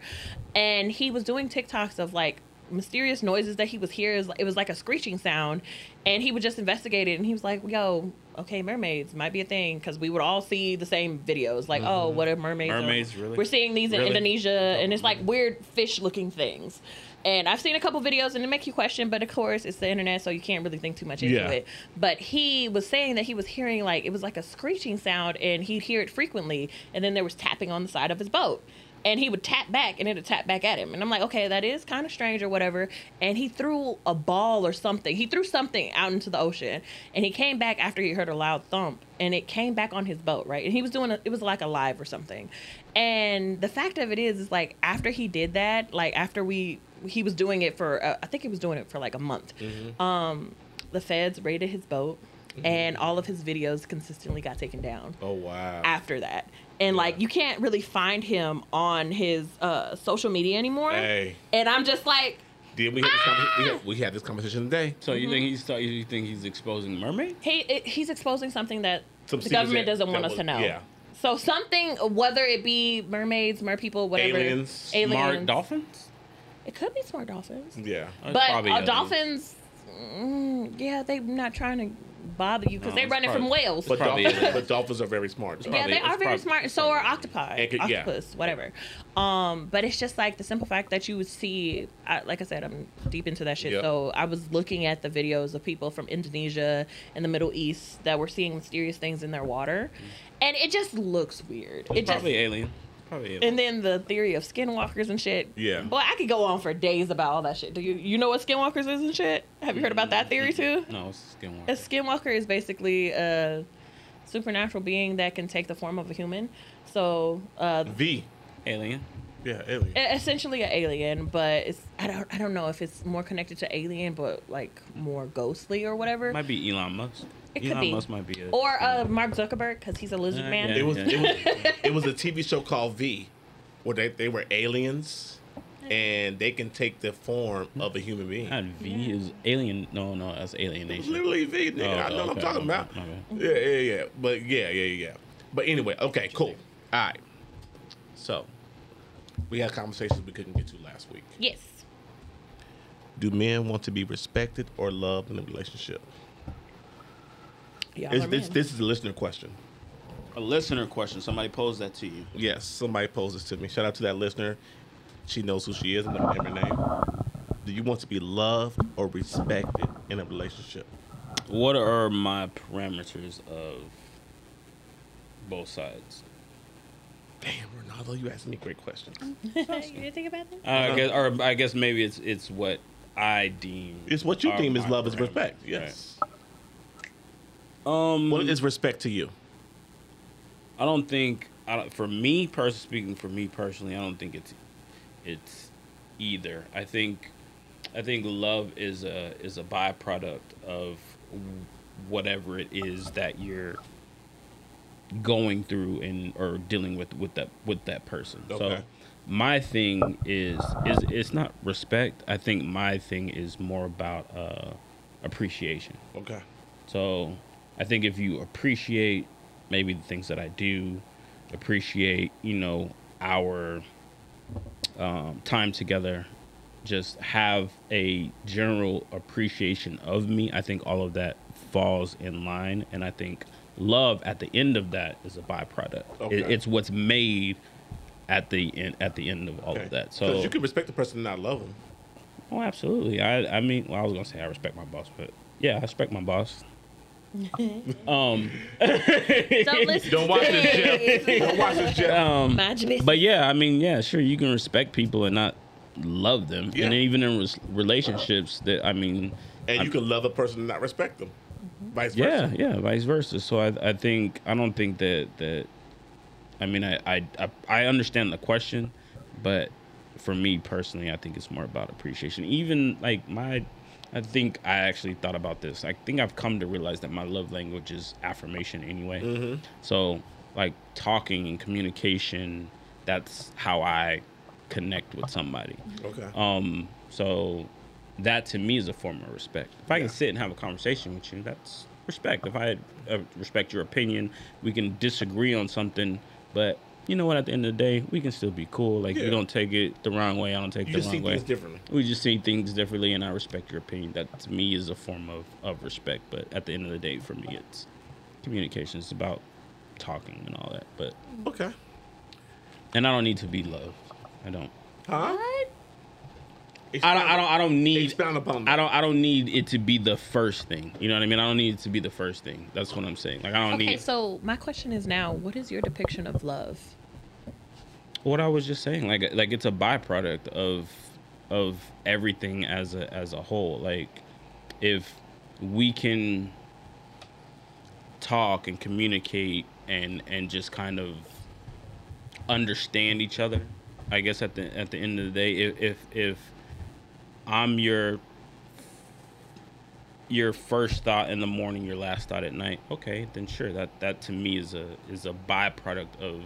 And he was doing TikToks of like mysterious noises that he was hearing. It was- It was like a screeching sound, and he would just investigate it. And he was like, "Yo, okay, mermaids might be a thing because we would all see the same videos. Like, oh,
Mm-hmm.
what are mermaids? are-
Mermaids, really?
We're seeing these in
Really?
Indonesia, and it's like weird fish-looking things." And I've seen a couple videos and they make you question, but of course it's the internet, so you can't really think too much into
Yeah.
it. But he was saying that he was hearing like it was like a screeching sound, and he'd hear it frequently. And then there was tapping on the side of his boat, and he would tap back, and it'd tap back at him. And I'm like, okay, that is kind of strange or whatever. And he threw a ball or something. He threw something out into the ocean, and he came back after he heard a loud thump, and it came back on his boat, right? And he was doing a, it was like a live or something. And the fact of it is, is like after he did that, like after we. He was doing it for, uh, I think he was doing it for like a month the feds raided his boat and all of his videos consistently got taken down
Mm-hmm. Oh wow.
after that and like you can't really find him on his uh, social media anymore
Hey.
and i'm just like
Did we have this conver- we, had, we had this conversation today?
So
Mm-hmm.
you think he's you think he's exposing mermaid?
he it, he's exposing something that
Some
the
secrets
government
that-
doesn't
that
want
was-
us to know
yeah.
so something whether it be mermaids mer people whatever
Aliens,
Smart
aliens
dolphins?
it could be smart dolphins
Yeah.
That's
but
probably
uh,
aliens.
dolphins mm, yeah they're not trying to bother you because
No,
they're
it's
running from
probably-
whales
But
probably
dolphins,
is.
but dolphins are very smart. though.
Yeah,
probably-
they
it's
are very
prob-
smart. and So are octopi,
It could- yeah.
octopus, whatever. Um, but it's just like the simple fact that you would see. I, like I said, I'm deep into that shit.
Yep.
So I was looking at the videos of people from Indonesia and the Middle East that were seeing mysterious things in their water,
Mm-hmm.
and it just looks weird. It just
probably alien. Probably alien.
and then the theory of skinwalkers and shit.
Yeah.
Boy, I could go on for days about all that shit. Do you you know what skinwalkers is and shit? Have you heard about that theory too?
no, it's skinwalker.
A skinwalker is basically a supernatural being that can take the form of a human. So, uh,
V.
alien.
Yeah, alien.
e- essentially an alien, but it's I don't I don't know if it's more connected to alien, but like more ghostly or whatever.
Might be Elon Musk.
It could
Elon
be.
Musk might be a
or uh, Mark Zuckerberg because he's a lizard
Uh,
man.
yeah.
It was it was it was a TV show called V, where they, they were aliens, and they can take the form of a human being.
Not V is alien. No, no, that's alienation.
Literally V, nigga. I know
Oh,
what I'm
okay,
talking
okay,
about.
okay.
Yeah, yeah, yeah. But yeah, yeah, yeah. But anyway, okay, cool. All right. So, we had conversations we couldn't get to last week.
Yes.
Do men want to be respected or loved in a relationship?
Y'all
It's,
are
this,
men.
this is a listener question.
A listener question. Somebody posed that to you.
Yes, somebody posed this to me. Shout out to that listener. She knows who she is and don't have her name. Do you want to be loved or respected in a relationship?
What are my parameters of both sides?
Damn, Ronaldo, you asking me great questions.
you didn't think about that?
Uh-huh.
Uh, I guess, or I guess maybe it's it's what I deem.
It's what you
are
deem is
my
love is
parameters,
respect.
right?
Yes.
Um,
What is respect to you?
I don't think I don't, for me person speaking for me personally, I don't think it's it's either. I think I think love is a is a byproduct of whatever it is that you're going through and or dealing with with that with that person. So
Okay.
my thing is is it's not respect. I think my thing is more about uh appreciation.
Okay.
So I think if you appreciate maybe the things that I do, appreciate, you know, our um, time together, just have a general appreciation of me, I think all of that falls in line. And I think love at the end of that is a byproduct.
Okay.
It, it's what's made at the end at the end of all
Okay.
of that.
'Cause
So
you can respect the person and not love them.
Oh, absolutely. I I mean, well, I was gonna say I respect my boss, but yeah, I respect my boss. um,
Don't listen.
Don't
to
watch this,
Dave.
Don't watch this, Jeff.
um,
Mind your business.
but yeah, I mean, yeah, sure, you can respect people and not love them,
Yeah.
and even in res- relationships, that I mean,
And
I'm-
you can love a person and not respect them. Vice
yeah,
versa.
yeah, vice versa. So I I think I don't think that that I mean I I I, I understand the question, but for me personally, I think it's more about appreciation. Even like my. I think I actually thought about this. I think I've come to realize that my love language is affirmation anyway.
Mm-hmm.
So, like talking and communication, that's how I connect with somebody.
Okay.
Um, so that to me is a form of respect. If I can sit and have a conversation with you, that's respect. If I uh, respect your opinion, we can disagree on something, but you know what? At the end of the day, we can still be cool. Like
Yeah.
you don't take it the wrong way. I don't take
you
the
just see
wrong way.
things differently.
We just see things differently, and I respect your opinion. That to me is a form of of respect. But at the end of the day, for me, it's communication. It's about talking and all that. But
Okay.
and I don't need to be loved. I don't.
Huh?
What?
I don't. I don't. I don't need.
Expound upon that.
I don't. I don't need it to be the first thing. You know what I mean? I don't need it to be the first thing. That's what I'm saying. Like I don't
Okay,
need
so my question is now: What is your depiction of love?
what I was just saying. Like like it's a byproduct of of everything as a as a whole. Like if we can talk and communicate and and just kind of understand each other. I guess at the at the end of the day, if if, if I'm your your first thought in the morning, your last thought at night. Okay, then sure. That that to me is a is a byproduct of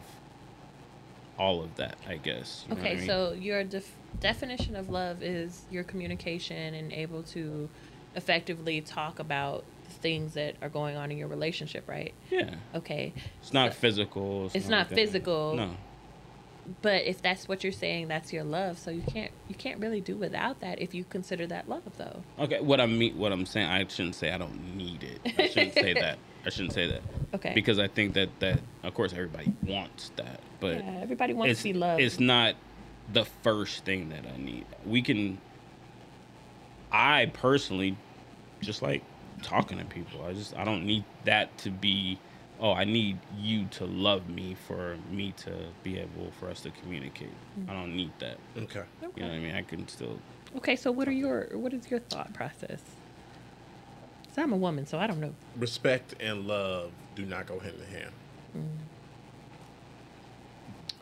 all of that. I guess. You know what
Okay,
I mean?
so your def- definition of love is your communication and able to effectively talk about the things that are going on in your relationship, right?
yeah,
Okay,
it's not physical.
It's not
like that.
physical.
No.
but if that's what you're saying, that's your love. So you can't you can't really do without that if you consider that love, though.
Okay. What I mean, what I'm saying, I shouldn't say I don't need it. I shouldn't say that. I shouldn't say that.
Okay.
Because I think that that of course everybody wants that, but
yeah, everybody wants
it's,
to be loved.
it's not the first thing that I need. We can, I personally just like talking to people. I just, I don't need that to be, oh, I need you to love me for me to be able for us to communicate.
Mm-hmm.
I don't need that.
Okay.
You know what I mean? I can still,
Okay, so what are your what is your thought process? 'Cause I'm a woman, so I don't know.
Respect and love do not go hand in hand.
Mm.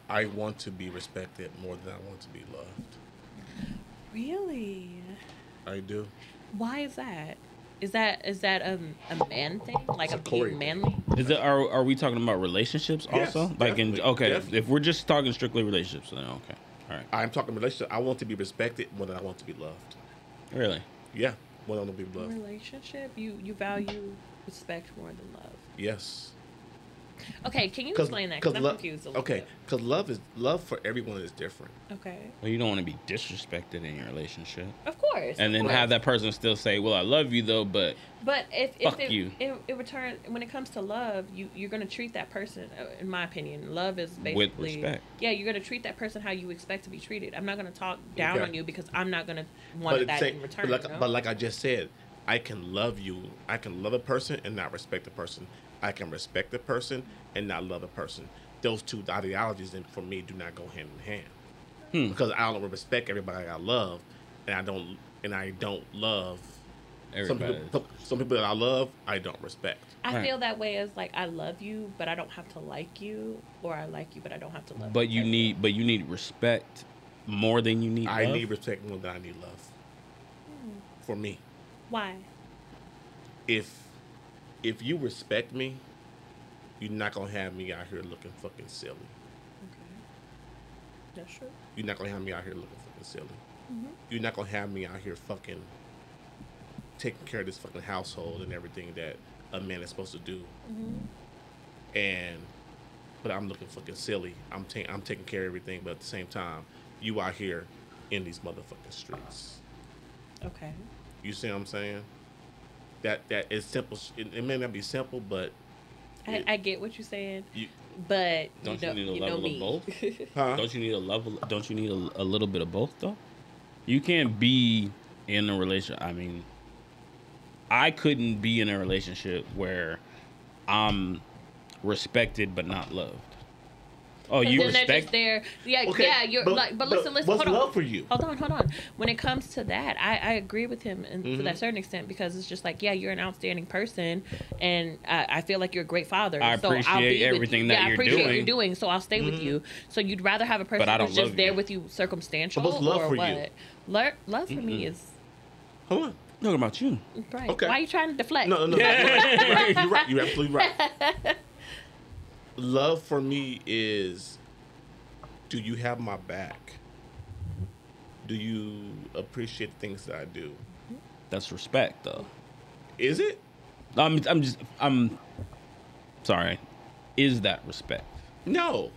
I want to be respected more than I want to be loved.
Really?
I do.
Why is that? Is that is that a, a man thing? Like a
Corey.
being manly?
is it, are, are we talking about relationships
Yes,
also? like in,
definitely,
okay, if- if
definitely.
we're just talking strictly relationships, then okay. All right.
I'm talking relationship. I want to be respected more than I want to be loved.
Really?
Yeah. More than I want to be loved.
Mm. Relationship? You you value respect more than love.
Yes.
Okay, can you explain that? Because I'm
lo-
confused a little
okay,
bit.
because love is love for everyone is different.
Okay.
Well, you don't want to be disrespected in your relationship.
Of course.
and
of
then have
course.
that person still say, "Well, I love you though," but
But if, if
Fuck
it,
you.
It, it return when it comes to love, you you're gonna treat that person. uh, In my opinion, love is basically
respect.
Yeah, you're gonna treat that person how you expect to be treated. I'm not gonna talk down
Okay.
on you because I'm not gonna want
it's
that
say-
in return.
but like,
you know?
but like I just said, I can love you. I can love a person and not respect the person. I can respect the person and not love the person. Those two ideologies, and for me, do not go hand in hand
Hmm.
because I don't respect everybody I love, and I don't and I don't love some
Everybody.
people, some people that I love. I don't respect.
I
Right.
feel that way as like I love you, but I don't have to like you, or I like you, but I don't have to love.
But you need, but you need respect more than you need.
I
love?
need respect more than I need love. For me,
why?
if if you respect me, you're not gonna have me out here looking fucking silly.
That's true.
You're not gonna have me out here looking fucking silly.
Mm-hmm.
You're not gonna have me out here fucking taking care of this fucking household and everything that a man is supposed to do.
Mm-hmm.
And but I'm looking fucking silly. I'm ta- I'm taking care of everything, but at the same time, you out here in these motherfucking streets.
Okay.
You see what I'm saying? That that is simple. sh- It, it may not be simple, but
I, I get what you're saying,
you
but
Don't
you
you
know,
need a
you know
level of
me.
both?
huh?
Don't you need a level? Don't you need a, a little bit of both though? You can't be in a relationship. I mean, I couldn't be in a relationship where I'm respected but not loved. Oh, you
then they're just
respect?
there. Yeah,
Okay,
yeah. You're
but-
like, but
but
listen, listen.
what's
hold on.
love for you?
Hold on, hold on. When it comes to that, I, I agree with him in, to
Mm-hmm.
that certain extent because it's just like, yeah, you're an outstanding person, and I, I feel like you're a great father.
I appreciate
with you.
everything that
yeah, I
you're
appreciate what
doing.
you're doing, so I'll stay
Mm-hmm.
with you. So you'd rather have a person
I don't
who's just
love
there
you.
with you circumstantial
But what's love
or
for you?
what? Lo- love for me is
Hold on.
Talking about you.
right.
Okay.
Why are you trying to deflect?
No, no, no. You're, right. you're right. You're absolutely right. Love for me is do you have my back? Do you appreciate things that I do?
That's respect though.
Is it?
I'm, I'm just, I'm sorry. Is that respect?
No.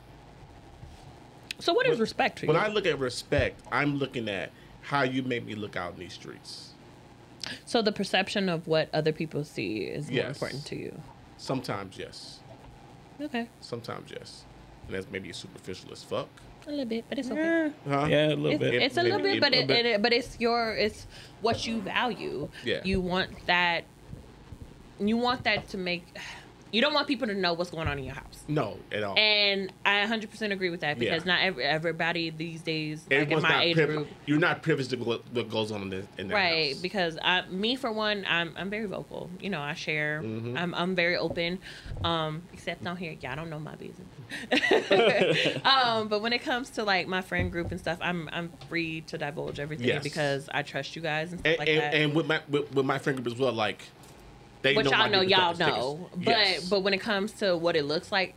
So what is respect for you?
When I look at respect, I'm looking at how you make me look out in these streets.
so the perception of what other people see is more
Yes.
important to you.
Sometimes yes.
Okay,
Sometimes yes. And that's maybe superficial as fuck.
a little bit, but it's okay.
Huh?
Yeah, a little
Eh, It's,
bit.
it's a little bit, but
A
it,
bit.
it, but it's your it's what you value.
Yeah.
You want that. You want that to make. You don't want people to know what's going on in your house.
No, at all.
And I 100% agree with that because
Mm. Yeah.
not every, everybody these days, like in
Everyone's
my
not
age
priv-
group,
you're not privy to what, what goes on in, the, in their
right?
house.
Because I, me for one, I'm I'm very vocal. You know, I share.
Mm-hmm.
I'm I'm very open. Um, except on here, y'all don't know my business. um, but when it comes to like my friend group and stuff, I'm I'm free to divulge everything
Yes.
because I trust you guys and stuff
and,
like that.
and, and with my with, with my friend group as well, like they
But
know
y'all
my
know,
different
y'all
types of
know.
tickets.
But
Yes.
but when it comes to what it looks like,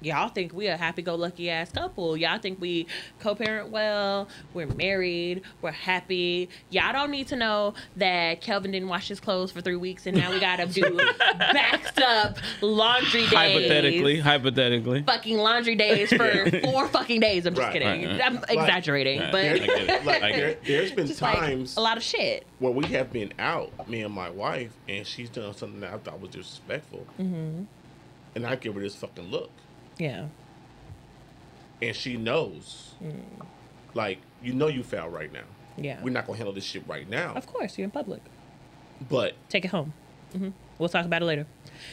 y'all think we a happy-go-lucky ass couple. Y'all think we co-parent well. We're married. We're happy. Y'all don't need to know that Kelvin didn't wash his clothes for three weeks and now we gotta do backed up laundry days.
hypothetically, hypothetically.
Fucking laundry days for four fucking days. I'm just
Right.
kidding.
Right, right.
I'm exaggerating,
Right.
but
I get it.
like
I get
there,
it.
there's been
just
times
like a lot of shit.
where we have been out, me and my wife, and she's done something that I thought was disrespectful, mm-hmm. and I give her this fucking look,
Yeah.
and she knows,
Mm.
like you know you foul right now.
Yeah.
we're not gonna handle this shit right now.
Of course, you're in public.
But
take it home.
Mm-hmm.
hmm We'll talk about it later.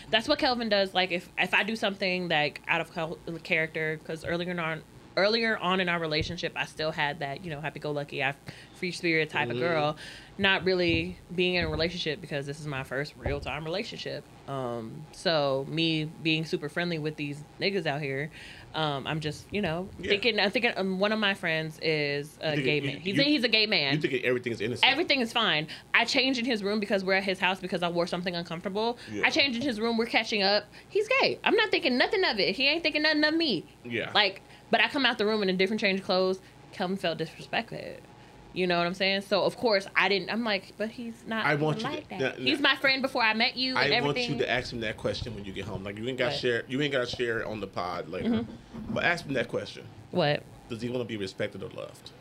That's what Kelvin does. Like if if I do something like out of cal- character, because earlier on earlier on in our relationship, I still had that you know happy go lucky, I free spirit type
Mm-hmm.
of girl, not really being in a relationship because this is my first real time relationship. Um, so me being super friendly with these niggas out here. Um, I'm just, you know,
Yeah.
thinking. I'm thinking. Um, one of my friends is a
You think
gay
it-
man.
you-
he's
you-
a, he's a gay man
you think everything's innocent.
everything is fine. I changed in his room because we're at his house because I wore something uncomfortable.
Yeah.
I changed in his room. We're catching up. He's gay. I'm not thinking nothing of it. He ain't thinking nothing of me.
Yeah.
Like, but I come out the room in a different change of clothes. Kelvin felt disrespected. You know what I'm saying? So of course I didn't. I'm like, but he's not.
I
even
want you
like
to-
that.
no, no.
He's my friend before I met you. And
I want
everything.
you to ask him that question when you get home. Like you ain't got to
What?
share, you ain't got to share it on the pod later.
Mm-hmm.
But ask him that question:
what?
Does he want to be respected or loved?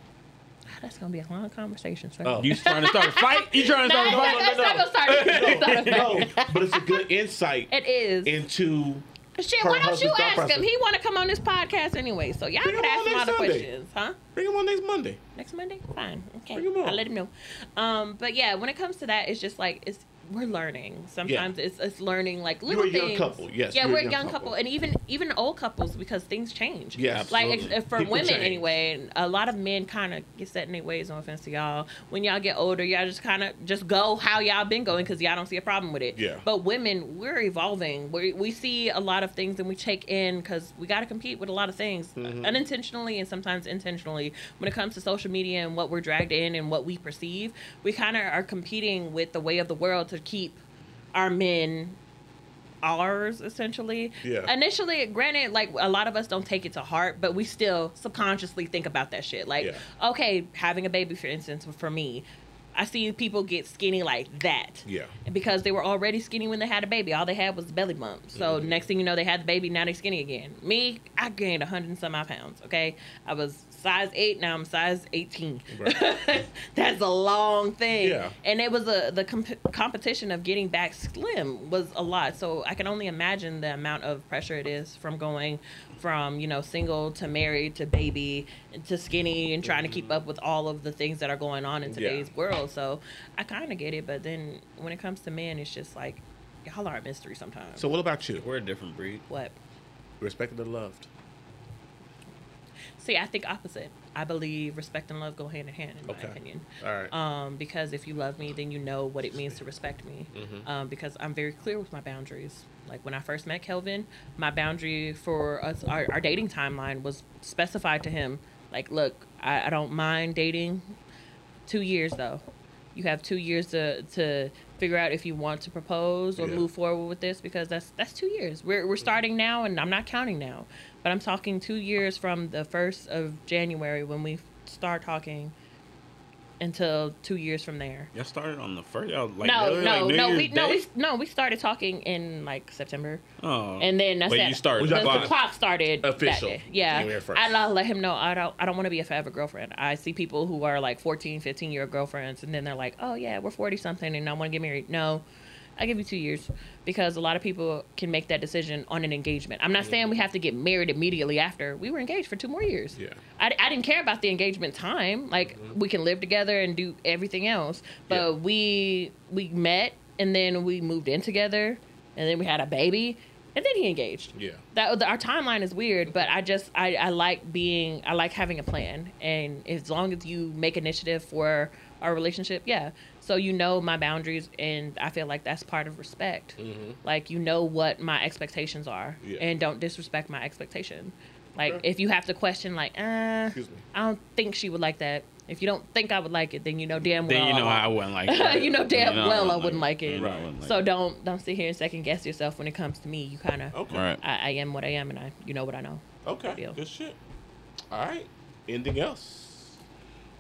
God, that's gonna be a long conversation. Sir.
Oh.
You trying to start a fight? You trying to
No,
start a
it's
fight?
not- it's not gonna start.
no, but it's a good insight
It is.
into
Shit,
Her
why don't
husband's
you
job
ask
process.
him? He want to come on this podcast anyway, so y'all
Bring
can
him on
ask him
next
all the
Sunday.
questions, huh?
Bring him on next Monday.
Next Monday? Fine. Okay.
Bring 'em on.
I'll let him know. Um, but yeah, when it comes to that, it's just like it's we're learning. Sometimes it's it's learning like little
a young
things.
couple, yes,
Yeah,
you're
we're a young, couple. and even even old couples because things change.
Yeah,
Like
absolutely.
ex- for
People
women
change.
anyway, and a lot of men kind of get set in their ways. No offense to y'all. When y'all get older, y'all just kind of just go how y'all been going because y'all don't see a problem with it.
Yeah.
But women, we're evolving. We we see a lot of things and we take in because we got to compete with a lot of things uh,
Mm-hmm.
unintentionally and sometimes intentionally. When it comes to social media and what we're dragged in and what we perceive, we kind of are competing with the way of the world to keep our men ours essentially
Yeah.
initially granted like a lot of us don't take it to heart but we still subconsciously think about that shit like
Yeah.
okay having a baby for instance for me i see people get skinny like that
Yeah.
because they were already skinny when they had a baby all they had was the belly bump so next thing you know they had the baby now they're skinny again me i gained 100 and some odd pounds okay i was size 8 now i'm size 18 that's a long thing
Yeah.
and it was a the comp- competition of getting back slim was a lot so i can only imagine the amount of pressure it is from going from you know single to married to baby to skinny and trying to keep up with all of the things that are going on in today's world so i kind of get it but then when it comes to men it's just like y'all are a mystery sometimes
So what about you?
We're a different breed.
what
Respected and loved.
see i think opposite i believe respect and love go hand in hand in
Okay.
my opinion
All right.
um, because if you love me, then you know what it means to respect me.
Mm-hmm.
Um, because I'm very clear with my boundaries. Like when I first met Kelvin, my boundary for us, our, our dating timeline was specified to him. Like, look, I, I don't mind dating two years though. You have two years to to figure out if you want to propose or
Yeah. Mm-hmm.
move forward with this because that's that's two years. We're we're starting now, and I'm not counting now, but I'm talking two years from the first of January when we start talking until two years from there.
Y'all started on the first. Y'all like
no,
really,
no,
like, New
no,
Year's
we no,
Day?
we no, we started talking in like September,
Oh.
and then that's
Wait,
it.
you started.
The, the
Wow.
clock started that
Official.
day. Yeah,
January 1st.
I lo- let him know I don't, I don't want to be a forever girlfriend. I see people who are like 14, 15 year girlfriends, and then they're like, oh yeah, we're forty something, and I want to get married. No. I give you two years because a lot of people can make that decision on an engagement. I'm not saying we have to get married immediately after. We were engaged for two more years.
Yeah. Mm-hmm.
I, I didn't care about the engagement time. Like we can live together and do everything else. But
Yeah.
we we met and then we moved in together and then we had a baby and then he engaged.
Yeah.
That our timeline is weird, but I just I, I like being I like having a plan and as long as you make initiative for our relationship, yeah. So you know my boundaries and I feel like that's part of respect.
Mm-hmm.
Like you know what my expectations are
Yeah.
and don't disrespect my expectation. Like if you have to question like, uh,
Excuse me.
I don't think she would like that. If you don't think I would like it, then you know damn well.
Then you know
I
I wouldn't like it.
uh, you know damn
You know
well I wouldn't like it.
You know I wouldn't like
so
it.
don't don't sit here and second guess yourself when it comes to me. You kind of
Okay.
All right.
I, I am what I am, and I you know what I know.
Okay.
Deal.
Good shit. All right. Anything else?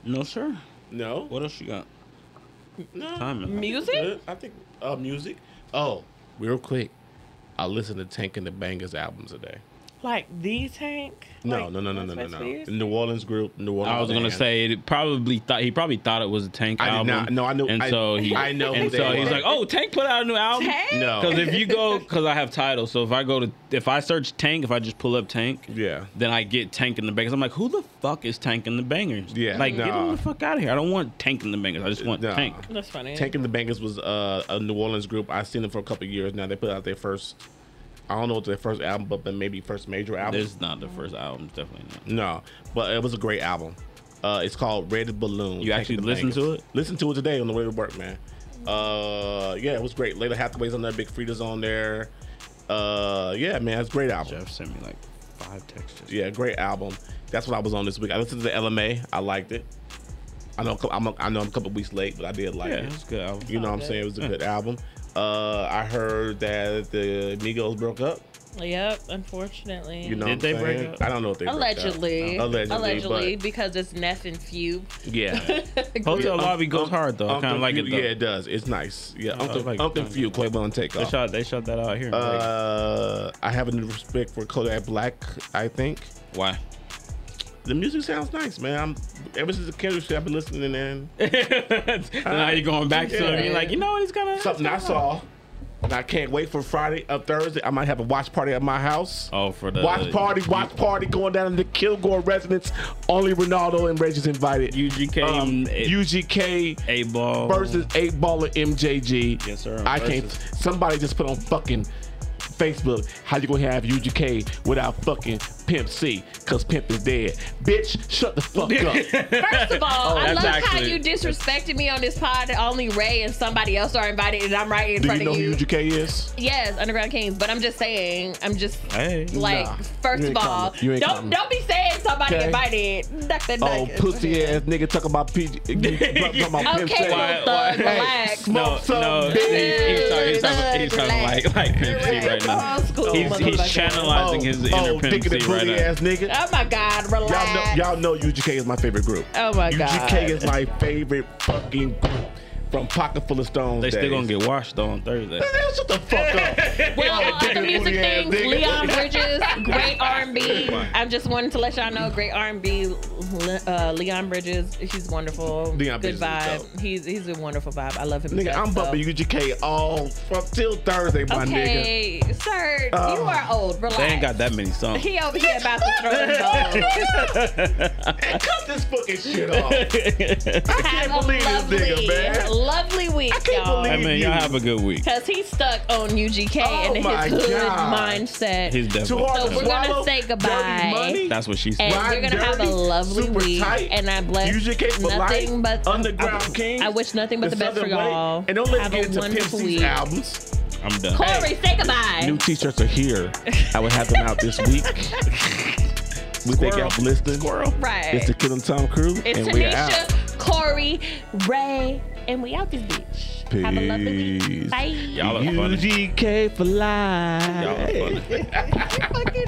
No, sir.
No.
What else you got?
No.
Time.
Music?
Good. I think uh, music. Oh, real quick. I listened to Tank and the Bangers albums today.
Like the tank?
No,
Like,
no, no, no, no,
that's
no,
West
no.
Spears?
New Orleans group. New Orleans.
I was gonna
band.
say it probably thought he probably thought it was a Tank
I did
album.
not. No, I knew.
And
I,
so he,
I know.
And
who they
so he's
were.
like, oh, Tank put out a new album.
Tank?
No.
Because if you go, because I have titles, so if I go to, if I search Tank, if I just pull up Tank,
Yeah.
then I get Tank in the Bangers. I'm like, who the fuck is Tank in the Bangers?
Yeah,
like get
nah.
him the fuck out of here. I don't want Tank in the Bangers. I just want
Nah.
Tank.
That's funny.
Tank and the Bangers was uh, a New Orleans group. I've seen them for a couple of years now. They put out their first, I don't know if their first album, but maybe first major album.
This is not the first album, it's definitely not.
no, but it was a great album. Uh, it's called Red Balloon.
You actually
listen
listened to it?
Listen to it today on the way to work, man. Uh, yeah, it was great. Later Hathaway's on there. Big Frida's on there. Uh, yeah, man, it's a great album.
Jeff sent me like five texts. just-
Yeah, great album. That's what I was on this week. I listened to the LMA. I liked it. I know I'm a, I know I'm a couple weeks late, but I did like
yeah,
it.
it's a good album.
You know what I'm saying? It was a good album. Uh, I heard that the Migos broke up.
Yep, unfortunately.
You know,
Did
what I'm
they break
saying?
up?
I don't know if they broke up.
Allegedly,
Allegedly,
allegedly,
but-
because it's Neff and Few.
Yeah,
Hotel Lobby goes
Um,
hard though. I kind
Uncle
of like it
Few-
though.
Yeah, it does. It's nice. Yeah, uh, Uncle,
like it.
Uncle Few, Quavo and Takeoff.
They shot, they shot that out here. Like,
Uh, I have a new respect for Kodak Black. I think
why?
the music sounds nice, man. I'm, ever since the Kendrick shit, I've been listening and
so now you're going back to it. and You're like, you know what? It's kind of
something I saw And I can't wait for Friday or Thursday. I might have a watch party at my house.
Oh, for the-
watch party, watch party going down in the Kilgore residence. Only Ronaldo and Reggie's invited.
UGK,
um,
eh,
UGK
A ball
versus eight baller MJG.
Yes, sir,
I can't.
versus.
Somebody just put on fucking Facebook how you gonna have UGK without fucking Pimp C? Cause Pimp is dead. Bitch, shut the fuck up.
First of
Oh,
all, I
that's
love how
actually-
you disrespected me on this pod. that Only Ray and somebody else are invited, and I'm right in
Do
front
you know
of you.
who UGK is?
Yes, Underground Kings. But I'm just saying, I'm just
Hey.
like,
Nah,
first
you ain't
of all,
coming. You
don't
ain't coming.
don't be saying somebody
Okay.
invited. Duck that
Oh,
duck.
pussy ass nigga talking about PG. talking about Pimp
Okay,
C.
Why-
little
why-
thug, relax.
No,
Smoke
no,
some
he's, he's talking, he's talking, he's talking
Relax.
like like Pimp C right now.
Old school,
He's, he's
motherfucker.
channelizing his inner
oh,
Pimp
dick in the
C right
booty
now.
ass nigga.
Oh my God,
Y'all know,
relax.
y'all know UGK is my favorite group.
oh my God.
UGK is my favorite fucking group from Pocket Full of Stones.
They still
days.
gonna get washed though on Thursday.
Man, Shut the fuck up.
Well, on
Dick
other
and
music
booty ass
things,
nigga.
Leon Bridges, great R&B. I'm just wanting to let y'all know, great R&B. Le- uh, Leon Bridges, he's wonderful.
Leon
Good
Bridges is
vibe.
dope.
He's he's a wonderful vibe. I love him.
Nigga, I'm bumping UGK all from till Thursday, my nigga.
Okay, sir, you
Oh.
are old. Relax.
They ain't got that many songs.
He over here about to throw the ball.
And cut this fucking shit off. I can't
Have a
believe
lovely,
this nigga, man.
lovely week,
can't
y'all.
believe-
I mean, y'all have a good week.
Because he's stuck on UGK
Oh
and his
my
hood
God.
mindset.
He's
Too
definitely.
hard
So
to
we're gonna
swallow.
say goodbye.
Dirty money.
That's what she said.
and
Ride
we're gonna have a
dirty,
lovely
super
week.
tight,
And I bless
UGK for
nothing
life,
but
Underground
I,
Kings.
I wish nothing but the, best for
Southern Way.
y'all.
And don't let's
have
get
a
into Pimp
wonderful
C's
week.
albums.
I'm done.
Corey, say goodbye.
New t-shirts are here. I will have them out this week. we thank y'all for listening.
Right.
It's the Killing Tom Crew,
it's
and we are out.
Tanisha, Corey, Ray, and we out this bitch. Have a lovely
Peace.
week. Bye.
Y'all are funny.
UGK for life.
Y'all are funny.